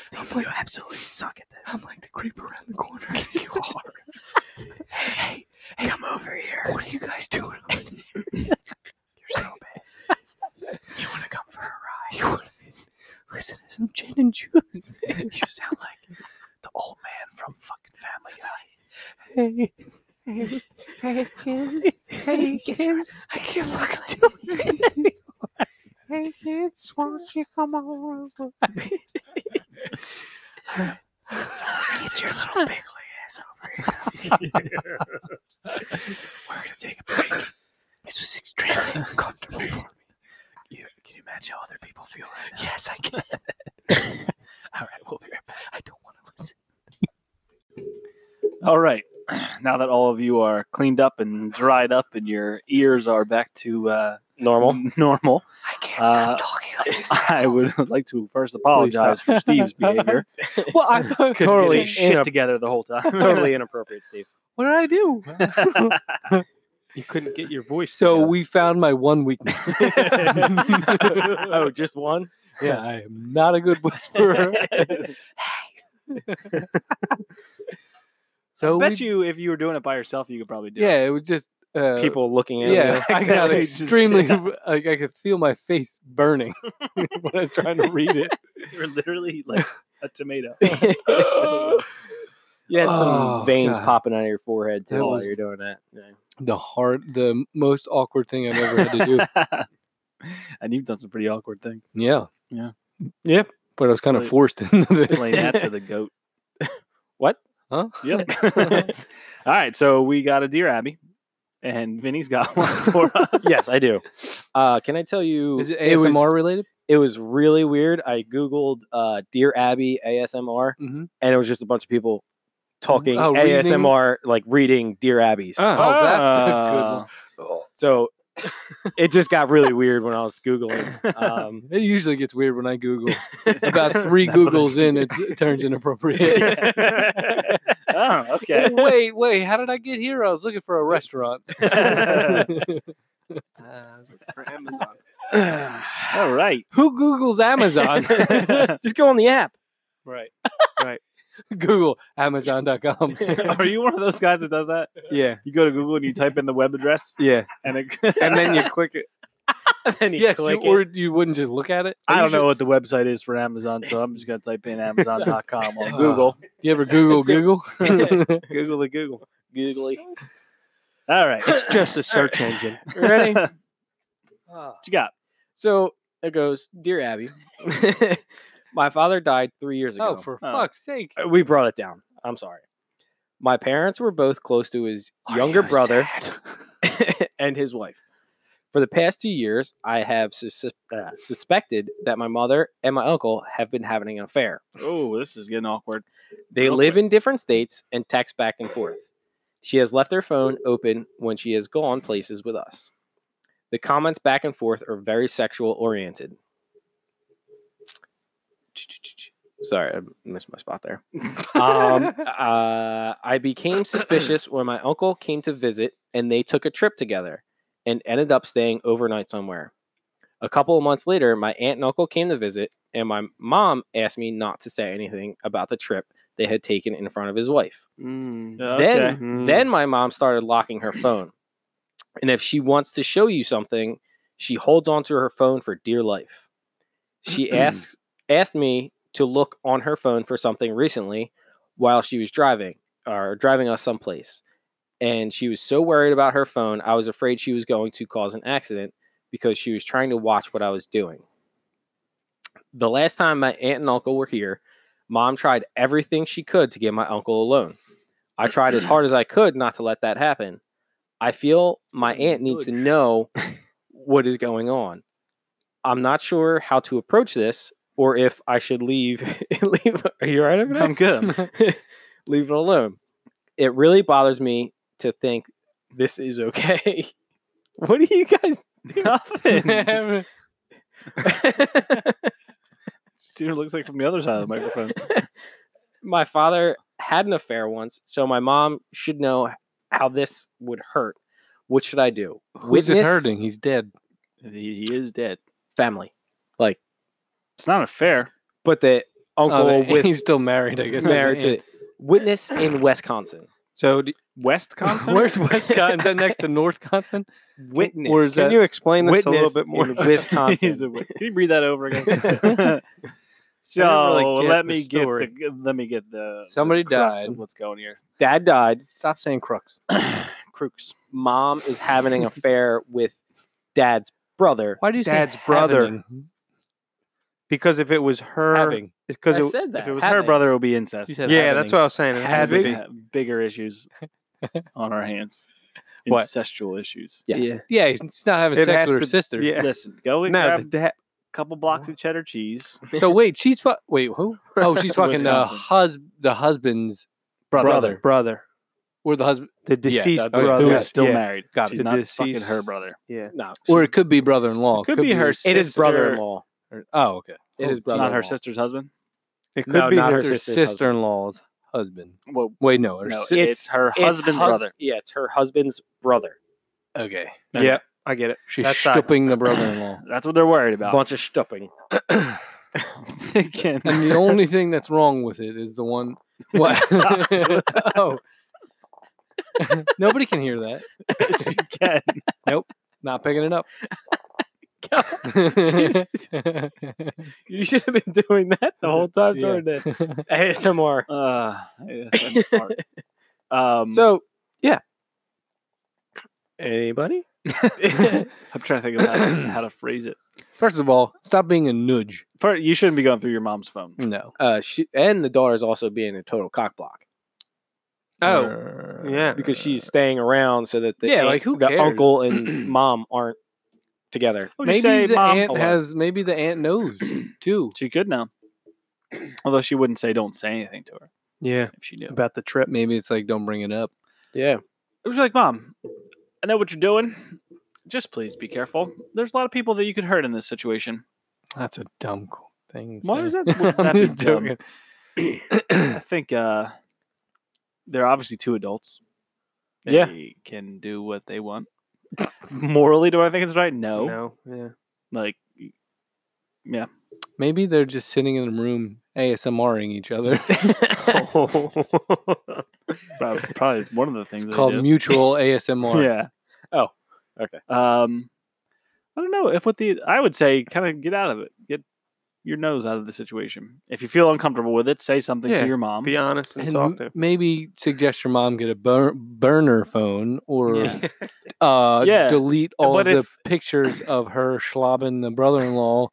Speaker 6: Steve, you absolutely suck at this. I'm like the creep around the corner. you are. Hey, hey, come over here. What are you guys doing? over there? You're so bad. You want to come for a ride? You want to listen to some gin and juice? you sound like the old man from fucking Family Guy.
Speaker 7: Hey. Hey, hey, kids. Hey, kids.
Speaker 6: I can't fucking do it.
Speaker 7: Hey, kids. Why don't you come on over?
Speaker 6: Get your little piggly ass over here. We're comfortable for me. You, can you imagine how other people feel right now? Yes, I can. All right, we'll be right back. I don't want to listen.
Speaker 1: All right. Now that all of you are cleaned up and dried up and your ears are back to uh,
Speaker 3: Normal.
Speaker 1: normal,
Speaker 6: I can't
Speaker 1: Uh,
Speaker 6: stop talking like this.
Speaker 1: I would like to first apologize for Steve's behavior.
Speaker 2: Well, I thought
Speaker 1: Couldn't
Speaker 2: totally
Speaker 1: get his shit
Speaker 2: inap-
Speaker 1: together the whole time.
Speaker 3: totally inappropriate, Steve.
Speaker 2: What did I do?
Speaker 3: You couldn't get your voice.
Speaker 2: So we found my one weakness.
Speaker 3: together. oh, just one.
Speaker 2: yeah, I am not a good whisperer. so
Speaker 1: bet
Speaker 2: we,
Speaker 1: you if you were doing it by yourself, you could probably do it.
Speaker 2: yeah, it was just uh,
Speaker 3: People looking at
Speaker 2: Yeah,
Speaker 3: us.
Speaker 2: I got
Speaker 1: Exactly, just-
Speaker 2: extremely like I could feel my face burning when I was trying to read it.
Speaker 1: You're literally like a tomato.
Speaker 3: You had some
Speaker 2: Oh,
Speaker 3: veins
Speaker 2: God.
Speaker 3: popping out of your forehead too
Speaker 2: That
Speaker 3: while
Speaker 2: was-
Speaker 3: you're doing that. Yeah.
Speaker 2: the hard, the most awkward thing I've ever had to do.
Speaker 1: and you've done some pretty awkward things.
Speaker 2: Yeah,
Speaker 1: Yeah.
Speaker 2: yep. But I was kind of
Speaker 1: Split-
Speaker 2: forced into this.
Speaker 1: Explain that to the goat.
Speaker 3: What?
Speaker 2: Huh?
Speaker 1: Yep. All right, so we got a deer Abby, and Vinny's got one for us.
Speaker 3: Yes, I do. Uh, can I tell you?
Speaker 2: Is it
Speaker 3: was-
Speaker 2: ASMR related?
Speaker 3: it was really weird. I googled uh, "Dear Abby" ASMR,
Speaker 2: Mhm.
Speaker 3: and it was just a bunch of people talking
Speaker 2: Oh, reading?
Speaker 3: ASMR, like reading "Dear Abby's."
Speaker 2: Oh, that's a good
Speaker 3: Ah.
Speaker 1: Uh,
Speaker 2: one.
Speaker 3: So it just got really weird when I was googling.
Speaker 1: good
Speaker 3: Um,
Speaker 2: It usually gets weird when I Google. About three Googles in, it turns inappropriate.
Speaker 1: oh, okay.
Speaker 2: wait, wait, how did I get here? I was looking for a restaurant.
Speaker 6: for Amazon.
Speaker 1: All right.
Speaker 2: Who Googles Amazon?
Speaker 3: just go on the app.
Speaker 1: Right.
Speaker 2: Google Amazon.com.
Speaker 1: Are you one of those guys that does that?
Speaker 3: Yeah,
Speaker 1: You go to Google and you type in the web address,
Speaker 3: yeah,
Speaker 1: and it,
Speaker 3: and then you click it. and then you
Speaker 2: yes, you,
Speaker 3: click
Speaker 2: or
Speaker 3: it.
Speaker 2: you wouldn't just look at it.
Speaker 1: I don't know what the website is for Amazon, so I'm just gonna type in Amazon.com on
Speaker 2: Oh.
Speaker 1: Google.
Speaker 2: Do you ever Google
Speaker 3: It's a-
Speaker 2: Google?
Speaker 3: Google the Google. Googly.
Speaker 1: All right. What
Speaker 3: just a search engine. Ready?
Speaker 2: Oh,
Speaker 1: you got?
Speaker 3: So it goes, "Dear Abby, my father died three years ago.
Speaker 2: oh, for
Speaker 1: Oh.
Speaker 2: fuck's sake!
Speaker 3: Uh, we brought it down. I'm sorry. My parents were both close to his younger brother and his wife. For the past two years, I have sus- uh, suspected that my mother and my uncle have been having an affair.
Speaker 1: Oh, this is getting awkward.
Speaker 3: They
Speaker 1: Okay.
Speaker 3: live in different states and text back and forth. She has left her phone open when she has gone places with us. The comments back and forth are very sexual oriented. Sorry, I missed my spot there. Um, uh, I became suspicious when my uncle came to visit and they took a trip together and ended up staying overnight somewhere. A couple of months later, my aunt and uncle came to visit, and my mom asked me not to say anything about the trip they had taken in front of his wife. Then,
Speaker 1: Okay.
Speaker 4: Hmm.
Speaker 3: then my mom started locking her phone, and if she wants to show you something, she holds onto her phone for dear life. She asks asked me to look on her phone for something recently while she was driving or driving us someplace, and she was so worried about her phone, I was afraid she was going to cause an accident because she was trying to watch what I was doing. The last time my aunt and uncle were here, mom tried everything she could to get my uncle alone. I tried as hard as I could not to let that happen. I feel my aunt needs to know what is going on. I'm not sure how to approach this or if I should leave. leave are you all right over there?
Speaker 1: I'm good.
Speaker 3: leave it alone. It really bothers me to think this is okay. what do you guys
Speaker 1: Nothing.
Speaker 2: That's
Speaker 1: See what it looks like from the other side of the microphone.
Speaker 3: my father had an affair once, so my mom should know how this would hurt. What should I do?
Speaker 2: it hurting? He's dead.
Speaker 1: He, he is dead.
Speaker 3: family,
Speaker 1: It's not a fair.
Speaker 3: but the uncle
Speaker 2: Oh,
Speaker 3: with
Speaker 2: he's still married, I guess.
Speaker 3: married to witness in Wisconsin.
Speaker 1: So West Wisconsin.
Speaker 2: Where's Wisconsin? Is that next to North Wisconsin?
Speaker 3: Witness.
Speaker 2: Or is that-
Speaker 3: you explain
Speaker 1: Witness in
Speaker 3: In Wisconsin.
Speaker 1: He's a wit- Can you read that over again? so
Speaker 6: really get
Speaker 1: let
Speaker 6: the
Speaker 1: me get
Speaker 6: story.
Speaker 1: the g- let me get the
Speaker 2: Somebody
Speaker 1: the crux of
Speaker 2: died.
Speaker 1: What's going here?
Speaker 3: Dad died.
Speaker 2: Stop saying crooks.
Speaker 1: Crooks.
Speaker 3: Mom is having an affair with dad's brother.
Speaker 2: Why do you say
Speaker 6: Dad's brother.
Speaker 2: having?
Speaker 6: Because if it was her,
Speaker 2: Having.
Speaker 6: because
Speaker 3: I
Speaker 6: it,
Speaker 3: said that.
Speaker 1: If it was her
Speaker 3: having.
Speaker 1: brother, it would be incest.
Speaker 2: You said
Speaker 6: yeah, that's
Speaker 2: happening.
Speaker 6: what I was saying. It had to
Speaker 1: Big-
Speaker 6: be.
Speaker 1: ha- bigger issues on our hands.
Speaker 3: What?
Speaker 1: incestual issues.
Speaker 3: Yes.
Speaker 1: Yeah.
Speaker 2: Yeah, he's he's not having
Speaker 6: It
Speaker 2: sex
Speaker 6: has
Speaker 2: with her
Speaker 6: to-
Speaker 2: sister.
Speaker 6: yeah.
Speaker 1: Listen, go and
Speaker 6: No,
Speaker 1: grab
Speaker 6: the
Speaker 1: a
Speaker 6: dad.
Speaker 1: couple blocks of cheddar cheese.
Speaker 2: So wait, she's fu- wait who? Oh, she's fucking the
Speaker 1: Wisconsin.
Speaker 2: hus the husband's brother.
Speaker 6: Brother.
Speaker 2: or the husband,
Speaker 6: The
Speaker 1: Yeah,
Speaker 6: deceased
Speaker 1: that-
Speaker 6: brother.
Speaker 1: Who is still
Speaker 6: yeah.
Speaker 1: married.
Speaker 2: Got it.
Speaker 1: She's
Speaker 6: The
Speaker 1: not fucking
Speaker 6: deceased-
Speaker 1: her brother.
Speaker 6: Yeah.
Speaker 3: No,
Speaker 2: or it could be brother-in-law.
Speaker 1: Could be her
Speaker 3: it is
Speaker 1: sister-
Speaker 3: brother-in-law.
Speaker 2: or- Oh, okay.
Speaker 3: It is
Speaker 1: It's not
Speaker 3: brother-in-law.
Speaker 1: her sister's husband.
Speaker 6: It could
Speaker 3: No,
Speaker 6: be
Speaker 3: not
Speaker 6: her.
Speaker 3: her
Speaker 2: Her
Speaker 3: sister's husband.
Speaker 2: sister-in-law's husband.
Speaker 1: Well,
Speaker 2: Wait, no, her
Speaker 1: no, it's,
Speaker 2: si-
Speaker 1: her
Speaker 3: It's
Speaker 1: husband's
Speaker 3: hus-
Speaker 1: brother.
Speaker 3: Yeah, it's her husband's brother.
Speaker 2: okay.
Speaker 6: Yeah, I get it.
Speaker 2: She's
Speaker 1: That's not-
Speaker 2: stripping the brother-in-law.
Speaker 1: That's what they're worried about.
Speaker 3: Bunch of stupping.
Speaker 1: Again,
Speaker 2: And the only thing that's wrong with it is the one. What?
Speaker 1: Stop doing
Speaker 2: oh. Nobody can hear that.
Speaker 1: yes, you can.
Speaker 2: Not picking it up.
Speaker 3: You should have been doing that the whole time
Speaker 2: Yeah.
Speaker 3: during the ASMR.
Speaker 1: Uh, yes, I'm smart. um,
Speaker 3: so yeah. Anybody?
Speaker 1: I'm trying to think of how to, how to phrase it.
Speaker 2: First of all, stop being a nudge.
Speaker 1: First, you shouldn't be going through your mom's phone.
Speaker 2: No.
Speaker 3: uh, she, and the daughter's also being a total cock block
Speaker 6: Oh, yeah.
Speaker 3: because she's staying around so that the
Speaker 2: Yeah,
Speaker 3: aunt-
Speaker 2: like, who
Speaker 3: the
Speaker 2: cares?
Speaker 3: uncle and mom aren't together.
Speaker 1: I would
Speaker 2: Maybe
Speaker 1: just say,
Speaker 2: the
Speaker 1: "Mom,
Speaker 2: aunt
Speaker 3: Oh,
Speaker 1: hello."
Speaker 2: has. Maybe the aunt knows too.
Speaker 1: She could know. Although she wouldn't say don't say anything to her
Speaker 6: Yeah.
Speaker 1: if she knew.
Speaker 6: About the trip.
Speaker 2: Maybe it's like don't bring it up.
Speaker 3: Yeah,
Speaker 1: It was like, Mom, I know what you're doing. Just please be careful. There's a lot of people that you could hurt in this situation.
Speaker 2: That's a dumb co- thing. to
Speaker 1: Why
Speaker 2: say.
Speaker 1: is that- would that
Speaker 2: I'm
Speaker 1: be
Speaker 2: just
Speaker 1: dumb?
Speaker 2: joking.
Speaker 1: I think uh, they're obviously two adults. They
Speaker 3: Yeah.
Speaker 1: can do what they want. Morally, do I think it's right? No.
Speaker 6: No. Yeah.
Speaker 1: Like,
Speaker 2: Maybe they're just sitting in a room ASMRing each other.
Speaker 1: prob- probably it's one of the things
Speaker 2: it's
Speaker 1: they
Speaker 2: called
Speaker 1: do.
Speaker 2: mutual ASMR.
Speaker 1: Yeah.
Speaker 3: Oh, okay.
Speaker 1: Um, I don't know if with the I would say kind of get out of it. Get your nose out of the situation. If you feel uncomfortable with it, say something
Speaker 6: Yeah,
Speaker 1: to your mom.
Speaker 6: Be honest and,
Speaker 2: And
Speaker 6: talk
Speaker 2: m-
Speaker 6: to her.
Speaker 2: maybe suggest your mom get a bur- burner phone or uh,
Speaker 1: Yeah.
Speaker 2: delete all
Speaker 1: But
Speaker 2: of
Speaker 1: if-
Speaker 2: the pictures of her schlobbing the brother-in-law.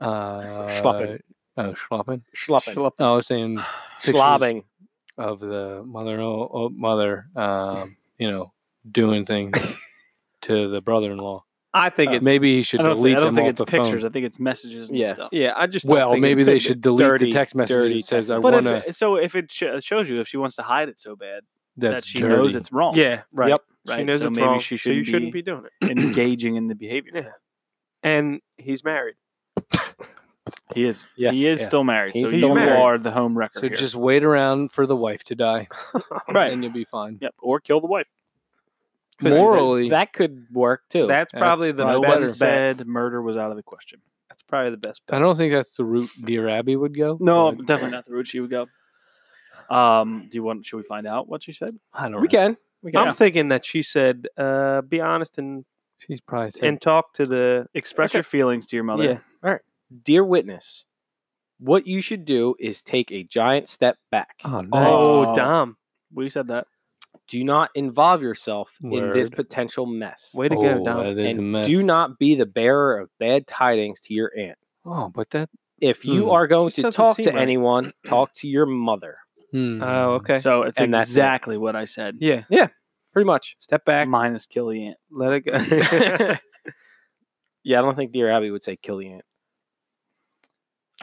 Speaker 2: Uh,
Speaker 3: Schlopping.
Speaker 2: Oh, schlopping.
Speaker 3: schlupping,
Speaker 2: Oh, I was saying pictures
Speaker 3: schlobbing.
Speaker 2: of the mother oh, mother, um, you know, doing things to the brother-in-law.
Speaker 6: I think it.
Speaker 2: Maybe he should
Speaker 1: I don't
Speaker 2: delete
Speaker 1: think, I don't
Speaker 2: them
Speaker 1: think
Speaker 2: off
Speaker 1: it's
Speaker 2: the
Speaker 1: pictures.
Speaker 2: phone.
Speaker 1: I think it's messages and
Speaker 3: Yeah.
Speaker 1: stuff.
Speaker 6: Yeah, I just. don't
Speaker 2: Well,
Speaker 6: think it-
Speaker 2: maybe they should delete
Speaker 3: dirty-
Speaker 2: the text message
Speaker 3: dirty
Speaker 2: that says, "I
Speaker 1: But
Speaker 2: want
Speaker 1: if,
Speaker 2: to."
Speaker 1: it- so if it sh- it shows you if she wants to hide it so bad
Speaker 2: That's
Speaker 1: that she
Speaker 2: dirty.
Speaker 1: knows it's wrong.
Speaker 6: Yeah. Right.
Speaker 1: Yep,
Speaker 6: She
Speaker 1: right,
Speaker 6: knows
Speaker 1: so
Speaker 6: it's
Speaker 1: maybe
Speaker 6: wrong.
Speaker 1: she
Speaker 6: so you
Speaker 1: shouldn't
Speaker 6: shouldn't
Speaker 1: be-
Speaker 6: be doing it.
Speaker 1: Engaging in the behavior.
Speaker 6: Yeah. And he's married.
Speaker 1: He is.
Speaker 3: Yes,
Speaker 1: he is
Speaker 2: yeah.
Speaker 1: still married.
Speaker 3: He's
Speaker 1: so you
Speaker 6: still married.
Speaker 1: are the home wrecker.
Speaker 2: So
Speaker 1: here.
Speaker 2: just wait around for the wife to die,
Speaker 1: Right.
Speaker 2: And you'll be fine.
Speaker 1: yep. Or kill the wife.
Speaker 6: Could be.
Speaker 2: Morally,
Speaker 3: That could work too.
Speaker 6: That's
Speaker 2: That's
Speaker 6: probably the
Speaker 2: no
Speaker 6: best
Speaker 2: better.
Speaker 6: bet.
Speaker 1: Said murder was out of the question.
Speaker 6: That's probably the best
Speaker 2: I
Speaker 6: bet.
Speaker 2: don't think that's the route Dear Abby would go.
Speaker 1: No,
Speaker 2: but
Speaker 1: definitely not the route she would go. Um, do you want? Should we find out what she said?
Speaker 2: I don't.
Speaker 3: we
Speaker 2: know.
Speaker 3: can. We can.
Speaker 1: Yeah.
Speaker 6: I'm thinking that she said, uh, "Be honest and
Speaker 2: She's probably said,
Speaker 6: and talk to the
Speaker 1: Express
Speaker 6: Okay.
Speaker 1: your feelings to your mother.
Speaker 6: Yeah.
Speaker 3: Dear witness, what you should do is take a giant step back.
Speaker 2: "Oh, nice.
Speaker 6: oh,
Speaker 1: Oh.
Speaker 6: Dom,
Speaker 1: We said that.
Speaker 3: Do not involve yourself in this
Speaker 2: Word.
Speaker 3: potential mess.
Speaker 6: way to
Speaker 2: Oh,
Speaker 6: go, Dom."
Speaker 2: that is a
Speaker 3: and
Speaker 2: mess.
Speaker 3: do not be the bearer of bad tidings to your aunt.
Speaker 2: Oh, but that.
Speaker 3: If you
Speaker 2: Hmm.
Speaker 3: are going
Speaker 6: Just
Speaker 3: to
Speaker 6: doesn't
Speaker 3: talk to
Speaker 6: seem right.
Speaker 3: anyone, talk to your mother.
Speaker 2: hmm.
Speaker 6: Oh, okay.
Speaker 1: So it's
Speaker 3: And that's it.
Speaker 1: exactly what I said.
Speaker 6: yeah,
Speaker 3: Pretty much.
Speaker 6: step back,
Speaker 1: Minus kill the aunt.
Speaker 6: let it go.
Speaker 3: yeah, I don't think Dear Abby would say kill the aunt.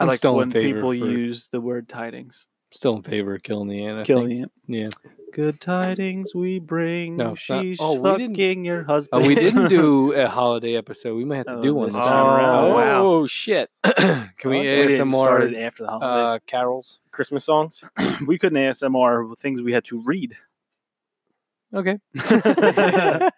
Speaker 1: I
Speaker 2: I'm
Speaker 1: like
Speaker 2: still in
Speaker 1: when
Speaker 2: favor
Speaker 1: people
Speaker 2: for-
Speaker 1: use the word tidings.
Speaker 2: still in favor of killing the aunt. I
Speaker 1: Kill
Speaker 2: think.
Speaker 1: the aunt.
Speaker 2: Yeah.
Speaker 1: Good tidings we bring.
Speaker 2: No, it's not-
Speaker 1: She's
Speaker 2: oh, we didn't-
Speaker 1: fucking your
Speaker 2: Oh,
Speaker 1: husband.
Speaker 2: we didn't do a holiday episode. We might have to
Speaker 1: Oh,
Speaker 2: do one.
Speaker 1: this
Speaker 2: this
Speaker 1: time
Speaker 2: time.
Speaker 1: around. Oh,
Speaker 6: Oh, wow.
Speaker 3: Oh, shit.
Speaker 2: Can we
Speaker 1: didn't start
Speaker 2: ASMR
Speaker 1: it after the holidays.
Speaker 2: uh, carols?
Speaker 3: Christmas songs?
Speaker 1: we couldn't ASMR things we had to read.
Speaker 2: Okay.
Speaker 1: if
Speaker 6: It's
Speaker 1: I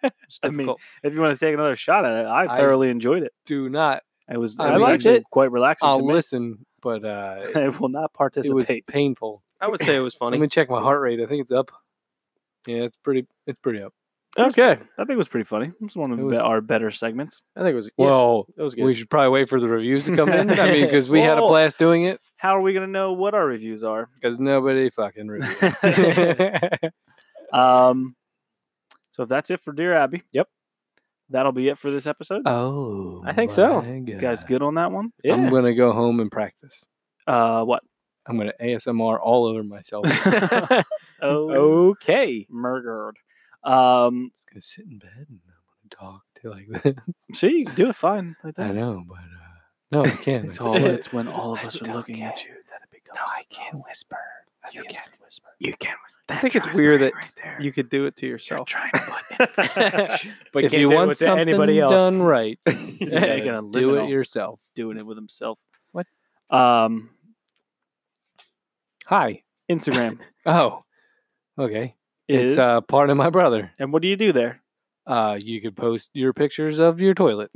Speaker 1: mean,
Speaker 6: difficult.
Speaker 1: you want to take another shot at it, I
Speaker 2: I-
Speaker 1: thoroughly enjoyed it.
Speaker 2: Do not.
Speaker 1: It was,
Speaker 2: I
Speaker 1: it was
Speaker 2: liked
Speaker 1: actually
Speaker 2: it.
Speaker 1: quite relaxing
Speaker 2: I'll
Speaker 1: to me.
Speaker 2: listen, but uh,
Speaker 1: I will not
Speaker 2: it was
Speaker 1: participate.
Speaker 2: painful.
Speaker 6: I would say it was funny.
Speaker 2: Let me check my heart rate. I think it's up. Yeah, it's pretty. It's pretty up.
Speaker 3: Okay.
Speaker 1: I think it was pretty funny. It's one of
Speaker 2: It was-
Speaker 1: be- our better segments.
Speaker 3: I think it was. yeah,
Speaker 2: Well,
Speaker 3: that was good.
Speaker 2: we should probably wait for the reviews to come in. I mean, because we had a
Speaker 1: Well-
Speaker 2: blast doing it.
Speaker 1: How are we going to know what our reviews are?
Speaker 2: Because nobody fucking reviews.
Speaker 1: Um, so if that's it for Dear Abby,
Speaker 3: Yep.
Speaker 1: that'll be it for this episode.
Speaker 2: oh,
Speaker 3: I think so.
Speaker 2: my
Speaker 1: you guys
Speaker 2: God.
Speaker 1: good on that one?
Speaker 3: yeah.
Speaker 2: I'm gonna go home and practice.
Speaker 1: Uh, what?
Speaker 2: I'm gonna ASMR all over myself.
Speaker 1: oh,
Speaker 3: okay.
Speaker 1: murdered. Um,
Speaker 2: just gonna sit in bed and I'm gonna talk to like this.
Speaker 1: see, you can do it fine like
Speaker 2: I
Speaker 1: that.
Speaker 2: know, but uh, no, I can't.
Speaker 1: It's
Speaker 2: I
Speaker 1: all.
Speaker 2: can't.
Speaker 1: It's when all of
Speaker 6: I
Speaker 1: us are
Speaker 6: still
Speaker 1: looking at
Speaker 6: can't.
Speaker 1: you that it becomes.
Speaker 6: No, I can't whisper. You can whisper. You can whisper.
Speaker 8: I
Speaker 6: That's
Speaker 8: think it's
Speaker 6: right,
Speaker 8: weird that
Speaker 6: right there.
Speaker 8: You could do it to
Speaker 6: You're
Speaker 8: yourself.
Speaker 6: trying to put
Speaker 3: but
Speaker 2: if you want something done right, you
Speaker 1: Yeah,
Speaker 2: gotta
Speaker 1: gonna
Speaker 2: do
Speaker 1: live
Speaker 2: it
Speaker 1: it.
Speaker 2: yourself.
Speaker 1: doing it with himself.
Speaker 2: What?
Speaker 1: Um,
Speaker 2: Hi.
Speaker 1: Instagram
Speaker 2: Oh, okay.
Speaker 1: is.
Speaker 2: It's uh, part of my brother.
Speaker 1: and what do you do there?
Speaker 2: Uh, you could post your pictures of your toilet.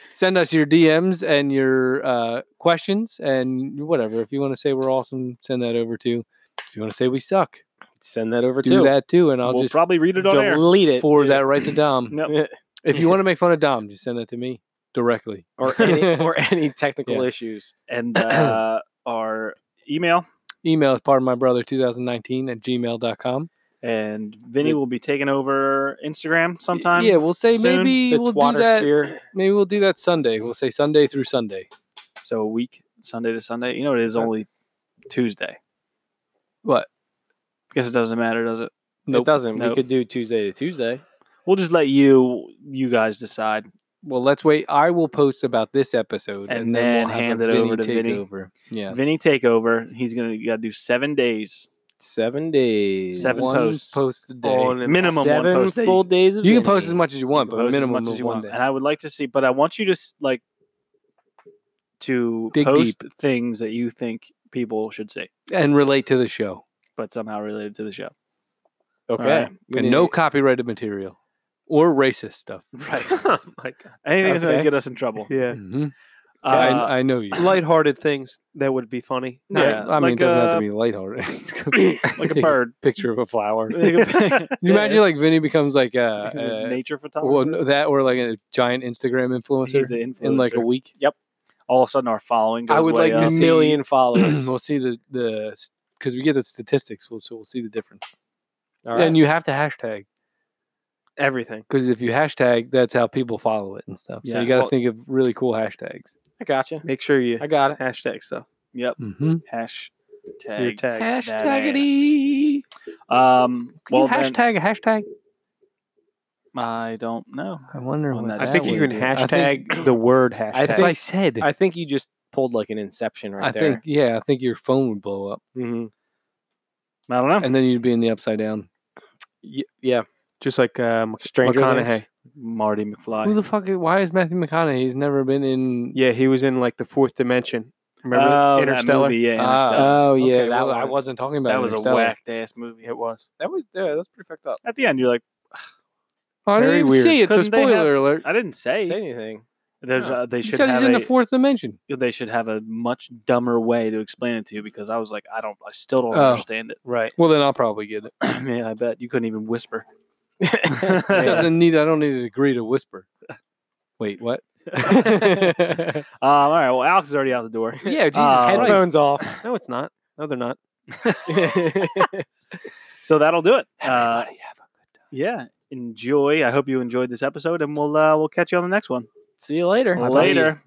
Speaker 2: Send us your DMs and your uh, questions and whatever. If you want to say we're awesome, send that over too. If you want to say we suck,
Speaker 3: Send that over
Speaker 2: do
Speaker 3: to
Speaker 2: that too, and I'll
Speaker 1: we'll
Speaker 2: just
Speaker 1: probably read it on air.
Speaker 3: delete it
Speaker 2: forward that right to Dom.
Speaker 1: No,
Speaker 2: If you want to make fun of Dom, just send that to me directly.
Speaker 3: or any, or any technical
Speaker 2: Yeah.
Speaker 3: issues.
Speaker 1: and uh, our email
Speaker 2: Email is part of my brother 2019 at gmail.com.
Speaker 1: and Vinny will be taking over Instagram sometime.
Speaker 2: Yeah, we'll say
Speaker 1: soon,
Speaker 2: maybe
Speaker 3: The
Speaker 2: we'll do
Speaker 3: twatter
Speaker 2: that.
Speaker 3: sphere.
Speaker 2: Maybe we'll do that Sunday. We'll say Sunday through Sunday.
Speaker 1: So a week, Sunday to Sunday. You know, it is only Tuesday.
Speaker 2: What?
Speaker 1: Guess it doesn't matter, does it?
Speaker 2: Nope.
Speaker 3: It doesn't.
Speaker 1: Nope.
Speaker 3: We could do Tuesday to Tuesday.
Speaker 1: We'll just let you you guys decide.
Speaker 2: Well, let's wait. I will post about this episode
Speaker 1: And
Speaker 2: and, then,
Speaker 1: then
Speaker 2: we'll have
Speaker 1: hand
Speaker 2: a
Speaker 1: it over
Speaker 2: Vinny
Speaker 1: to Vinny.
Speaker 2: takeover. Yeah.
Speaker 1: Vinny take over. He's gonna you gotta do seven days.
Speaker 3: Seven days.
Speaker 1: Seven
Speaker 2: One
Speaker 1: posts.
Speaker 2: post a day.
Speaker 8: On and
Speaker 1: Minimum one
Speaker 3: Seven
Speaker 1: post a day.
Speaker 3: full days of
Speaker 2: you can post as
Speaker 3: Vinny.
Speaker 2: much as you want,
Speaker 1: You
Speaker 2: but
Speaker 1: can post as
Speaker 2: minimum
Speaker 1: much
Speaker 2: of
Speaker 1: as you
Speaker 2: one
Speaker 1: want.
Speaker 2: day.
Speaker 1: And I would like to see, but I want you to s- like to
Speaker 2: Dig
Speaker 1: post things that you think people should see,
Speaker 2: And relate to the show.
Speaker 1: but somehow related to the show.
Speaker 3: Okay.
Speaker 1: Alright.
Speaker 3: We
Speaker 2: and
Speaker 3: need-
Speaker 2: no copyrighted material or racist stuff.
Speaker 1: Right.
Speaker 8: oh my god.
Speaker 1: Anything that's gonna
Speaker 3: Okay.
Speaker 1: get us in trouble.
Speaker 8: Yeah.
Speaker 2: Mhm.
Speaker 1: Uh,
Speaker 2: I, I know you.
Speaker 8: Lighthearted things that would be funny.
Speaker 2: No,
Speaker 1: yeah,
Speaker 2: I mean,
Speaker 1: like
Speaker 2: it doesn't have
Speaker 1: a-
Speaker 2: to be lighthearted.
Speaker 1: like a
Speaker 2: Take
Speaker 1: bird.
Speaker 2: picture of a flower.
Speaker 1: Like
Speaker 2: Can
Speaker 1: a-
Speaker 2: you imagine
Speaker 1: Yes.
Speaker 2: like uh, Vinny becomes like a,
Speaker 1: He's a
Speaker 2: a-
Speaker 1: nature photographer.
Speaker 2: well, no, that or like a giant Instagram
Speaker 1: He's
Speaker 2: influencer
Speaker 1: an influencer.
Speaker 2: in like a week.
Speaker 1: All of a sudden, our following. Goes
Speaker 3: I would
Speaker 1: way
Speaker 3: like
Speaker 1: up.
Speaker 3: a million followers.
Speaker 2: we'll see the the because we get the statistics, we'll, so we'll see the difference.
Speaker 3: All right.
Speaker 2: And you have to hashtag
Speaker 8: Everything.
Speaker 2: because if you hashtag, that's how people follow it and stuff. So you
Speaker 1: Yes.
Speaker 2: got to
Speaker 1: Well-
Speaker 2: think of really cool hashtags.
Speaker 3: I got you.
Speaker 8: Make sure you
Speaker 3: I got it.
Speaker 8: hashtag stuff.
Speaker 1: Yep.
Speaker 2: Mm-hmm.
Speaker 1: Hashtag.
Speaker 8: Your tags.
Speaker 1: that
Speaker 2: Hashtagity.
Speaker 1: ass. Um.
Speaker 2: Can
Speaker 1: Well,
Speaker 2: you hashtag a
Speaker 1: then,
Speaker 2: hashtag?
Speaker 1: I don't know.
Speaker 2: I wonder
Speaker 1: On
Speaker 2: what
Speaker 1: that
Speaker 2: that
Speaker 8: I think you
Speaker 2: would
Speaker 8: can
Speaker 2: be. I
Speaker 8: hashtag
Speaker 2: think-
Speaker 8: the word hashtag.
Speaker 3: I
Speaker 2: That's what I said.
Speaker 3: I think you just pulled like an inception right
Speaker 2: I
Speaker 3: there.
Speaker 2: think yeah, I think your phone would blow up,
Speaker 8: Mm-hmm.
Speaker 3: Mhm.
Speaker 1: I don't know.
Speaker 2: and then you'd be in the upside down.
Speaker 3: Y- yeah.
Speaker 8: Just like um,
Speaker 3: Stranger
Speaker 8: McConaughey.
Speaker 3: Things?
Speaker 1: Marty
Speaker 2: Who
Speaker 1: McFly.
Speaker 2: the fuck? Is, why is Matthew McConaughey's never been in?
Speaker 8: Yeah, he was in like the fourth dimension. Remember
Speaker 1: oh, that
Speaker 8: Interstellar?
Speaker 1: movie. Yeah.
Speaker 2: Ah,
Speaker 1: Interstellar.
Speaker 2: oh yeah,
Speaker 8: Okay,
Speaker 2: that,
Speaker 8: well,
Speaker 2: I
Speaker 8: I-
Speaker 2: wasn't talking about.
Speaker 1: that was a
Speaker 2: Interstellar.
Speaker 1: whacked ass movie.
Speaker 8: It was.
Speaker 2: That was yeah, that's pretty fucked up.
Speaker 1: At the end, you're like,
Speaker 8: Very
Speaker 2: I didn't even
Speaker 8: weird.
Speaker 2: see it. So
Speaker 1: Couldn't they have-
Speaker 2: spoiler alert.
Speaker 1: I didn't say.
Speaker 3: Say anything.
Speaker 1: There's.
Speaker 3: no.
Speaker 1: Uh, they
Speaker 2: You
Speaker 1: should
Speaker 2: said he's
Speaker 1: have
Speaker 2: in the
Speaker 1: a.
Speaker 2: fourth dimension.
Speaker 1: They should have a much dumber way to explain it to you because I was like, I don't. I still don't
Speaker 2: Oh.
Speaker 1: understand it. Right.
Speaker 2: Well, then I'll probably get it.
Speaker 1: Man, I bet you couldn't even whisper.
Speaker 2: It doesn't need. I don't need a degree to whisper. Wait, what? yeah,
Speaker 1: Um, all right. Well, Alex is already out the door.
Speaker 2: Jesus
Speaker 1: Uh,
Speaker 2: Christ.
Speaker 8: Headphones off. No, it's not. No, they're not.
Speaker 1: So that'll do it. Uh,
Speaker 6: Everybody have a good time.
Speaker 1: yeah. Enjoy. I hope you enjoyed this episode, and we'll uh, we'll catch you on the next one.
Speaker 3: See you later.
Speaker 1: Later.